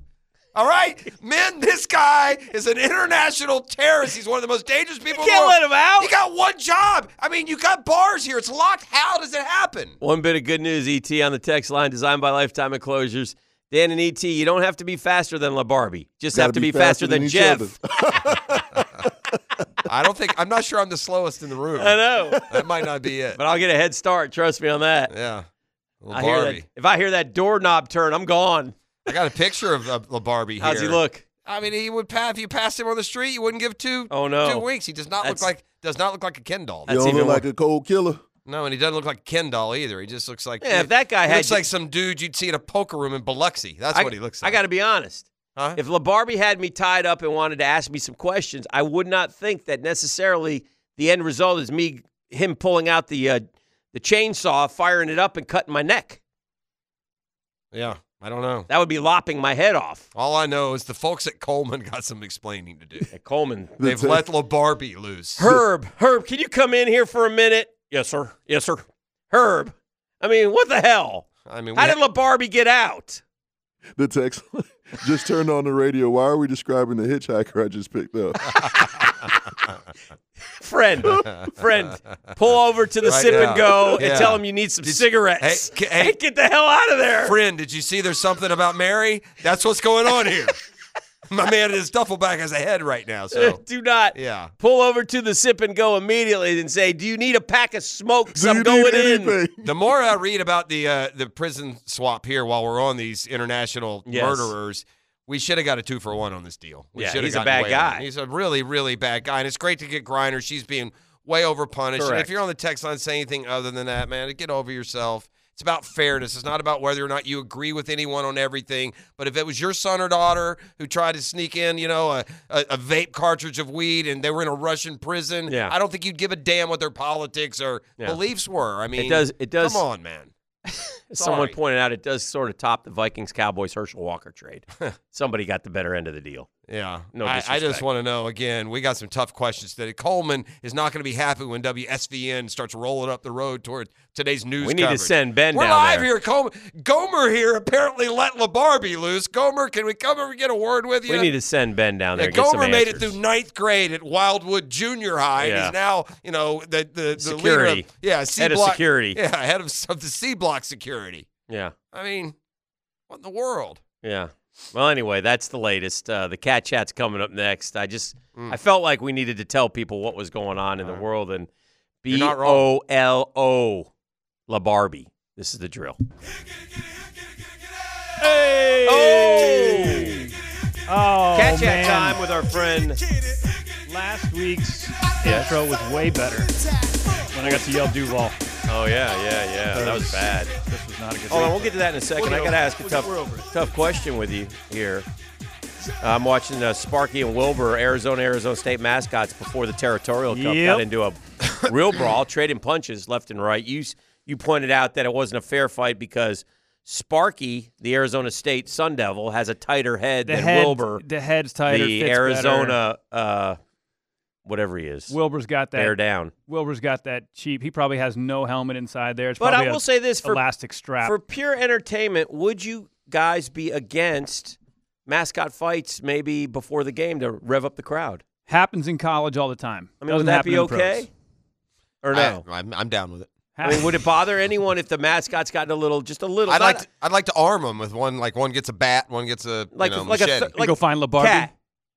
All right, men. This guy is an international terrorist. He's one of the most dangerous people. in the can't world. let him out. You got one job. I mean, you got bars here. It's locked. How does it happen? One bit of good news, ET on the text line, designed by Lifetime Enclosures. Dan and ET, you don't have to be faster than LaBarbie. Just Gotta have to be, faster, than, each Jeff. other. I don't think. I'm not sure. I'm the slowest in the room. I know, That might not be it. but I'll get a head start. Trust me on that. Yeah, I hear LaBarbie. that. If I hear that doorknob turn, I'm gone. I, got a picture of uh, LaBarbie here. How's he look? I mean, he would pass. If you passed him on the street, you wouldn't give two Oh, no. two winks. He does not That's- look like does not look like a Ken doll. You That's don't even look like a cold killer. No, and he doesn't look like a Ken doll either. He just looks like Yeah, if that guy he had looks you- like some dude you'd see in a poker room in Biloxi. That's I- what he looks like. I got to be honest. Huh? If LaBarbie had me tied up and wanted to ask me some questions, I would not think that necessarily the end result is me him pulling out the uh, the chainsaw, firing it up, and cutting my neck. yeah, I don't know. That would be lopping my head off. All I know is the folks at Coleman got some explaining to do. At Coleman, they've let LaBarbie loose. Herb, Herb, can you come in here for a minute? Yes, sir. Yes, sir. Herb, I mean, what the hell? I mean, how did LaBarbie get out? The text just turned on the radio. Why are we describing the hitchhiker I just picked up? Friend, friend, pull over to the Right sip now. and go Yeah. and tell him you need some Did- cigarettes. Hey, ca- hey. get the hell out of there. Friend, did you see there's something about Mary? That's what's going on here. My man in his duffel bag has a head right now. So do not yeah. pull over to the sip and go immediately and say, "Do you need a pack of smokes? I'm going in." The more I read about the uh, the prison swap here, while we're on these international Yes. murderers, we should have got a two for one on this deal. We Yeah, should have he's a gotten bad way on. guy. He's a really really bad guy, and it's great to get Griner. She's being way over punished. And if Correct. you're on the text line, say anything other than that, man. Get over yourself. It's about fairness. It's not about whether or not you agree with anyone on everything. But if it was your son or daughter who tried to sneak in, you know, a, a, a vape cartridge of weed and they were in a Russian prison, Yeah. I don't think you'd give a damn what their politics or Yeah. beliefs were. I It mean, does- it does- Come on, man. Someone Sorry. pointed out it does sort of top the Vikings Cowboys Herschel Walker trade. Somebody got the better end of the deal. Yeah, no, I, I just disrespect. want to know again. We got some tough questions today. Coleman is not going to be happy when WSVN starts rolling up the road toward today's news. We need to coverage. send Ben We're down live there. here, Coleman. Gomer here apparently let LaBarbie loose. Gomer, can we come over and get a word with you? We need to send Ben down there. Yeah, and get some Gomer made it answers. through ninth grade at Wildwood Junior High. and Yeah. He's now, you know, the the, the leader Security. of, yeah, C Head of block, security. Yeah, head of, of the C block security. Yeah, I mean, what in the world? yeah. Well, anyway, that's the latest. Uh, the cat chat's coming up next. I just Mm. I felt like we needed to tell people what was going on in the world and Uh-huh. You're B not wrong. O L O La Barbie. This is the drill. Hey! Oh, Catch man. that time with our friend. Last week's Yes. intro was way better when I got to yell Duval. Oh yeah, yeah, yeah. That was bad. This was not a good. Hold on, we'll get to that in a second. We'll I get got to over it. ask a We'll get- tough, we're over tough question with you here. I'm watching uh, Sparky and Wilbur, Arizona, Arizona State mascots before the Territorial Cup Yep. got into a real brawl, trading punches left and right. You s- you pointed out that it wasn't a fair fight because Sparky, the Arizona State Sun Devil, has a tighter head The than head- Wilbur. the head's tighter, The fits better. Arizona, uh, whatever he is, Wilbur's got that. Bear down. Wilbur's got that cheap. He probably has no helmet inside there. It's But probably I will a say this for elastic strap. for pure entertainment. Would you guys be against mascot fights maybe before the game to rev up the crowd? happens in college all the time. I mean, Doesn't would that happen be in pros. okay? Or no? I, am I'm down with it. I, mean, would it bother anyone if the mascots gotten a little, just a little? I'd not- like to, I'd like to arm them with one like one gets a bat, one gets a Like- you know, like a machete. th- You like go find LaBarbie? cat.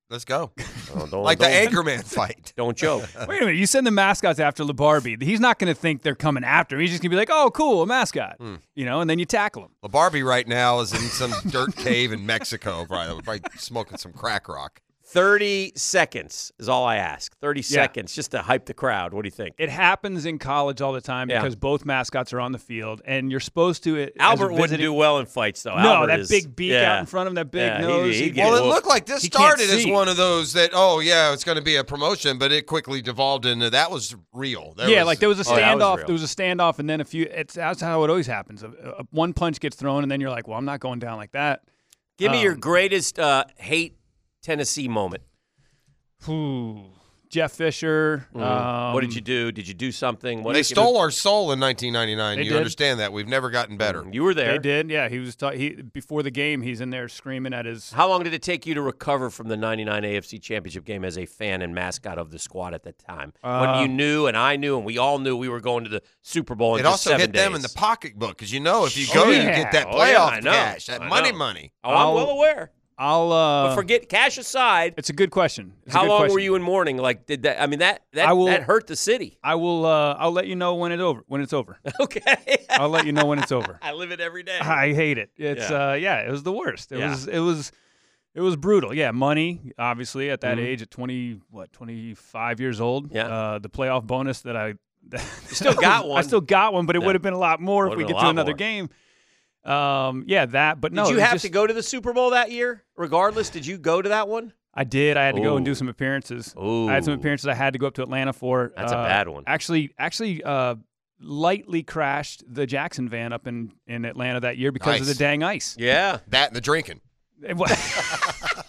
Let's go. Oh, don't- like the don't- Anchorman fight. Don't joke. Wait a minute. You send the mascots after LeBarbie. He's not going to think they're coming after him. He's just going to be like, oh, cool, a mascot. You know, and then you tackle him. LaBarbie Hmm. right now is in some dirt cave in Mexico, probably, probably smoking some crack rock. 30 seconds is all I ask. 30 Yeah. seconds just to hype the crowd. What do you think? It happens in college all the time Yeah. because both mascots are on the field, and you're supposed to. as a Albert wouldn't visiting- do well in fights, though. No, Albert that is- big beak yeah. out in front of him, that big Yeah, he'd- nose. he'd get Well, it whooped. looked like this He can't started as see. one of those that, oh, yeah, it's going to be a promotion, but it quickly devolved into that was real. yeah, like there was a Oh, that was standoff. real. there was a standoff, and then a few. It's that's how it always happens. A, a- one punch gets thrown, and then you're like, "Well, I'm not going down like that." Give me your Um, greatest uh, hate Tennessee moment. whew, Jeff Fisher. Um, Mm-hmm. what did you do? Did you do something? What they did you- stole our soul in 1999. They you did. understand that. We've never gotten better. Mm, You were there. They did. Yeah, he was. Ta- he before the game, he's in there screaming at his. How long did it take you to recover from the 99 AFC Championship game as a fan and mascot of the squad at that time? Uh, when Um, you knew and I knew and we all knew we were going to the Super Bowl in It just also seven hit them in the days. pocketbook because you know if you Oh, go, yeah. you get that Oh, yeah, playoff I know. cash, that I money know. money. Oh, I'm well aware. I'll. Uh, but forget cash aside. It's a good question. It's a how good long question. were you in mourning? Like, did that? I mean, that that, I will- that hurt the city. I will. Uh, I'll let you know when it over. When it's over. Okay. I'll let you know when it's over. I live it every day. I hate it. It's Yeah. uh, yeah. It was the worst. It Yeah. was. It was. It was brutal. Yeah, money. Obviously, at that Mhm. age, at twenty, what, twenty five years old. Yeah. Uh, the playoff bonus that I. That still got I one. still got one, but it Yeah. would have been a lot more if Would've we been a get to lot another more. game. Um. Yeah. That. But no. did it you was have just- to go to the Super Bowl that year? Regardless, did you go to that one? I did. I had to go and Ooh. do some appearances. I had some Ooh. appearances I had to go up to Atlanta for. That's a Uh, bad one. Actually, actually, uh, lightly crashed the Jackson van up in, in Atlanta that year because of the Nice. dang ice. Yeah. That and the drinking. It was,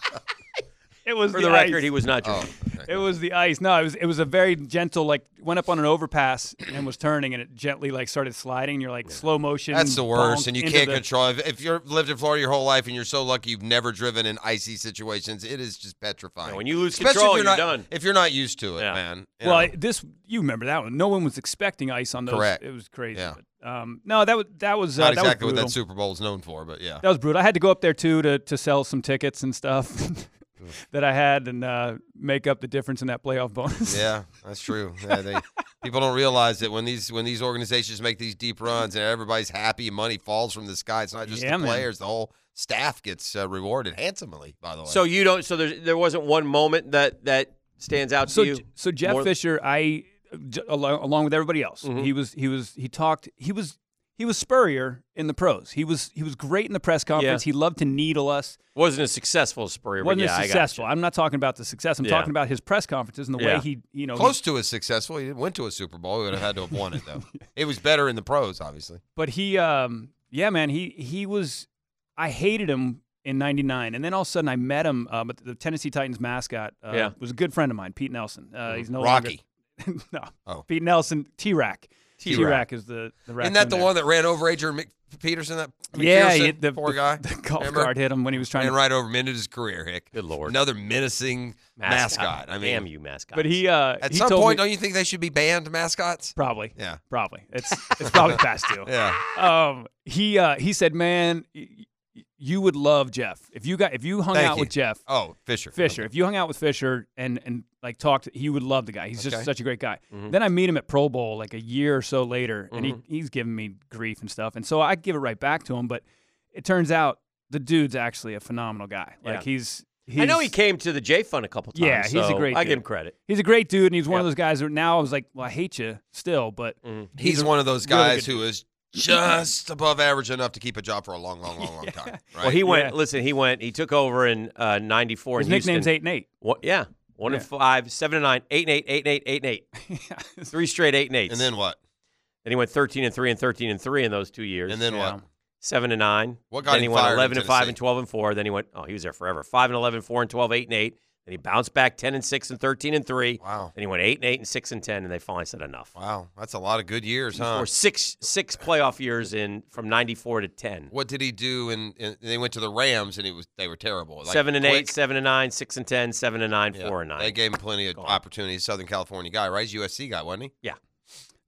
it was For the ice. record, he was Oh, not drinking. It was the ice. No, it was it was a very gentle like went up on an overpass and was turning and it gently like started sliding. You're like slow motion. That's the worst, bonk and you into can't the- control. If, if you've lived in Florida your whole life and you're so lucky you've never driven in icy situations, it is just petrifying. when you lose Especially control, if you're not, done. If you're not used to it, man. you Well, know. I- this you remember that one? No one was expecting ice on those. Correct. It was crazy. Yeah. But, um, no, that was that was uh, not that exactly was what brutal. that Super Bowl is known for, but yeah. That was brutal. I had to go up there too to to sell some tickets and stuff that I had and uh, make up the difference in that playoff bonus. Yeah, that's true. Yeah, they, people don't realize that when these when these organizations make these deep runs and everybody's happy, money falls from the sky. It's not just Yeah, the man. players; the whole staff gets uh, rewarded handsomely. By the way, So you don't. So there, there wasn't one moment that that stands out so to you. J- so Jeff more- Fisher, I j- along, along with everybody else, Mhm. he was he was he talked he was he was Spurrier in the pros. He was he was great in the press conference. Yeah. He loved to needle us. wasn't as successful as Spurrier. but Wasn't yeah, I as gotcha. successful. I'm not talking about the success. I'm Yeah. talking about his press conferences and the Yeah. way he you know he- close to as successful. He went to a Super Bowl. He would have had to have won it though. It was better in the pros, obviously. But he, um, yeah, man, he he was. I hated him in '99, and then all of a sudden I met him. Um, at the Tennessee Titans mascot uh, Yeah. was a good friend of mine, Pete Nelson. Uh, he's no Mm-hmm. Rocky. Longer, no, Oh. Pete Nelson, T Rack. T-Rack. is the the. Isn't that raccoon the there. one that ran over Adrian Mc- Peterson? That Yeah, McPherson, he- the- poor the- guy. the golf Remember? cart hit him when he was trying Ran to- right over him, ended his career. Hick. Good lord, another menacing mascot. Mascot. I mean, Damn you, mascots. But he, uh, At he some told point, me- don't you think they should be banned mascots? Probably. Yeah. Probably. It's it's probably past due. Yeah. Um. He uh. He said, "Man, y- y- you would love Jeff if you got if you hung Thank out you. with Jeff. Oh, Fisher. Fisher. If you hung out with Fisher and and like talked, he would love the guy. He's Okay. just such a great guy. Mhm. Then I meet him at Pro Bowl like a year or so later, and Mm-hmm. Mhm. he he's giving me grief and stuff, and so I give it right back to him. But it turns out the dude's actually a phenomenal guy. Like Yeah. he's, he's I know he came to the J Fun a couple times. yeah, he's a so great. I dude. give him credit. He's a great dude, and he's one of those guys that now I was like, well, I hate you still, but Mm-hmm. He's, a one of those really guys good who is just above average enough to keep a job for a long, long, long, long time. Right? Well, he went. Listen, he went. He took over in uh, '94. His in Houston. nickname's eight and eight. What, yeah, one and five, seven and nine, eight and eight, eight and eight, eight and eight. Three straight eight and eights. And then what? Then he went 13 and three and 13 and three in those two years. And then what? Yeah. Seven and nine. What got Then he him went fired in 11 and five and Tennessee? 12 and four. Then he went. Oh, he was there forever. Five and 11, four and 12, eight and eight. Then he bounced back 10 and six and 13 and three. Wow. Then he went eight and eight and six and 10, and they finally said enough. Wow, that's a lot of good years, huh? Or six six playoff years in from 94 to 10. What did he do? And they went to the Rams, and it was they were terrible. Like, seven and quick- eight, seven and nine, six and 10, seven and nine, Yeah, four and nine. They gave him plenty of opportunities. Southern California guy, right? He's a USC guy, wasn't he? Yeah.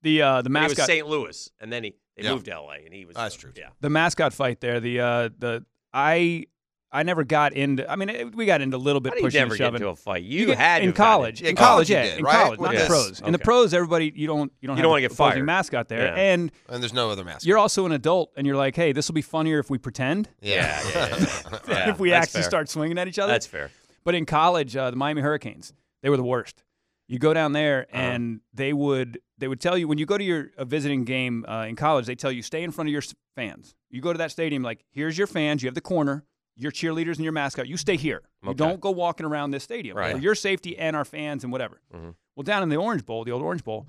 The uh, the And mascot He was St. Louis, and then he they Yeah. moved to LA, and he was That's true. Yeah, the mascot fight there. The uh, the I I never got into. I mean, it, we got into a little bit How do you pushing never and get shoving. into a fight? You had to in have gotten college. into it. in Yeah, college college, you yeah, did, in right? college, not Yes. the pros. In the Okay. pros, everybody you don't you You don't have don't a wanna get opposing fired. mascot there, Yeah. and And there's no other mascot. you're also an adult, and you're like, hey, this will be funnier if we pretend. Yeah, yeah, yeah, yeah. if we That's actually fair. start swinging at each other. That's fair. But in college, uh, the Miami Hurricanes, they were the worst. You go down there, Uh-huh. and they would they would tell you when you go to your a visiting game uh, in college, they tell you stay in front of your s- fans. You go to that stadium, like here's your fans. You have the corner, your cheerleaders and your mascot. You stay here. You Okay. don't go walking around this stadium Right. for your safety and our fans and whatever. Mm-hmm. Mhm. Well, down in the Orange Bowl, the old Orange Bowl,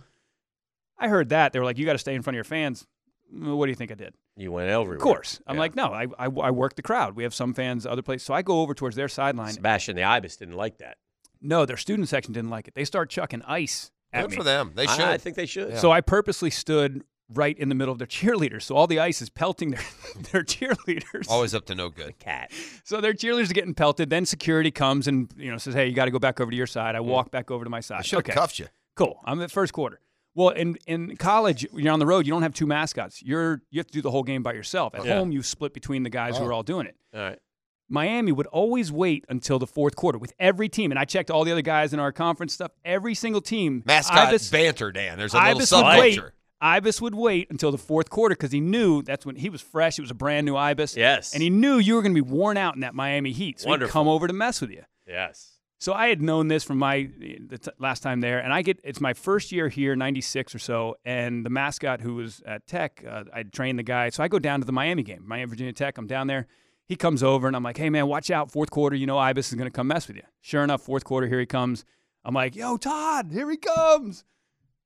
I heard that they were like, you got to stay in front of your fans. Mm, What do you think I did? You went everywhere. Of course. I'm like, no, I, I, I work the crowd. We have some fans other places. So I go over towards their sideline. Sebastian the Ibis didn't like that. No, their student section didn't like it. They start chucking ice at Good me. for them. They I- should. I think they should. So I purposely stood right in the middle of their cheerleaders. So all the ice is pelting their, their cheerleaders. always up to no good. Cat. So their cheerleaders are getting pelted. Then security comes and you know says, "Hey, you got to go back over to your side." I walk back over to my side. should have Okay. cuffed you. Cool. I'm at first quarter. Well, in in college, when you're on the road. You don't have two mascots. You're you have to do the whole game by yourself. At Yeah. home, you split between the guys who Oh. are all doing it. All right. Miami would always wait until the fourth quarter with every team, and I checked all the other guys in our conference stuff. Every single team Mascot Ibis- banter, Dan. There's a little Ibis would wait. subculture. Ibis would wait until the fourth quarter because he knew that's when he was fresh. It was a brand new Ibis. Yes. And he knew you were going to be worn out in that Miami heat. So Wonderful. he'd come over to mess with you. Yes. So I had known this from my the t- last time there, and I get it's my first year here, '96 or so, and the mascot who was at Tech, uh, I trained the guy. So I go down to the Miami game, Miami Virginia Tech. I'm down there. He comes over, and I'm like, "Hey man, watch out! Fourth quarter, you know Ibis is gonna come mess with you." Sure enough, fourth quarter, here he comes. I'm like, "Yo, Todd, here he comes!"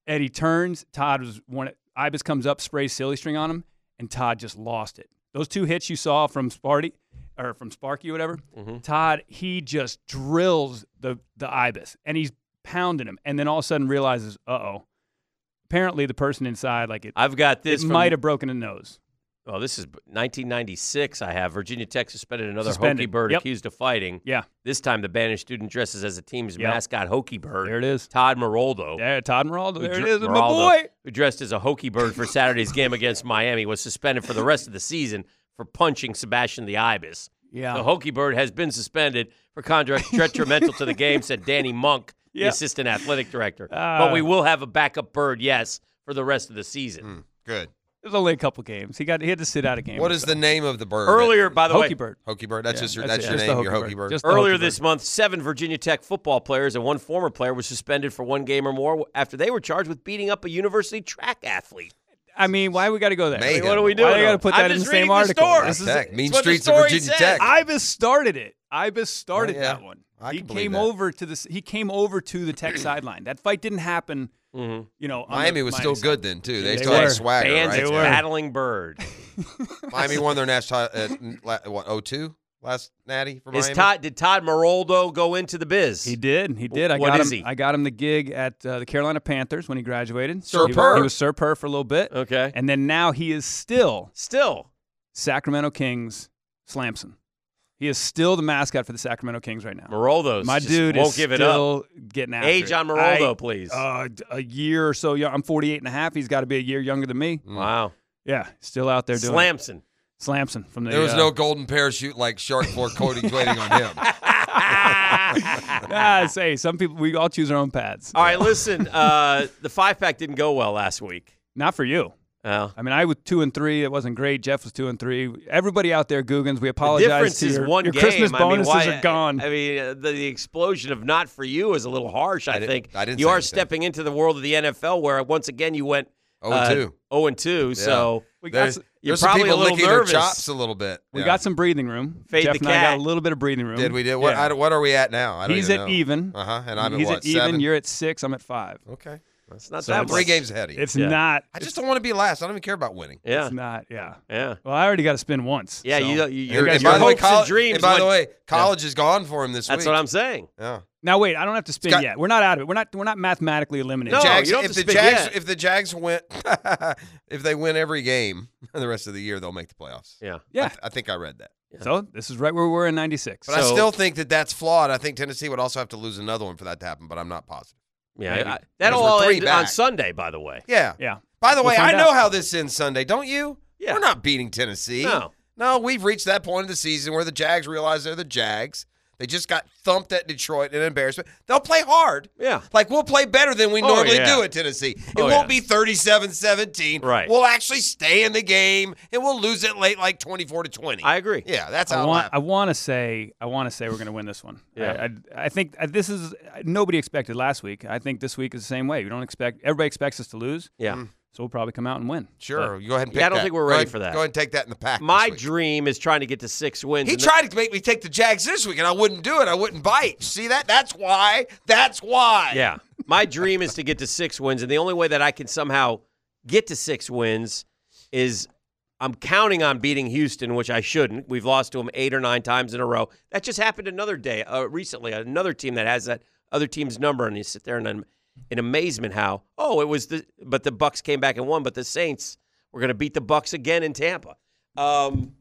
And he turns. Todd was one. Ibis comes up, sprays silly string on him, and Todd just lost it. Those two hits you saw from Sparty or from Sparky or whatever, Mm-hmm. Todd, he just drills the the Ibis and he's pounding him and then all of a sudden realizes, uh oh. Apparently the person inside, like it I've got this It from- might have broken a nose. Oh, this is 1996. I have Virginia Tech suspended another Suspended. Hokie bird Yep. accused of fighting. Yeah. This time, the banished student dresses as the team's Yep. mascot Hokie bird. There it is. Todd Meroldo. Yeah, Todd Meroldo. There it is, my boy. Who dressed as a Hokie bird for Saturday's game against Miami was suspended for the rest of the season for punching Sebastian the Ibis. Yeah. The Hokie bird has been suspended for conduct detrimental to the game, said Danny Monk, the Yeah. assistant athletic director. Ah. but we will have a backup bird, yes, for the rest of the season. good. There's only a couple games. He got he had to sit out a game. What is the name of the bird? Earlier, by the way, Hokie bird. Hokie bird. That's Yeah, just your, that's that's it. your Just name, the your Hokie Hokie bird. Earlier this month, seven Virginia Tech football players and one former player were suspended for one game or more after they were charged with beating up a university track athlete. I mean, why we got to go there? Mayhem. What are we Why doing? we I got gotta to put I'm that in the just reading same the article. story. This is- Tech, mean it's what the streets of story Virginia says. Tech. Ibis started it. Ibis started yeah. that one. he can believe came that. over to this. He came over to the Tech sideline. That fight didn't happen. You know, on the Mm-hmm. Miami was still side. good then, too. They They still had were. swagger, Mm-hmm. Fans right? it's battling bird. Miami won their national at what 02 last natty for Is Miami. Todd did Todd Maroldo go into the biz? He did. He did. I What got is him. he? I got him the gig at uh, the Carolina Panthers when he graduated. Sir he, was- Purr. He was Sir Purr for a little bit. Okay. And then now he is still still Sacramento Kings Slamson. He is still the mascot for the Sacramento Kings right now. Maroldo's my just dude won't is give it still up. getting after Age it. on Maroldo, I- please. Uh, d- a year or so young. I'm 48 and a half. He's got to be a year younger than me. Hmm. Wow. Yeah, still out there doing it. Slamson. Slamson from the There was uh, no golden parachute like shark floor coatings waiting on him. ah, I say some people we all choose our own paths. All right, listen. Uh, the five pack didn't go well last week. Not for you. Oh. I mean, I was two and three. It wasn't great. Jeff was two and three. Everybody out there, Googans, we apologize. difference to is your, one your game. Christmas I mean, bonuses why- are gone. I mean, uh, the, the explosion of not for you is a little harsh. I, didn't- think I didn't you say are anything. stepping into the world of the NFL, where once again you went Oh and two. zero and two. Yeah. So We got There's, s- you're there's some probably people a little licking nervous. their chops a little bit. we Yeah. got some breathing room. Fade the Jeff and I got cat. a little bit of breathing room. Did we did what? Yeah. I don't- what are we at now? I don't He's even at know. even. Uh-huh. And I'm He's at what? at even. seven? You're at six. I'm at five. Okay. That's not So that it's- Three games ahead of you. It's Yeah. not. I just don't want to be last. I don't even care about winning. yeah, It's not. Yeah. yeah, Well, I already got to spin once. yeah. so. You, you, you And, your, and your by the way, hopes and college, dreams. and by the went- way, college is gone for him this That's week. what I'm saying. Yeah. Now wait, I don't have to spin got- yet. We're not out of it. We're not. We're not mathematically eliminated. No, you Jags, don't have if to the spin Jags, yet. if the Jags win, if they win every game the rest of the year, they'll make the playoffs. Yeah, I, Yeah. th- I think I read that. So this is right where we were in '96. But I still think that that's flawed. I think Tennessee would also have to lose another one for that to happen, but I'm not positive. Yeah, Maybe. I- Because that'll we're all three end on back. Sunday. By the way, Yeah. Yeah. By the We'll way, I find know out. how this ends Sunday, don't you? Yeah. We're not beating Tennessee. No. No, we've reached that point of the season where the Jags realize they're the Jags. They just got thumped at Detroit in embarrassment. They'll play hard. Yeah. Like we'll play better than we Oh, normally yeah. do at Tennessee. It Oh, won't be yeah. 37-17. Right. We'll actually stay in the game and we'll lose it late like 24 to 20. I agree. yeah, that's how I it want. happened. I want to say. I want to say we're going to win this one. Yeah. I, I, I think uh, this is uh, nobody expected last week. I think this week is the same way. We don't expect. Everybody expects us to lose. Yeah. So we'll probably come out and win. Sure. You go ahead and pick Yeah, I don't that. think we're Go ready ahead- for that. Go ahead and take that in the pack. this my week. dream is trying to get to six wins. He and tried to make me take the Jags this week, and I wouldn't do it. I wouldn't bite. See that? That's why. That's why. Yeah. My dream is to get to six wins, and the only way that I can somehow get to six wins is I'm counting on beating Houston, which I shouldn't. We've lost to them eight or nine times in a row. That just happened another day uh, recently. Another team that has that other team's number, and you sit there and in, in amazement how oh it was the but the Bucks came back and won, but the Saints were going to beat the Bucks again in Tampa. Um,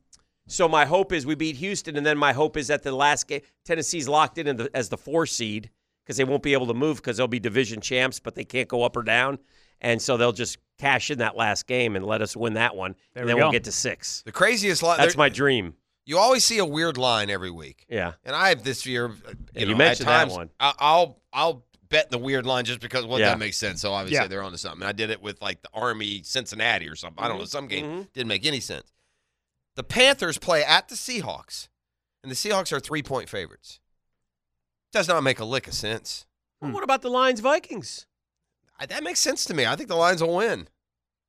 so my hope is we beat Houston, and then my hope is that the last game Tennessee's locked in, in the, as the four seed because they won't be able to move because they'll be division champs, but they can't go up or down, and so they'll just cash in that last game and let us win that one, There and we then we'll go. get to six. The craziest line. That's there- my dream. You always see a weird line every week, Yeah, and I have this year. uh, You, Yeah, know, you at mentioned that times, one. I, I'll I'll bet the weird line just because well Yeah. that makes sense. So obviously Yeah. they're onto something. I did it with like the Army Cincinnati or something. I Mm-hmm. don't know. Some game didn't make any sense. The Panthers play at the Seahawks, and the Seahawks are three point favorites. Does not make a lick of sense. Hmm. Well, what about the Lions Vikings? I- That makes sense to me. I think the Lions will win.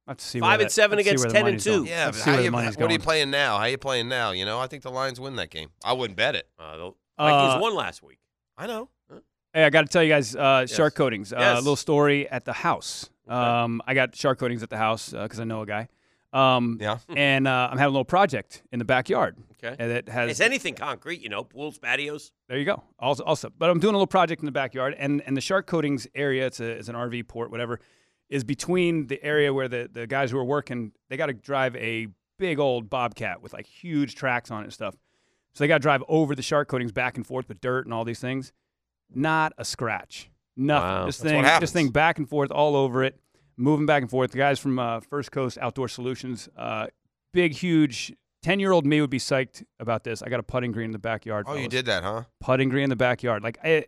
I have to see. Five where and that- seven let's see against where the 10 and money's two. going. Yeah, Let's but see how where you, the money's what are you going. playing now? How you playing now? You know, I think the Lions win that game. I wouldn't bet it. Uh, the Vikings Uh, won last week. I know. Hey, I got to tell you guys, uh, shark coatings. Uh, Yes. A little story at the house. Um, I got shark coatings at the house because I know a guy. Um, yeah. And uh, I'm having a little project in the backyard. Okay. And it has It's anything concrete, you know, pools, patios. There you go. Also, also, but I'm doing a little project in the backyard, and and the shark coatings area. It's a it's an RV port, whatever, is between the area where the the guys who are working they got to drive a big old bobcat with like huge tracks on it and stuff. So they got to drive over the shark coatings back and forth with dirt and all these things. Not a scratch. Nothing. Wow. This That's thing, what happens. this thing back and forth all over it, moving back and forth. The guys from uh, First Coast Outdoor Solutions, uh, big, huge. Ten year old me would be psyched about this. I got a putting green in the backyard. Oh, you fellas. did that, huh? Putting green in the backyard. Like I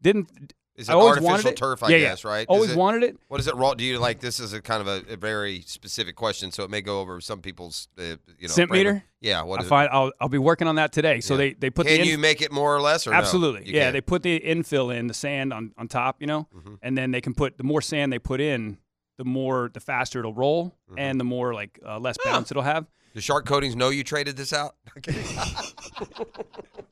didn't. Is I it always artificial wanted it. turf? I Yeah, yeah. guess right. Is Always wanted it. What is it? Raw? Do you like this? Is a kind of a, a very specific question, so it may go over some people's uh, you know Scent brain- meter. Yeah. What I is it? find I'll, I'll be working on that today. So they they put. Can the in- you make it more or less, or no? absolutely? You yeah, can't. Mm-hmm. they put the infill in the sand on on top, you know, and then they can put the more sand they put in, the more the faster it'll roll, and the more like uh, less bounce it'll have. Mm-hmm. The shark coatings know you traded this out.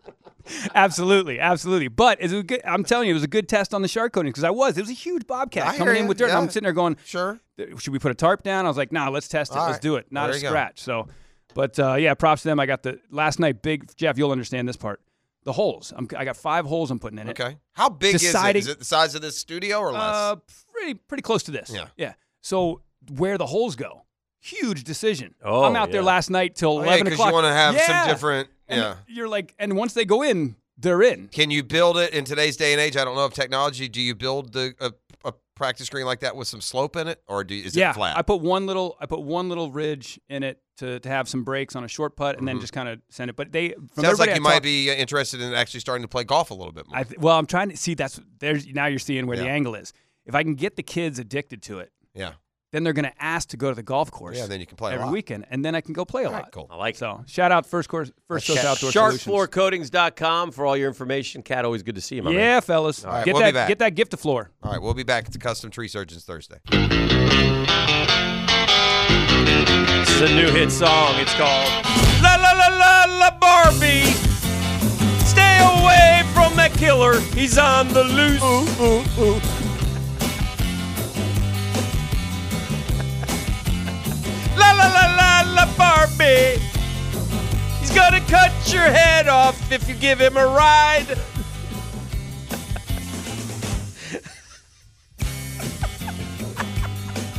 absolutely, absolutely. But it's a good, I'm telling you, it was a good test on the shark coating because I was. It was a huge bobcat I coming hear in ya, with dirt. and I'm yeah. sitting there going, "Sure, should we put a tarp down?" I was like, "Nah, let's test it. All let's right. do it. Not There a you go. scratch." So, but uh, yeah, props to them. I got the last night. Big Jeff, you'll understand this part. The holes. I'm, I got five holes I'm putting in it. Okay. How big Deciding- is it? Is it the size of this studio or less? Uh, pretty pretty close to this. Yeah. Yeah. So where the holes go? Huge decision. Oh, I'm out there yeah. last night till Oh, yeah, eleven 'cause you o'clock. wanna have some Yeah. different- And yeah. You're like, and once they go in, they're in. Can you build it in today's day and age? I don't know of technology. Do you build the a, a practice screen like that with some slope in it, or do is yeah, it flat? I put one little I put one little ridge in it to, to have some breaks on a short putt, and then Mhm. just kind of send it. But they from Sounds like everybody I you might talked- be uh, interested in actually starting to play golf a little bit more. I th- well, I'm trying to see that's there's now you're seeing where the Yeah. angle is. If I can get the kids addicted to it, Yeah. then they're going to ask to go to the golf course. Yeah, then you can play a every lot. weekend, and then I can go play a lot. I like so. Shout out first course, first coast outdoor solutions. Sharkfloorcoatings.com for all your information. Cat, always good to see you, my man. Yeah, fellas, All right, get we'll be that back. get that gift to floor. All right, we'll be back at the Custom Tree Surgeons Thursday. It's a new hit song. It's called La La La La La Barbie. Stay away from that killer. He's on the loose. Ooh, ooh, ooh. La la la la la Barbie. He's gonna cut your head off if you give him a ride.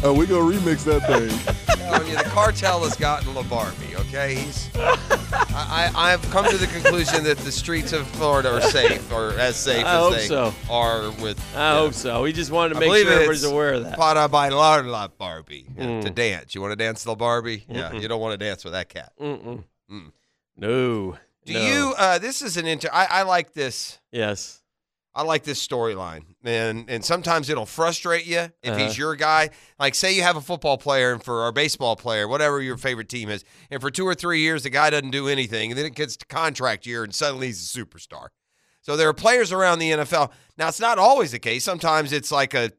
Oh, we gonna remix that thing. telling you, the cartel has gotten La Barbie. Okay, he's. I, I I've come to the conclusion that the streets of Florida are safe, or as safe I as hope they so. are with. I hope so. We just wanted to I make believe sure it's everybody's aware of that. Para bailar La Barbie yeah, Mm. uh, to dance. You want to dance La Barbie? Yeah, Mm-mm. you don't want to dance with that cat. Mm-mm. Mm. No. Do No. you? Uh, this is an inter. I, I like this. Yes. I like this storyline, and and sometimes it'll frustrate you if Uh-huh. he's your guy. Like, say you have a football player, and for our baseball player, whatever your favorite team is, and for two or three years the guy doesn't do anything, and then it gets to contract year, and suddenly he's a superstar. So there are players around the NFL. Now it's not always the case. Sometimes it's like a,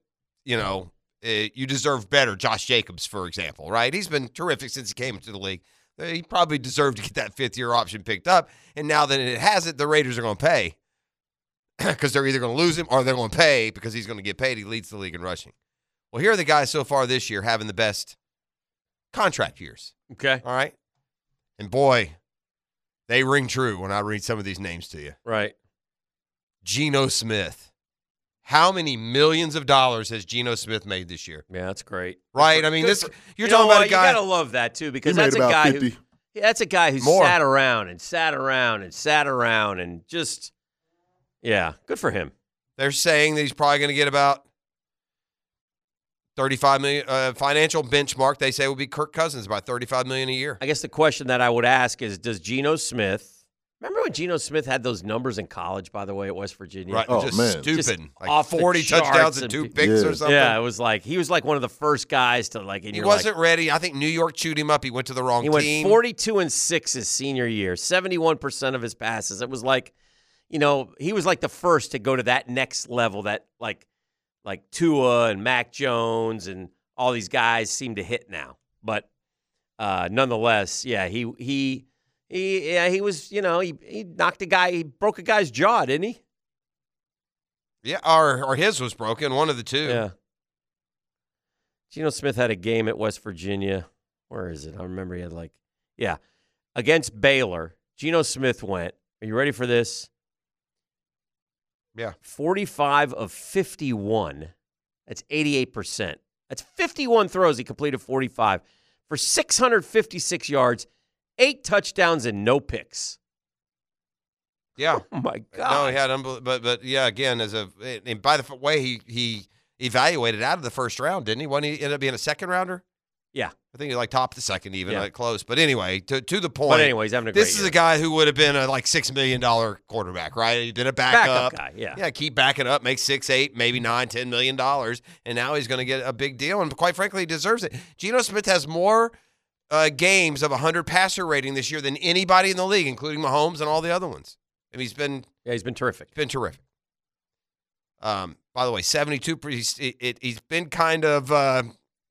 you know, uh, you deserve better. Josh Jacobs, for example, right? He's been terrific since he came into the league. Uh, He probably deserved to get that fifth year option picked up, and now that it has it, the Raiders are going to pay because they're either going to lose him or they're going to pay because he's going to get paid. He leads the league in rushing. Well, here are the guys so far this year having the best contract years. Okay. All right. And boy, they ring true when I read some of these names to you. Right. Geno Smith. How many millions of dollars has Geno Smith made this year? Yeah, that's great. Right? I mean, Good this for- you're you know talking about what? a guy. You gotta love that too, because He made that's a about guy 50. who yeah, that's a guy who More. sat around and sat around and sat around and just yeah, good for him. They're saying that he's probably going to get about 35 million uh, financial benchmark. They say will be Kirk Cousins by 35 million a year. I guess the question that I would ask is, does Geno Smith? Remember when Geno Smith had those numbers in college? By the way, at West Virginia, Right, Oh, just man. stupid. Just Like off the 40 touchdowns charts and two picks or Yeah. something. Yeah, it was like he was like one of the first guys to like. And He you're like, wasn't ready. I think New York chewed him up. He went to the wrong He went team. 42 and 6 his senior year, 71% of his passes. It was like, you know, he was like the first to go to that next level that like like Tua and Mac Jones and all these guys seem to hit now. But uh nonetheless, yeah, he he he yeah, he was, you know, he, he knocked a guy, he broke a guy's jaw, didn't he? Yeah, or or his was broken. One of the two. Yeah. Geno Smith had a game at West Virginia. Where is it? I remember he had like, yeah, against Baylor. Geno Smith went. Are you ready for this? Yeah. 45 of 51. That's 88%. That's 51 throws. He completed 45 for 656 yards, eight touchdowns, and no picks. Yeah. Oh my No, he had unbel- but but yeah, again, as a and by the f- way, he he evaluated out of the first round, didn't he? When he ended up being a second rounder. Yeah. I think he like topped the second even, Yeah. like close. But anyway, to, to the point. But anyway, he's having a This great is year. a guy who would have been a like six million dollar quarterback, right? He did a backup, Backup guy, yeah. yeah. Keep backing up, make six, eight, maybe nine, ten million dollars, and now he's going to get a big deal, and quite frankly, he deserves it. Geno Smith has more uh, games of hundred passer rating this year than anybody in the league, including Mahomes and all the other ones. I mean, he's been yeah, he's been terrific. He's been terrific. Um, by the way, seventy-two. per- He's, it, it, he's been kind of uh,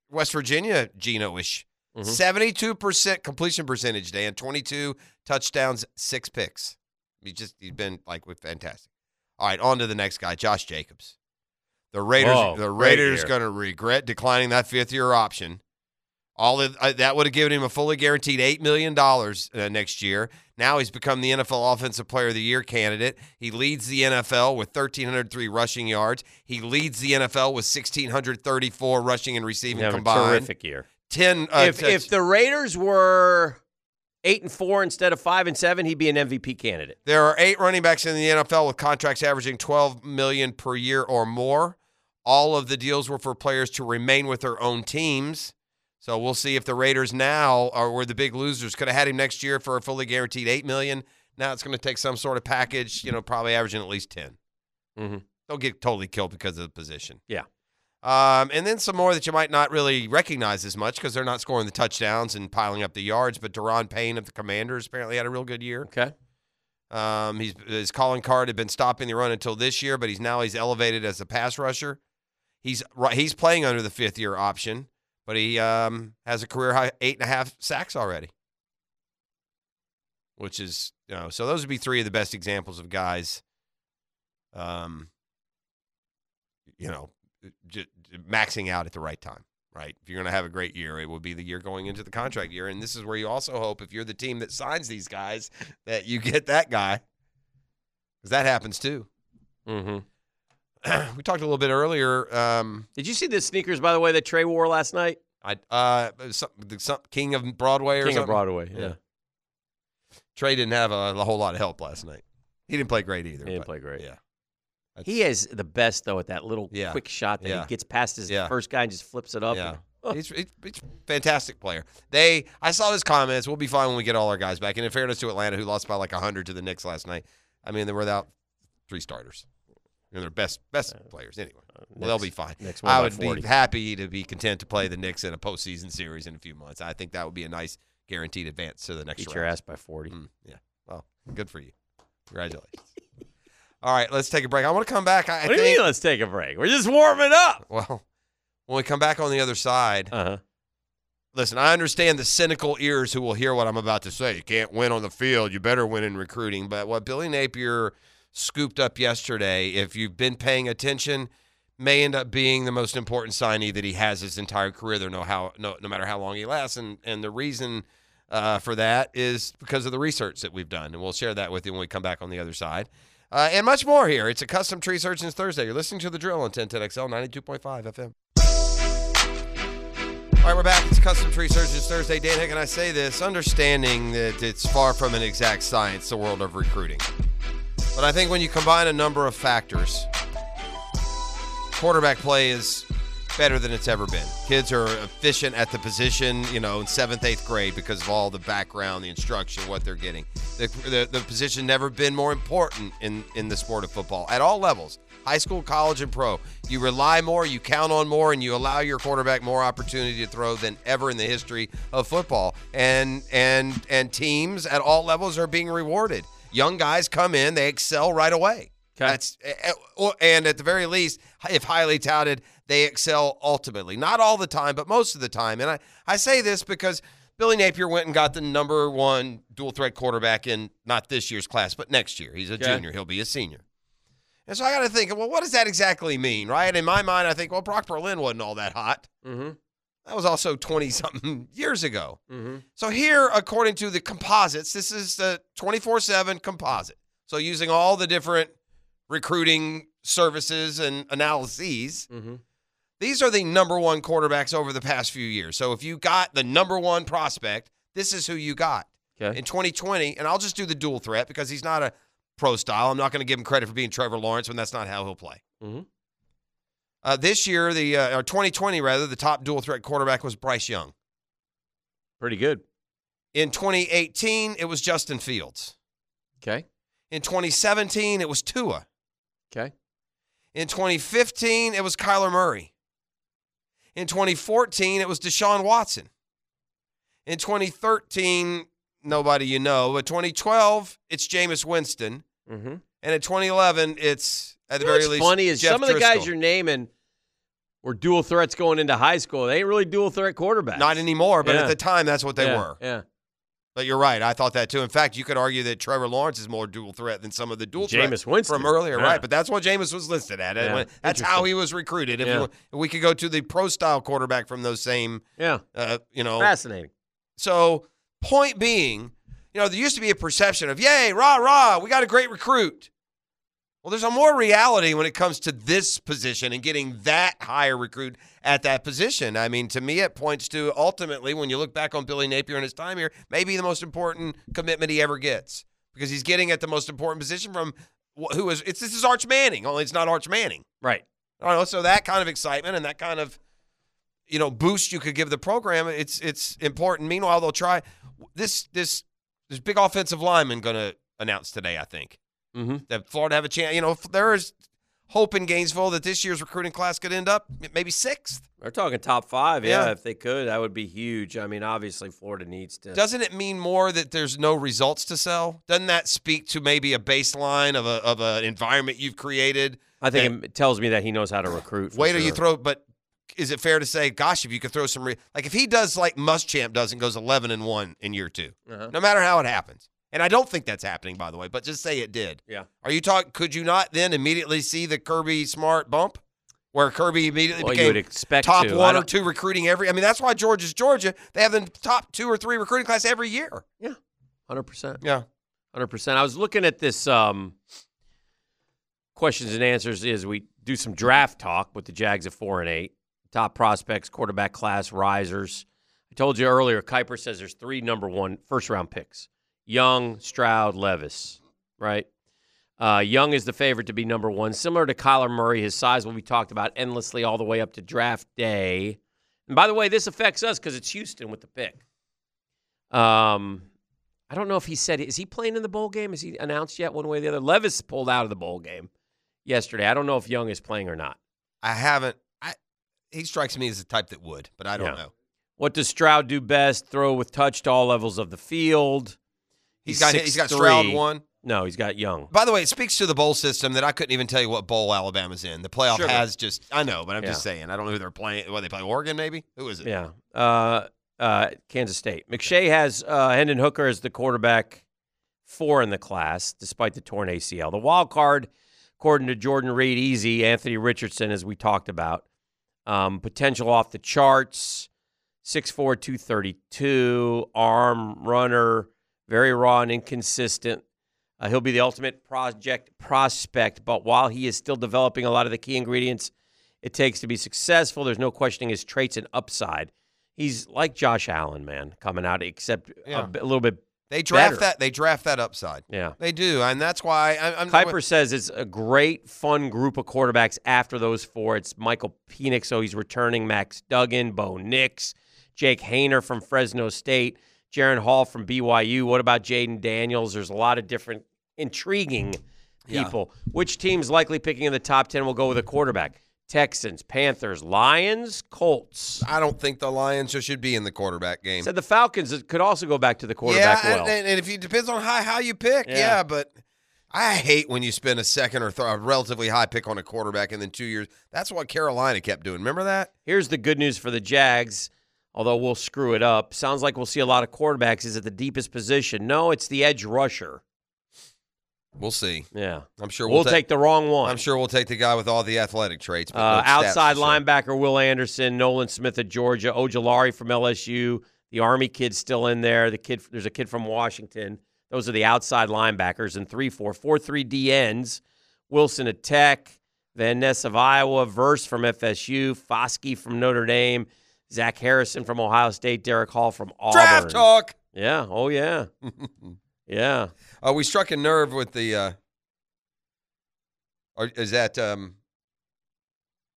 West Virginia Geno-ish. Mhm. 72 percent completion percentage, Dan. Twenty-two touchdowns, six picks. He just he's been like with fantastic. All right, on to the next guy, Josh Jacobs. The Raiders. Whoa, the great Raiders year. going to regret declining that fifth-year option. All of, uh, that would have given him a fully guaranteed eight million dollars uh, next year. Now he's become the NFL Offensive Player of the Year candidate. He leads the NFL with 1,303 rushing yards. He leads the NFL with 1,634 rushing and receiving He's having a combined. terrific year. Ten. Uh, if if the Raiders were eight and four instead of five and seven, he'd be an MVP candidate. There are eight running backs in the NFL with contracts averaging 12 million per year or more. All of the deals were for players to remain with their own teams. So we'll see if the Raiders now are were the big losers. Could have had him next year for a fully guaranteed eight million. Now it's going to take some sort of package. You know, probably averaging at least 10. Mm-hmm. Don't get totally killed because of the position. Yeah. Um, and then some more that you might not really recognize as much because they're not scoring the touchdowns and piling up the yards. But Deron Payne of the Commanders apparently had a real good year. Okay. Um, he's, his calling card had been stopping the run until this year, but he's now he's elevated as a pass rusher. He's ri- he's playing under the fifth year option, but he um, has a career high eight and a half sacks already, which is you know so those would be three of the best examples of guys. Um, you know, j- j- maxing out at the right time, right? If you're going to have a great year, it will be the year going into the contract year. And this is where you also hope, if you're the team that signs these guys, that you get that guy because that happens too. Mm-hmm. we talked a little bit earlier. Um, Did you see the sneakers, by the way, that Trey wore last night? I uh, some, the- some, King of Broadway or King of something? Broadway, yeah. Trey didn't have a, a whole lot of help last night. He didn't play great either. He didn't but- play great. Yeah. He is the best though at that little Yeah. quick shot that Yeah. he gets past his Yeah. first guy and just flips it up. Yeah. and- he's, he's, he's a fantastic player. They, I saw his comments. We'll be fine when we get all our guys back. And in fairness to Atlanta, who lost by like hundred to the Knicks last night, I mean they were without three starters. And their best best players anyway. well, they'll be Uh, Knicks- fine. Knicks won I by would be 40. happy to be content to play the Knicks in a postseason series in a few months. I think that would be a nice guaranteed advance to the next. Beat round. your ass by 40. Mm, yeah. Well, good for you. Congratulations. All right, let's take a break. I want to come back. I, I What do you think- mean? Let's take a break. We're just warming up. Uh-huh. Well, when we come back on the other side, listen, I understand the cynical ears who will hear what I'm about to say. You can't win on the field. You better win in recruiting. But what Billy Napier scooped up yesterday, if you've been paying attention, may end up being the most important signee that he has his entire career. There, no how, no, no matter how long he lasts, and and the reason. Uh, for that is because of the research that we've done, and we'll share that with you when we come back on the other side, uh, and much more here. It's a custom tree surgeons Thursday. You're listening to the drill on 1010XL 92.5 FM. All right, we're back. It's Custom Tree Surgeons Thursday. Dan Hick and I say this, understanding that it's far from an exact science, the world of recruiting. But I think when you combine a number of factors, quarterback play is better than it's ever been. Kids are efficient at the position, you know, in seventh, eighth grade because of all the background, the instruction, what they're getting. The, the, the position never been more important in, in the sport of football at all levels high school, college, and pro. You rely more, you count on more, and you allow your quarterback more opportunity to throw than ever in the history of football. And and and teams at all levels are being rewarded. Young guys come in, they excel right away. That's eh, and at the very least, if highly touted, they excel ultimately. Not all the time, but most of the time. And I, I say this because Billy Napier went and got the number one dual threat quarterback in not this year's class, but next year. He's a Okay. junior. He'll be a senior. And so I got to think, well, what does that exactly mean, right? In my mind, I think, well, Brock Berlin wasn't all that hot. Mm-hmm. That was also 20 something years ago. Mm-hmm. So here, according to the composites, this is the 24/7 composite. So using all the different recruiting services and analyses, Mm-hmm. these are the number one quarterbacks over the past few years. So if you got the number one prospect, this is who you got Okay. in 2020. And I'll just do the dual threat because he's not a pro style. I'm not going to give him credit for being Trevor Lawrence when that's not how he'll play. Mm-hmm. Uh, this year, the uh, or 2020 rather, the top dual threat quarterback was Bryce Young. Pretty good. In 2018, it was Justin Fields. Okay. In 2017, it was Tua. Okay. In 2015, it was Kyler Murray. In 2014, it was Deshaun Watson. In 2013, nobody you know, but 2012, it's Jameis Winston. Mm-hmm. And in 2011, it's at the You know very what's least funny is Jeff some of the guys Driscoll. you're naming were dual threats going into high school. They ain't really dual threat quarterbacks. Not anymore, but Yeah. at the time, that's what they Yeah, were. Yeah. But you're right. I thought that too. In fact, you could argue that Trevor Lawrence is more dual threat than some of the dual Jameis threats Winston. from earlier, Yeah. right? But that's what Jameis was listed at. Yeah. When- That's how Interesting. he was recruited. If Yeah. you- if we could go to the pro style quarterback from those same, yeah, uh, you know, Fascinating. So, point being, you know, there used to be a perception of "Yay, rah, rah, we got a great recruit." Well, there's a more reality when it comes to this position and getting that higher recruit at that position. I mean, to me, it points to ultimately when you look back on Billy Napier and his time here, maybe the most important commitment he ever gets because he's getting at the most important position from wh- who is it's this is Arch Manning, only it's not Arch Manning, right? I know, so that kind of excitement and that kind of you know boost you could give the program, it's it's important. Meanwhile, they'll try this this this big offensive lineman going to announce today. I think Mhm. that Florida have a chance. You know, if there is hope in Gainesville that this year's recruiting class could end up maybe sixth. They're talking top five. Yeah, Yeah. if they could, that would be huge. I mean, obviously, Florida needs to. Doesn't it mean more that there's no results to sell? Doesn't that speak to maybe a baseline of a of an environment you've created? I think it tells me that he knows how to recruit. for Wait till you sure. throw, but is it fair to say, gosh, if you could throw some, re- like if he does like Muschamp does and goes eleven and one in year 2 Uh-huh. no matter how it happens, and I don't think that's happening by the way, but just say it did. Yeah. Are you talking? Could you not then immediately see the Kirby Smart bump, where Kirby immediately Well, you became would expect top to. I one or don't- two recruiting every? I mean, that's why Georgia's Georgia. They have the top two or three recruiting class every year. Yeah, hundred percent. Yeah, hundred percent. I was looking at this um, questions and answers. Is we do some draft talk with the Jags at four and eight, top prospects, quarterback class, risers. I told you earlier. Kuiper says there's three number one first round picks: Young, Stroud, Levis. Right. Uh, Young is the favorite to be number one. Similar to Kyler Murray, his size will be talked about endlessly all the way up to draft day. And by the way, this affects us because it's Houston with the pick. Um, I don't know if he said is he playing in the bowl game? Is he announced yet one way or the other? Levis pulled out of the bowl game yesterday. I don't know if Young is playing or not. I haven't. I he strikes me as the type that would, but I don't know. What does Stroud do best? Throw with touch to all levels of the field. He's got- he's got Stroud 6'3". one. No, he's got Young. By the way, it speaks to the bowl system that I couldn't even tell you what bowl Alabama's in. The playoff Sure. has just I know, but I'm just Yeah. saying I don't know who they're playing. What they play Oregon maybe? Who is it? Yeah. Uh, uh, Kansas State. McShay has uh, Hendon Hooker as the quarterback four in the class, despite the torn ACL. The wild card, according to Jordan Reed, easy. Anthony Richardson, as we talked about, um, potential off the charts. 6'4", 232, arm runner, very raw and inconsistent. Uh, he'll be the ultimate project prospect, but while he is still developing a lot of the key ingredients it takes to be successful, there's no questioning his traits and upside. He's like Josh Allen, man, coming out, except Yeah. a, bit- a little bit. They draft better. that. They draft that upside. Yeah. They do, and that's why I, I'm. Kuiper says it's a great, fun group of quarterbacks after those four. It's Michael Penix, so he's returning, Max Duggan, Bo Nix, Jake Hayner from Fresno State, Jaron Hall from BYU. What about Jaden Daniels? There's a lot of different intriguing Yeah. people. Which team's likely picking in the top 10 will go with a quarterback? Texans, Panthers, Lions, Colts. I don't think the Lions should be in the quarterback game. Said the Falcons could also go back to the quarterback yeah, well. and, and- and if you depends on how how you pick, Yeah. yeah. but I hate when you spend a second or th- a relatively high pick on a quarterback and then two years. That's what Carolina kept doing. Remember that? Here's the good news for the Jags, although we'll screw it up. Sounds like we'll see a lot of quarterbacks. Is it the deepest position? No, it's the edge rusher. We'll see. Yeah, I'm sure We'll take the wrong one. I'm sure we'll take the guy with all the athletic traits. but Uh, no stats outside for sure. linebacker Will Anderson, Nolan Smith of Georgia, Ojalari from LSU. The Army kid's still in there. The kid, there's a kid from Washington. Those are the outside linebackers and three, four, four, three DNs. Wilson of Tech, Van Ness of Iowa, Verse from FSU, Foskey from Notre Dame, Zach Harrison from Ohio State, Derek Hall from Auburn. Draft talk. Yeah. Oh yeah. yeah. Uh, we struck a nerve with the. Uh, are, is that um,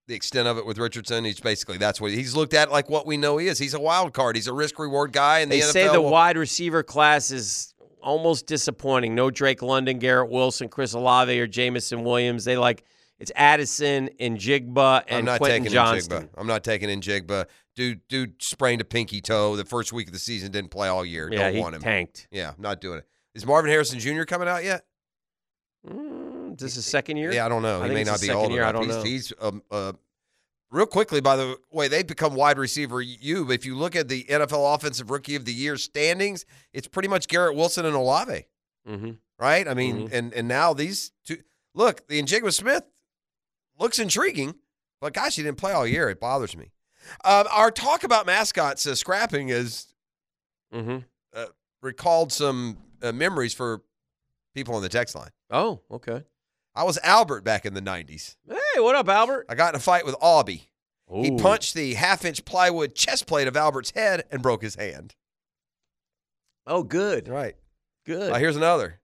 the extent of it with Richardson? He's basically that's what he's looked at like what we know he is. He's a wild card. He's a risk reward guy, and they the say NFL the will- wide receiver class is almost disappointing. No Drake London, Garrett Wilson, Chris Olave, or Jamison Williams. They like it's Addison and Jigba and I'm not Quentin taking Johnston. in Jigba. I'm not taking in Jigba. Dude, dude sprained a pinky toe the first week of the season. Didn't play all year. Yeah, Don't he want him. tanked. Yeah, I'm not doing it. Is Marvin Harrison Jr. coming out yet? Mm, this is second year. Yeah, I don't know. he I think may it's not his be second old year. enough. I don't he's, know. he's um, uh, real quickly. By the way, they've become wide receiver. You, if you look at the NFL Offensive Rookie of the Year standings, it's pretty much Garrett Wilson and Olave, mm-hmm. right? I mean, Mhm. and and now these two. Look, the Njigba Smith looks intriguing, but gosh, he didn't play all year. It bothers me. Um, our talk about mascots uh, scrapping has Mm-hmm. uh, recalled some uh, memories for people on the text line. Oh, okay. I was Albert back in the 90s. Hey, what up, Albert? I got in a fight with Aubie. He Ooh. punched the half inch plywood chest plate of Albert's head and broke his hand. Oh, good. Right. Good. Uh, here's another.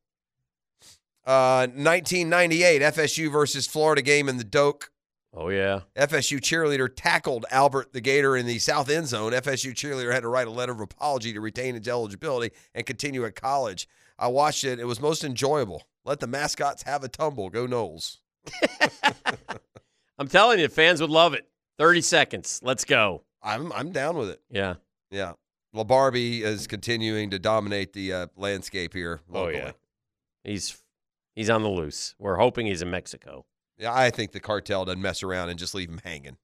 Uh, 1998 FSU versus Florida game in the Doak. Oh yeah. FSU cheerleader tackled Albert the Gator in the south end zone. FSU cheerleader had to write a letter of apology to retain his eligibility and continue at college. I watched it. It was most enjoyable. Let the mascots have a tumble. Go Knowles. I'm telling you, fans would love it. 30 seconds. Let's go. I'm I'm down with it. Yeah. Yeah. La Barbie is continuing to dominate the uh, landscape here. Locally. Oh yeah. He's he's on the loose. We're hoping he's in Mexico. Yeah, I think the cartel doesn't mess around and just leave him hanging.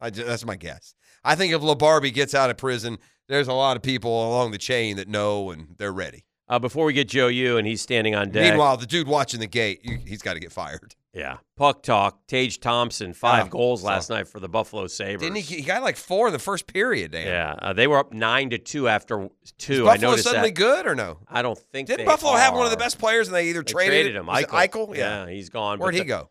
I ju- that's my guess. I think if La Barbie gets out of prison, there's a lot of people along the chain that know and they're ready. Uh, before we get Joe you and he's standing on deck. Meanwhile, the dude watching the gate, you, he's got to get fired. Yeah. Puck talk. Tage Thompson, five Oh, goals so- last night for the Buffalo Sabres. Didn't he? He got like four in the first period. Dan. Yeah, uh, they were up nine to two after two. Is I Buffalo noticed suddenly that. good or no? I don't think. Didn't they Buffalo have one of the are. best players and they either They traded, traded him. was it Eichel. Eichel? Yeah. he's gone. but Where'd he the- go?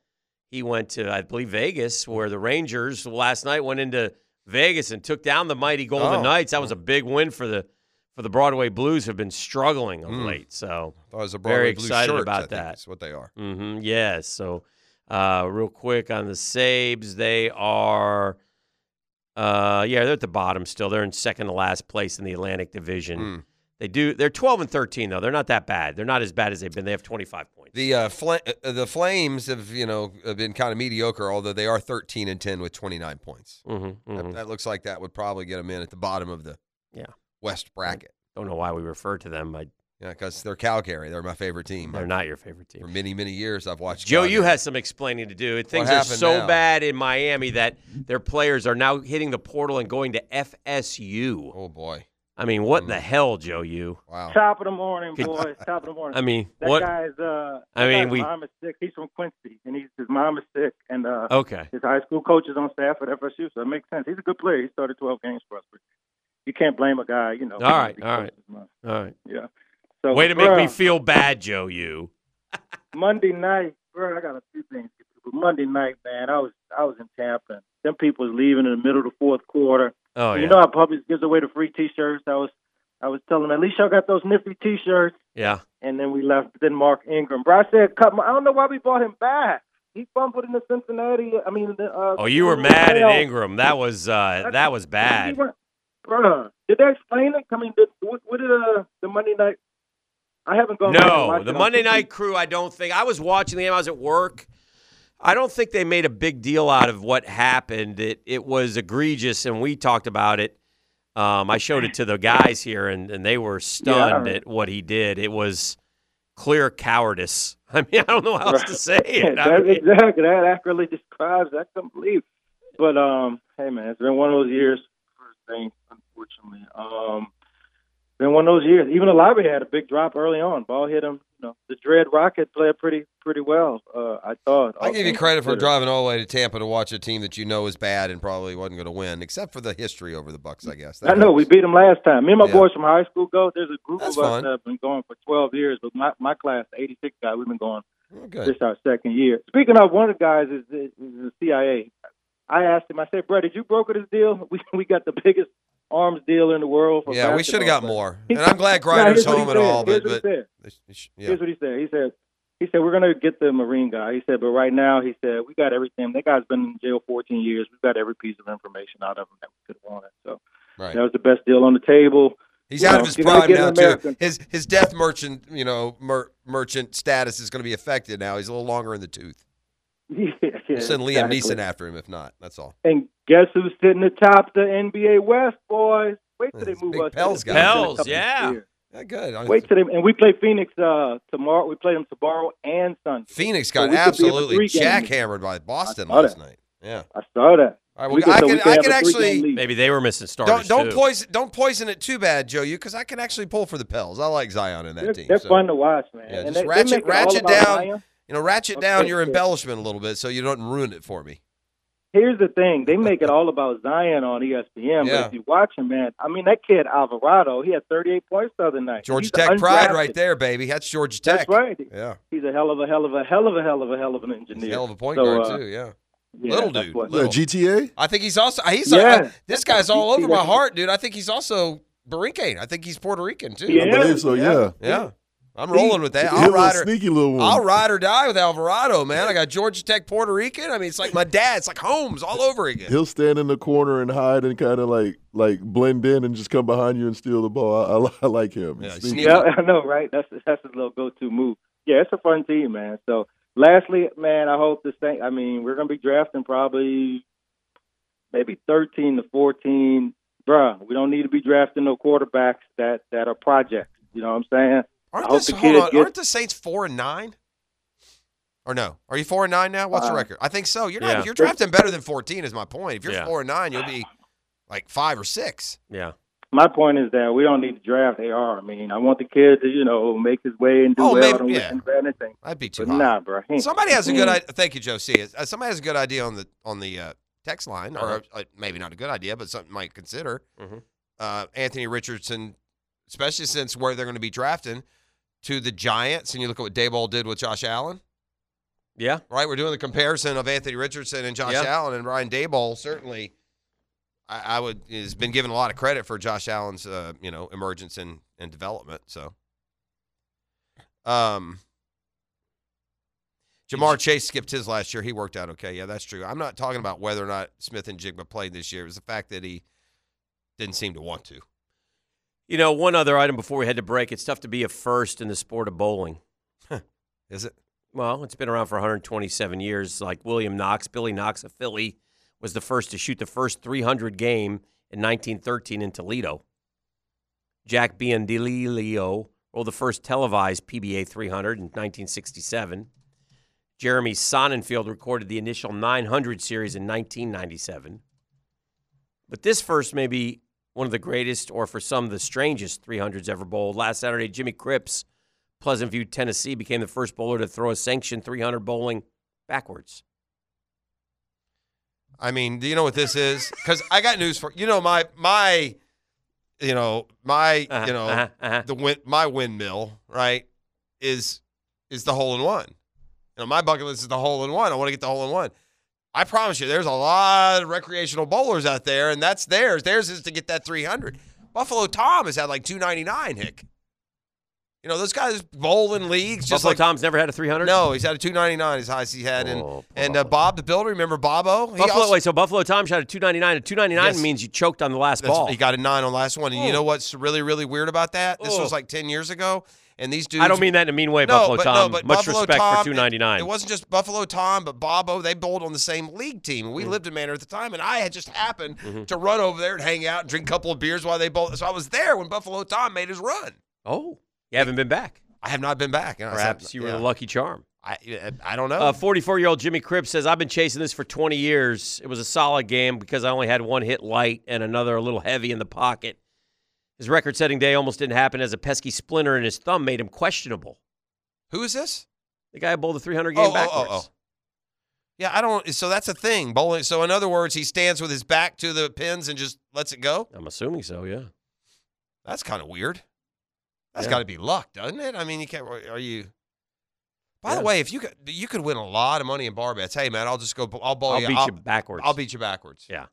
He went to, I believe, Vegas, where the Rangers last night went into Vegas and took down the mighty Golden Oh. Knights. That was a big win for the for the Broadway Blues, who've been struggling of Mm. late. So Thought it was a very Broadway Blue excited Shirts, I about think that. is what they are. hmm Yes. So, uh, real quick on the Sabes, they are, uh, yeah, they're at the bottom still. They're in second to last place in the Atlantic Division. Hmm. They do. They're twelve and thirteen though. They're not that bad. They're not as bad as they've been. They have twenty five points. The uh, fl- uh, the Flames have you know have been kind of mediocre, although they are thirteen and ten with twenty nine points. Mm-hmm, That, that looks like that would probably get them in at the bottom of the Yeah. West bracket. Don't know why we refer to them. I, yeah, because they're Calgary. They're my favorite team. They're not your favorite team. For many many years, I've watched. Joe, Calgary. you had some explaining to do. Things are happened so now? bad in Miami that their players are now hitting the portal and going to FSU. Oh boy. Hmm. I mean, what in the hell, Joe? You wow. Top of the morning, Could- boys. Top of the morning. Oh. I mean, that what- guy's. Uh, I that mean, guy's we- Mom is sick. He's from Quincy, and he's his mom is sick, and uh, Okay. his high school coach is on staff at FSU, so it makes sense. He's a good player. He started 12 games for us, but you can't blame a guy. You know. All right, all right, all right. Yeah. So, way to make me bruh. feel bad, Joe. You. Monday night, bro, I got a few things. to do, But Monday night, man, I was I was in Tampa. and Them people was leaving in the middle of the fourth quarter. Oh you yeah. know how Publix gives away the free T-shirts. I was I was telling them at least y'all got those nifty T-shirts. yeah. And then we left. Then Mark Ingram. Bro, I said, cut my, I don't know why we bought him back. He fumbled in the Cincinnati. I mean, the, uh, Oh, you were mad at Well, Ingram. That was uh, that was he bad. went- Bruh, did they explain it? I mean, did, what, what did uh, the Monday night? I haven't gone. back and No, watched the it. I'm Monday thinking- Night Crew. I don't think I was watching the game. I was at work. I don't think they made a big deal out of what happened. It it was egregious, and we talked about it. Um, I showed it to the guys here, and, and they were stunned Yeah. at what he did. It was clear cowardice. I mean, I don't know how else to say it. I That- mean- exactly. That accurately describes. it. I couldn't believe. it. But um, hey man, it's been one of those years. First thing, unfortunately. Um, been one of those years. Even Olave had a big drop early on. Ball hit him. You know, the Dread Rocket played pretty pretty well. Uh, I thought. I give you All- credit for driving all the way to Tampa to watch a team that you know is bad and probably wasn't going to win, except for the history over the Bucks, I guess. I know we beat them last time. Me and my Yeah. boys from high school go. There's a group That's of us fun. that have been going for 12 years, but my, my class, the 86 guy, we've been going. good. This is our second year. Speaking of, one of the guys is the, is the CIA. I asked him. I said, "Bro, did you broker this deal? We we got the biggest arms deal in the world." For Yeah, we should have got basketball." more. He- And I'm glad No, here's Grider's what he home and said. all, but, Here's what but he said. yeah. Here's what he said. He said, he said we're gonna get the Marine guy. He said, but right now, he said we got everything. That guy's been in jail 14 years. We've got every piece of information out of him that we could have wanted. So Right. that was the best deal on the table. He's You out know, of his you gotta prime get an now American. too. His his death merchant, you know, mer- merchant status is going to be affected now. He's a little longer in the tooth. Yeah, yeah, we'll send Liam exactly. Neeson after him if not. That's all. And guess who's sitting atop the NBA West, boys? Wait till they move us. Pels to guy. the Pels in a Pels, couple of yeah. years. Yeah, good. Wait till they and we play Phoenix uh, tomorrow. We play them tomorrow and Sunday. Phoenix So got we could be up a absolutely three-game lead. jackhammered by Boston I saw last that. night. Yeah. I saw that. All right, We well, could- I so we can, could I have can a three-game actually Maybe they were missing starters don't don't too. poison don't poison it too bad, Joe. You because I can actually pull for the Pels. I like Zion in that They're, team. they're so- fun to watch, man. Yeah, and just they, they ratchet make it all ratchet about down. Zion. You know, ratchet Okay, down your yeah. embellishment a little bit so you don't ruin it for me. Here's the thing: they make it all about Zion on E ESPN. Yeah. But if you watch him, man, I mean, that kid Alvarado, he had 38 points the other night. Georgia He's Tech pride undrafted. right there, baby. That's Georgia Tech. That's right. Yeah. He's a hell of a hell of a hell of a hell of a hell of an engineer. Hell of a point So, guard uh, too. Yeah. yeah, little that's dude. what- little. GTA? I think he's also he's Yeah. uh, this guy's all He- over he my doesn't- heart, dude. I think he's also Barinque. I think he's Puerto Rican too. I believe so, yeah. Yeah. I'm rolling with He that. I'll was a ride, or, sneaky little one. I'll ride or die with Alvarado, man. I got Georgia Tech Puerto Rican. I mean, it's like my dad. It's like Holmes all over again. He'll stand in the corner and hide and kind of like like blend in and just come behind you and steal the ball. I, I, li- I like him. He's sneaky. Yeah, I know, right? That's that's his little go-to move. Yeah, it's a fun team, man. So, lastly, man, I hope this thing. I mean, we're gonna be drafting probably maybe thirteen to fourteen, bruh. We don't need to be drafting no quarterbacks that that are projects. You know what I'm saying? I Aren't, hope this, the hold kids on, get- aren't the Saints four and nine? Or no? Are you four and nine now? What's the Uh, record? I think so. You're not. yeah. You're drafting better than fourteen. Is my point. If you're Yeah. four and nine, you'll be like five or six. Yeah. My point is that we don't need to draft AR. I mean, I want the kid to you know make his way and do Oh, well. maybe- I don't yeah. listen to anything. I'd be too But high. Nah, bro. he ain't- Somebody has a he good ain't- idea. Thank you, Joe. See, uh, somebody has a good idea on the on the uh, text line, or Uh-huh. uh, maybe not a good idea, but something might consider. Mm-hmm. Uh, Anthony Richardson, especially since where they're going to be drafting to the Giants, and you look at what Dayball did with Josh Allen. Yeah. Right. We're doing the comparison of Anthony Richardson and Josh Yeah. Allen, and Ryan Dayball certainly. I, I would has been given a lot of credit for Josh Allen's uh, you know emergence and and development. So. Um. Jamar Chase skipped his last year. He worked out okay. Yeah, that's true. I'm not talking about whether or not Smith and Jigba played this year. It was the fact that he didn't seem to want to. You know, one other item before we head to break. It's tough to be a first in the sport of bowling. Is it? Well, it's been around for 127 years. Like William Knox, Billy Knox of Philly was the first to shoot the first 300 game in 1913 in Toledo. Jack Biondilio rolled the first televised PBA 300 in 1967. Jeremy Sonnenfeld recorded the initial 900 series in 1997. But this first may be one of the greatest, or for some, the strangest 300s ever bowled. Last Saturday, Jimmy Cripps, Pleasant View, Tennessee, became the first bowler to throw a sanctioned 300 bowling backwards. I mean, do you know what this is? Because I got news for you know my my you know my you know uh-huh, the win my windmill right is is the hole in one. You know my bucket list is the hole in one. I want to get the hole in one. I promise you, there's a lot of recreational bowlers out there, and that's theirs. Theirs is to get that 300. Buffalo Tom has had like 299, Hick. You know those guys bowl in leagues. Just Buffalo like Tom's never had a 300. no, he's had a 299 as high as he had, and and uh, Bob the Builder. Remember Bobo? He Buffalo, also- wait, so Buffalo Tom shot a 299. A 299 Yes. means you choked on the last That's- ball. He got a nine on last one. And you Oh. know what's really, really weird about that? This Oh. was like 10 years ago. And these dudes. I don't mean that in a mean way, No, Buffalo but, Tom. No, but Much Buffalo respect for Tom, it- 299. It, wasn't just Buffalo Tom, but Bobo. They bowled on the same league team. And we Mm-hmm. lived in Manor at the time. And I had just happened to run over there and hang out and drink a couple of beers while they bowled. So I was there when Buffalo Tom made his run. Oh, you haven't been back. I have not been back. And I said- Perhaps you were yeah. the lucky charm. I, I don't know. Uh, 44-year-old Jimmy Cripps says, I've been chasing this for 20 years. It was a solid game because I only had one hit light and another a little heavy in the pocket. His record setting day almost didn't happen as a pesky splinter in his thumb made him questionable. Who is this? The guy who bowled a 300 Oh, game oh, oh, backwards. oh. Yeah, I don't. So that's a thing. Bowling. So in other words, he stands with his back to the pins and just lets it go. I'm assuming so. Yeah. That's kind of weird. That's Yeah. got to be luck, doesn't it? I mean, you can't. Are you? By the Yeah. way, if you could, you could win a lot of money in bar bets. Hey, man, I'll just go. I'll bowl I'll you. beat you backwards. I'll beat you backwards. Yeah.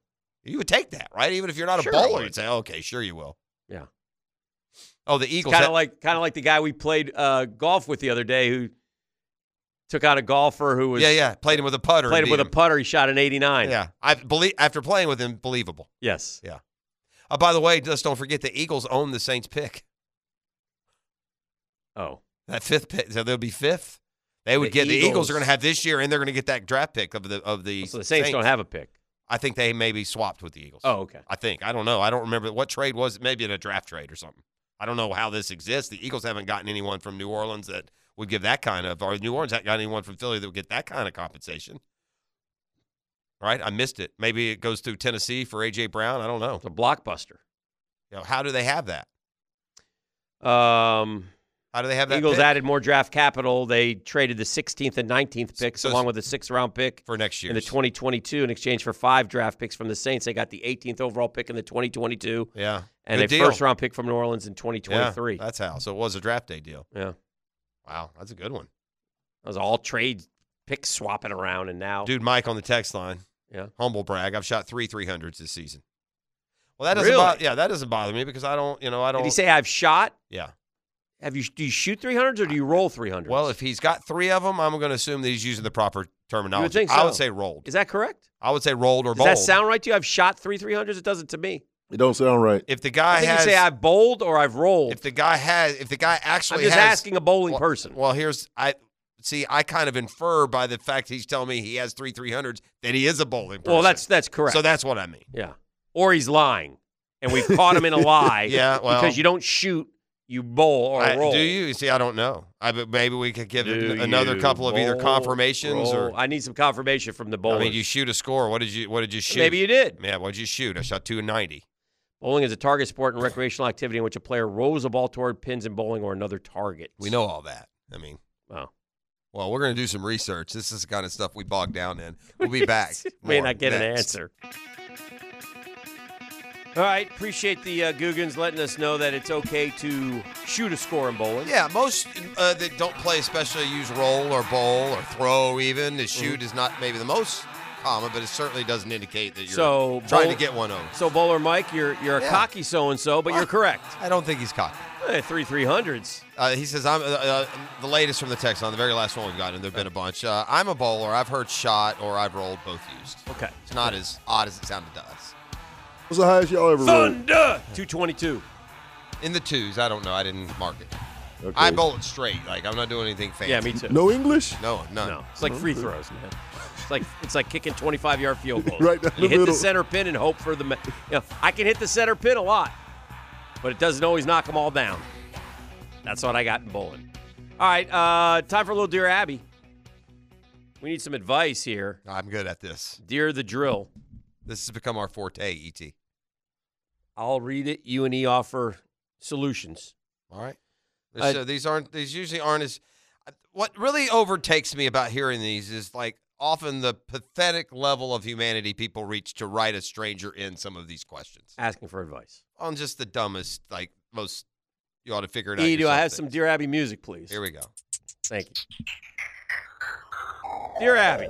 You would take that, right? Even if you're not a Sure I bowler, would. you'd say, "Okay, sure you will." Yeah. Oh, the Eagles. Kind of that- like kind of like the guy we played uh, golf with the other day who took out a golfer who was yeah, yeah. Played him with a putter. played and him beat with a putter. He shot an 89. Yeah, I believe after playing with him, believable. Yes. Yeah. Uh, by the way, just don't forget the Eagles own the Saints pick. Oh, that fifth pick. So they'll be fifth. They would The get the Eagles Eagles. Oh, are going to have this year, and they're going to get that draft pick of the of the. So the Saints don't have a pick. I think they may be swapped with the Eagles. Oh, okay. I think I don't know. I don't remember what trade was. it. Maybe in a draft trade or something. I don't know how this exists. The Eagles haven't gotten anyone from New Orleans that would give that kind of, or New Orleans hasn't gotten anyone from Philly that would get that kind of compensation. Right? I missed it. Maybe it goes through Tennessee for AJ Brown. I don't know. It's a blockbuster. You know, how do they have that? Um, How do they have that Eagles pick? added more draft capital. They traded the 16th and 19th picks along with the sixth round pick for next year in the 2022 in exchange for five draft picks from the Saints. They got the 18th overall pick in the 2022. Yeah. and Good a deal. first round pick from New Orleans in 2023. Yeah, that's how. So it was a draft day deal. Yeah. Wow, that's a good one. That was all trade picks swapping around, and now Dude, Mike on the text line. Yeah. Humble brag. I've shot three 300s this season. Well, that doesn't Really? bother, yeah, that doesn't bother me because I don't, you know, I don't Did he say I've shot? Yeah. Have you do you shoot 300s or do you roll 300? Well, if he's got 3 of them, I'm going to assume that he's using the proper terminology. think I so. would say rolled. Is that correct? I would say rolled or Does bowled. that sound right to you? I've shot three 300s. It doesn't to me. It don't sound right. If the guy I think you has say I've bowled or I've rolled. If the guy has if the guy actually I'm just has- asking a bowling well, person. Well, here's I see I kind of infer by the fact he's telling me he has 3 300s that he is a bowling person. Well, that's that's correct. So that's what I mean. yeah. Or he's lying, and we've caught him in a lie. Yeah, well- because you don't shoot, you bowl or I- roll. Do you see? I don't know. I but maybe we could give Do it another you couple of either bowl, confirmations roll? or. I need some confirmation from the I bowlers. mean, you shoot a score. What did you? What did you shoot? Maybe you did. Yeah. What did you shoot? I shot two ninety. Bowling is a target sport and recreational activity in which a player rolls a ball toward pins in bowling or another target. We know all that. I mean, wow. Well, we're gonna do some research. This is the kind of stuff we bog down in. We'll be back. May More not get an next. answer. All right, appreciate the uh, Googans letting us know that it's okay to shoot a score in bowling. Yeah, most uh, that don't play, especially use roll or bowl or throw. Even the Mm-hmm. shoot is not maybe the most common, but it certainly doesn't indicate that you're So trying bowl- to get one over. So bowler Mike, you're you're a Yeah. cocky so and so, but you're correct. I don't think he's cocky. Eh, three three hundreds. Uh, he says, "I'm uh, uh, the latest from the text on the very last one we've gotten. There've been a bunch. Uh, I'm a bowler. I've heard shot or I've rolled both used. Okay, it's not as odd as it sounded to us. What's the highest y'all ever rolled? Thunder two twenty two in the twos. I don't know. I didn't mark it. Okay. I bowl it straight. Like I'm not doing anything fancy. Yeah, me too. No English? No, none. No, it's like free throws, man. It's like it's like kicking twenty five yard field goals. Right down you the hit middle. the center pin and hope for the. ma- You know, I can hit the center pin a lot, but it doesn't always knock them all down. That's what I got in bowling. All right, uh, time for a little dear Abby. We need some advice here. I'm good at this. Dear the drill. This has become our forte. E Et. I'll read it. You and E offer solutions. All right. Uh, so these aren't. These usually aren't as. uh, What really overtakes me about hearing these is like often the pathetic level of humanity people reach to write a stranger in some of these questions. Asking for advice. on just the dumbest, like most. You ought to figure it out. E, do I yourself have thing. some Dear Abby music, please? Here we go. Thank you. Dear Abby,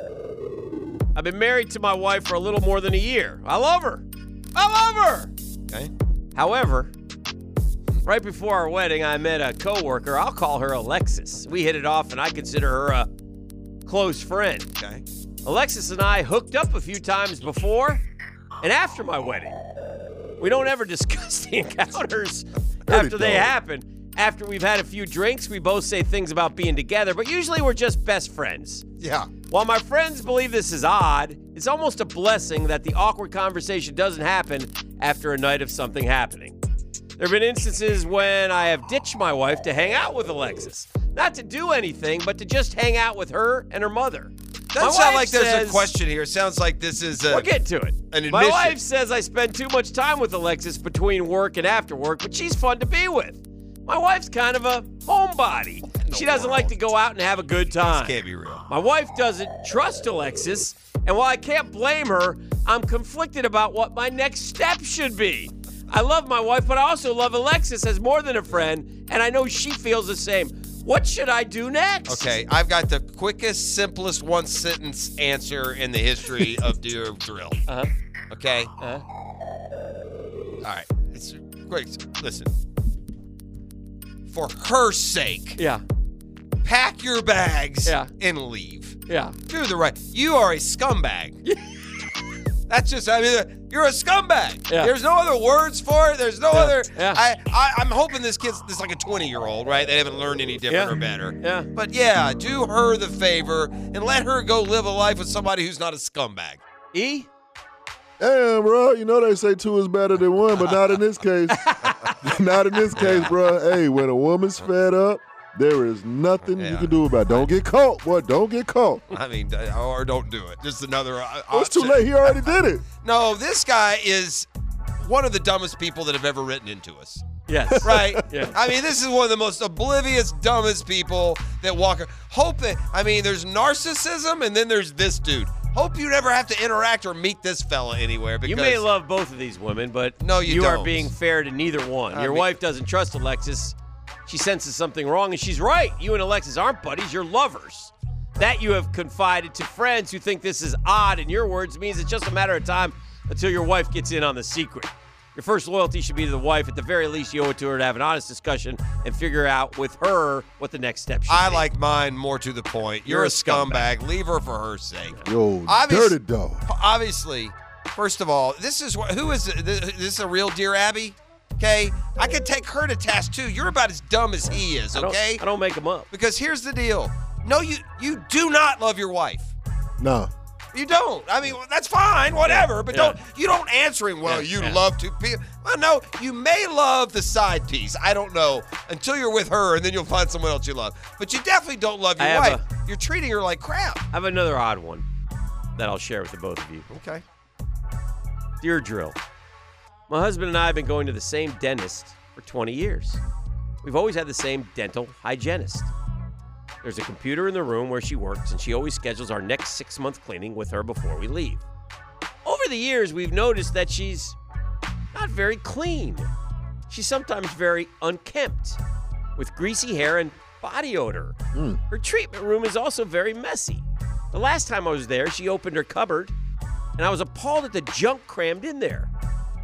I've been married to my wife for a little more than a year. I love her. I love her. Okay. However, right before our wedding, I met a coworker. I'll call her Alexis. We hit it off, and I consider her a close friend. Okay. Alexis and I hooked up a few times before and after my wedding. We don't ever discuss the encounters after they don't. happen. After we've had a few drinks, we both say things about being together, but usually we're just best friends. Yeah. While my friends believe this is odd, it's almost a blessing that the awkward conversation doesn't happen after a night of something happening. There have been instances when I have ditched my wife to hang out with Alexis. Not to do anything, but to just hang out with her and her mother. Doesn't My sound wife like there's says- a question here. It sounds like this is a. We'll get to it. An admission. My wife says I spend too much time with Alexis between work and after work, but she's fun to be with. My wife's kind of a homebody. She doesn't like to go out and have a good time. can't be real. My wife doesn't trust Alexis, and while I can't blame her, I'm conflicted about what my next step should be. I love my wife, but I also love Alexis as more than a friend, and I know she feels the same. What should I do next? Okay, I've got the quickest, simplest one sentence answer in the history of the drill. Uh-huh. Okay. Uh-huh. All right. It's quick. Listen. For her sake. Yeah. Pack your bags. Yeah. And leave. Yeah. Do the right. You are a scumbag. That's just. I mean, you're a scumbag. Yeah. There's no other words for it. There's no Yeah. other. Yeah. I, I. I'm hoping this kid's this is like a 20 year old, right? They haven't learned any different Yeah. or better. Yeah. But yeah, do her the favor and let her go live a life with somebody who's not a scumbag. E. Damn, bro. You know they say two is better than one, but not in this case. not in this case, bro. Hey, when a woman's fed up, there is nothing you can do about it. Don't get caught, boy. Don't get caught. I mean, d- or don't do it. Just another. uh, Oh, it's too option. late. He already did it. No, this guy is one of the dumbest people that have ever written into us. Yes. Right? Yes. I mean, this is one of the most oblivious, dumbest people that walk. Hope that, I mean, there's narcissism and then there's this dude. Hope you never have to interact or meet this fella anywhere because You may love both of these women, but No, you are don't. being fair to neither one. I Your mean- wife doesn't trust Alexis. She senses something wrong, and she's right. You and Alexis aren't buddies, you're lovers. That you have confided to friends who think this is odd, in your words, means it's just a matter of time until your wife gets in on the secret. Your first loyalty should be to the wife. At the very least, you owe it to her to have an honest discussion and figure out with her what the next step should I be. like mine more to the point. You're, You're a a scumbag. Leave her for her sake. Yo, Obvious- dirty dog. Oh. Obviously, first of all, this is what, who is th- this? Is a real Dear Abby? Okay, I could take her to task too. You're about as dumb as he is. I don't- Okay, I don't make them up. because here's the deal. No, you you do not love your wife. Nah. You don't. I mean, well, that's fine, whatever. But Yeah. don't you don't answer him. Well, Yeah, you yeah. love to be. Well, no, you may love the side piece. I don't know until you're with her, and then you'll find someone else you love. But you definitely don't love I your have wife. You're treating her like crap. I have another odd one that I'll share with the both of you. Okay. Dear Drill, my husband and I have been going to the same dentist for 20 years. We've always had the same dental hygienist. There's a computer in the room where she works, and she always schedules our next six month cleaning with her before we leave. Over the years, we've noticed that she's not very clean. She's sometimes very unkempt, with greasy hair and body odor. Her treatment room is also very messy. The last time I was there, she opened her cupboard, and I was appalled at the junk crammed in there.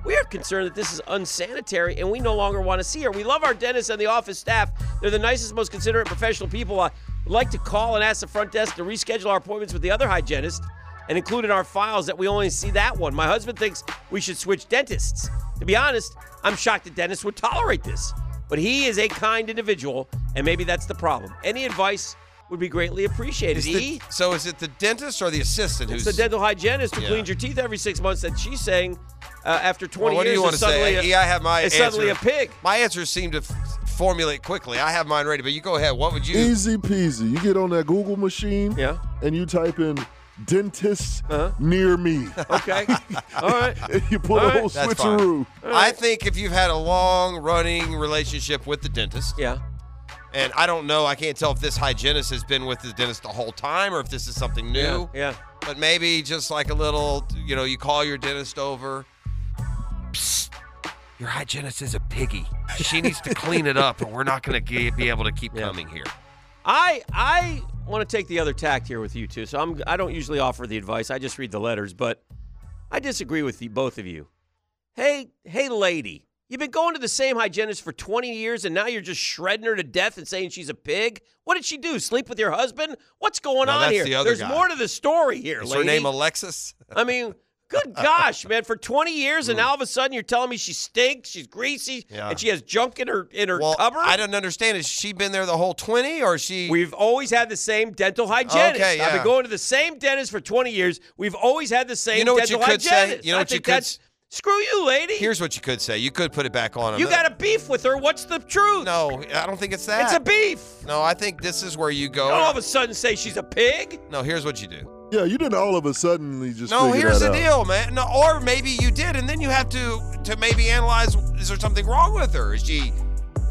We are concerned that this is unsanitary and we no longer want to see her. We love our dentist and the office staff. They're the nicest, most considerate professional people. I would like to call and ask the front desk to reschedule our appointments with the other hygienist and include in our files that we only see that one. My husband thinks we should switch dentists. To be honest, I'm shocked that dentists would tolerate this. But he is a kind individual, and maybe that's the problem. Any advice would be greatly appreciated. Is the- E? so is it the dentist or the assistant It's who's the dental hygienist who Yeah. cleans your teeth every six months that she's saying uh, after 20 Well, what do years you is want to suddenly say? a- yeah, I have my is answer. suddenly a pig. My answers seem to f- formulate quickly. I have mine ready, but you go ahead. What would you? Easy peasy. You get on that Google machine Yeah. and you type in dentist Uh-huh. near me. Okay. All right. and you pull All a right. whole That's fine. switcheroo. I think if you've had a long running relationship with the dentist, Yeah. and I don't know, I can't tell if this hygienist has been with the dentist the whole time or if this is something new. Yeah. Yeah. But maybe just like a little, you know, you call your dentist over. Psst, your hygienist is a piggy. She needs to clean it up, or we're not going to be able to keep coming here. I I want to take the other tact here with you too. So I'm I don't usually offer the advice. I just read the letters, but I disagree with the both of you. Hey, hey lady. You've been going to the same hygienist for 20 years and now you're just shredding her to death and saying she's a pig? What did she do? Sleep with your husband? What's going No, on that's here? the other There's guy. more to the story here, Is lady. her name Alexis? I mean, good gosh, man! For 20 years, and now all of a sudden you're telling me she stinks, she's greasy, Yeah. and she has junk in her in her Well, cupboard. I don't understand. Has she been there the whole 20 or is she? We've always had the same dental hygienist. Okay, I've been yeah. going to the same dentist for 20 years. We've always had the same You know what you dental could say? hygienist. You know I what you think could that's- s- Screw you, lady. Here's what you could say. You could put it back on. him. you got a beef with her. What's the truth? No, I don't think it's that. It's a beef. No, I think this is where you go. Don't all of a sudden say she's a pig. No, here's what you do. Yeah, you didn't all of a suddenly just. no, figure here's that the out. deal, man. No, or maybe you did, and then you have to to maybe analyze: is there something wrong with her? Is she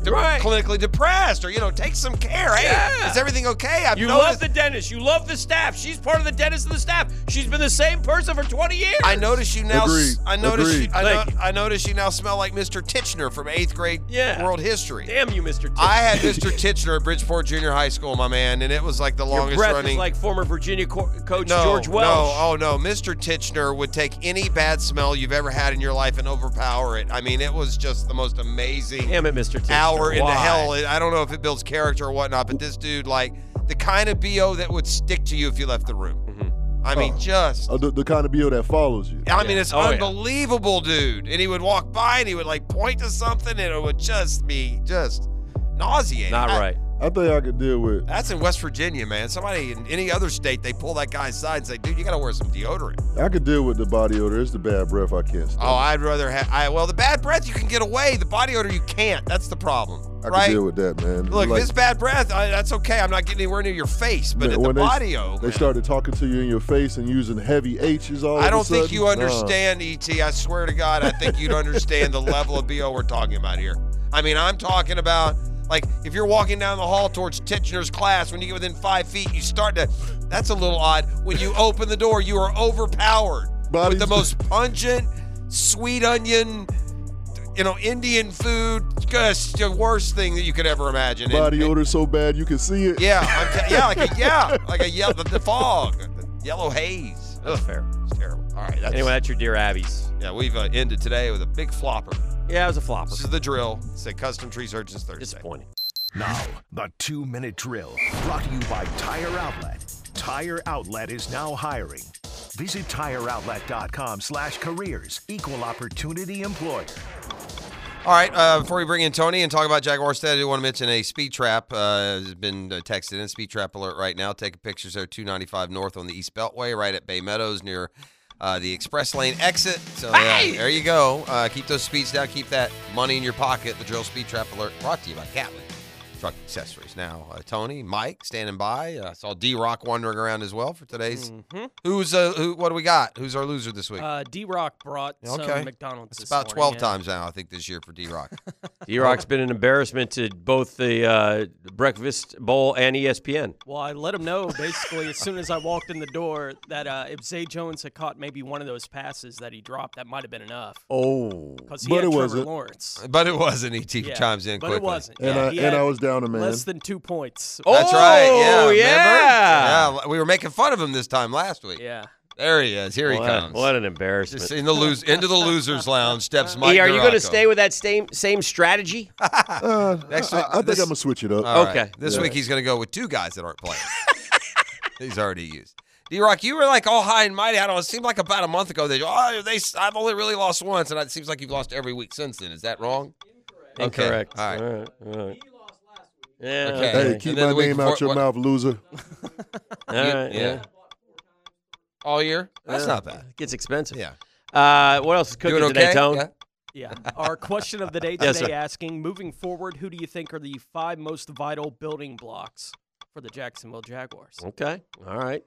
de- clinically depressed, or you know, take some care? Hey, Yeah. is everything okay? I've you noticed. love the dentist. You love the staff. She's part of the dentist and the staff. She's been the same person for 20 years. I notice you now. Agreed. s- I notice. You, Agreed. I, Thank no- I notice you now smell like Mr. Titchener from eighth grade Yeah. world history. Damn you, Mr. Titchener. I had Mr. Titchener at Bridgeport Junior High School, my man, and it was like the Your longest breath running. is like former Virginia co- coach no, George Welsh. no, oh no, Mr. Titchener would take any bad smell you've ever had in your life and overpower it. I mean, it was just the most amazing. Damn it, Mr. Titchener. hour into Why? hell. I don't know if it builds character or whatnot, but this dude, like, the kind of bo that would stick to you if you left the room. I mean, Oh. just. Uh, the, the kind of bill that follows you. I mean, it's unbelievable, dude. And he would walk by and he would like point to something, and it would just be just nauseating. I- I think I could deal with. that's in West Virginia, man. Somebody in any other state, they pull that guy aside and say, "Dude, you got to wear some deodorant." I could deal with the body odor. It's the bad breath I can't. stand. Oh, I'd rather have. I well, the bad breath you can get away. The body odor you can't. That's the problem, I right? could deal with that, man. Look, Like, this bad breath, I, that's okay. I'm not getting anywhere near your face, but man, at the when body they, odor. they started talking to you in your face and using heavy H's all. I of a don't think sudden, uh, you nah. understand, ET. I swear to God, I think you'd understand the level of BO we're talking about here. I mean, I'm talking about like if you're walking down the hall towards Titchener's class, when you get within five feet, you start to. That's a little odd. When you open the door, you are overpowered with the most pungent, sweet onion, you know, Indian food. Just the worst thing that you could ever imagine. And- Body odor so bad you can see it. yeah, I'm t- yeah, like a, yeah, like a yellow, the fog, the yellow haze. That's fair. It's terrible. All right. That's, Anyway, that's your Dear Abby's. Yeah, we've uh, ended today with a big flopper. Yeah, it was a flopper. This is the drill. It's a custom tree surgeons Thursday. Disappointing. Now, the two minute drill brought to you by Tire Outlet. Tire Outlet is now hiring. Visit tireoutlet.com slash careers, equal opportunity employer. All right. Uh, before we bring in Tony and talk about Jaguar State, I do want to mention a speed trap uh, has been uh, texted in. Speed trap alert right now. Taking pictures there, 295 north on the East Beltway, right at Bay Meadows near uh, the express lane exit. So yeah, there you go. Uh, keep those speeds down. Keep that money in your pocket. The drill speed trap alert brought to you by Catlin Truck Accessories. Now, uh, Tony, Mike, standing by. Uh, I saw D Rock wandering around as well for today's. Mhm. Who's uh, who? What do we got? Who's our loser this week? Uh, D Rock brought okay, some McDonald's. It's this about morning, twelve yeah. times now, I think, this year for D Rock. D Rock's been an embarrassment to both the uh, Breakfast Bowl and E ESPN. Well, I let him know basically as soon as I walked in the door that uh, if Zay Jones had caught maybe one of those passes that he dropped, that might have been enough. Oh, because he had Trevor Lawrence. But it wasn't. ET Yeah, chimes in but it quickly. wasn't. And yeah, I- he and had I was down a man. Less than two points. That's right. Yeah. Oh, remember? yeah. Yeah, We were making fun of him this time last week. Yeah. There he is. Here he What- comes. what an embarrassment. Just in the lose into the losers lounge steps Mike. E, are you going Duraco. to stay with that same same strategy? Uh, Next I, week- I think this- I'm gonna switch it up. All right. This Yeah. week he's going to go with two guys that aren't playing. he's already used. D Rock, you were like all high and mighty. I don't. know. It seemed like about a month ago they. Oh, they. I've only really lost once, and it seems like you've lost every week since then. Is that wrong? Okay. Incorrect. All right. All right. All right. Yeah. Okay. Hey, And keep then my the week name out before- your mouth, what- loser. All right, yeah. All year? That's uh, Yeah. not bad. Gets expensive. Yeah. Uh, what else is cooking Doing today, okay? Tone? Yeah. Yeah. Our question of the day today Yes, sir. asking moving forward, who do you think are the five most vital building blocks for the Jacksonville Jaguars? Okay. All right.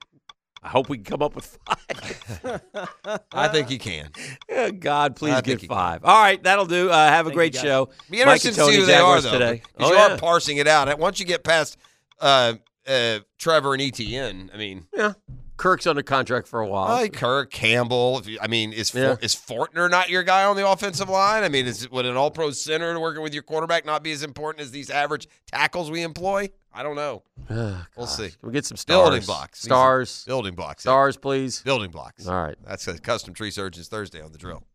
I hope we can come up with five. I think you can. Oh, Uh, God, I please think get you can. five. All right, that'll do. Uh, have Thank a you, great guys. show. Be interested Mike and to see Tony who they are Jaguars though, today. because Oh, you yeah. are parsing it out. Once you get past uh, uh, Trevor and ETN, I mean, yeah. Kirk's under contract for a while. Like Kirk Campbell. If you, I mean, is For- Yeah. is Fortner not your guy on the offensive line? I mean, is would an All Pro center working with your quarterback not be as important as these average tackles we employ? I don't know. Ah, We'll see. Can we get some Building stars? blocks. These are Stars. Building blocks. yeah. Stars, please. Building blocks. All right. That's a custom tree surgeons Thursday on the drill.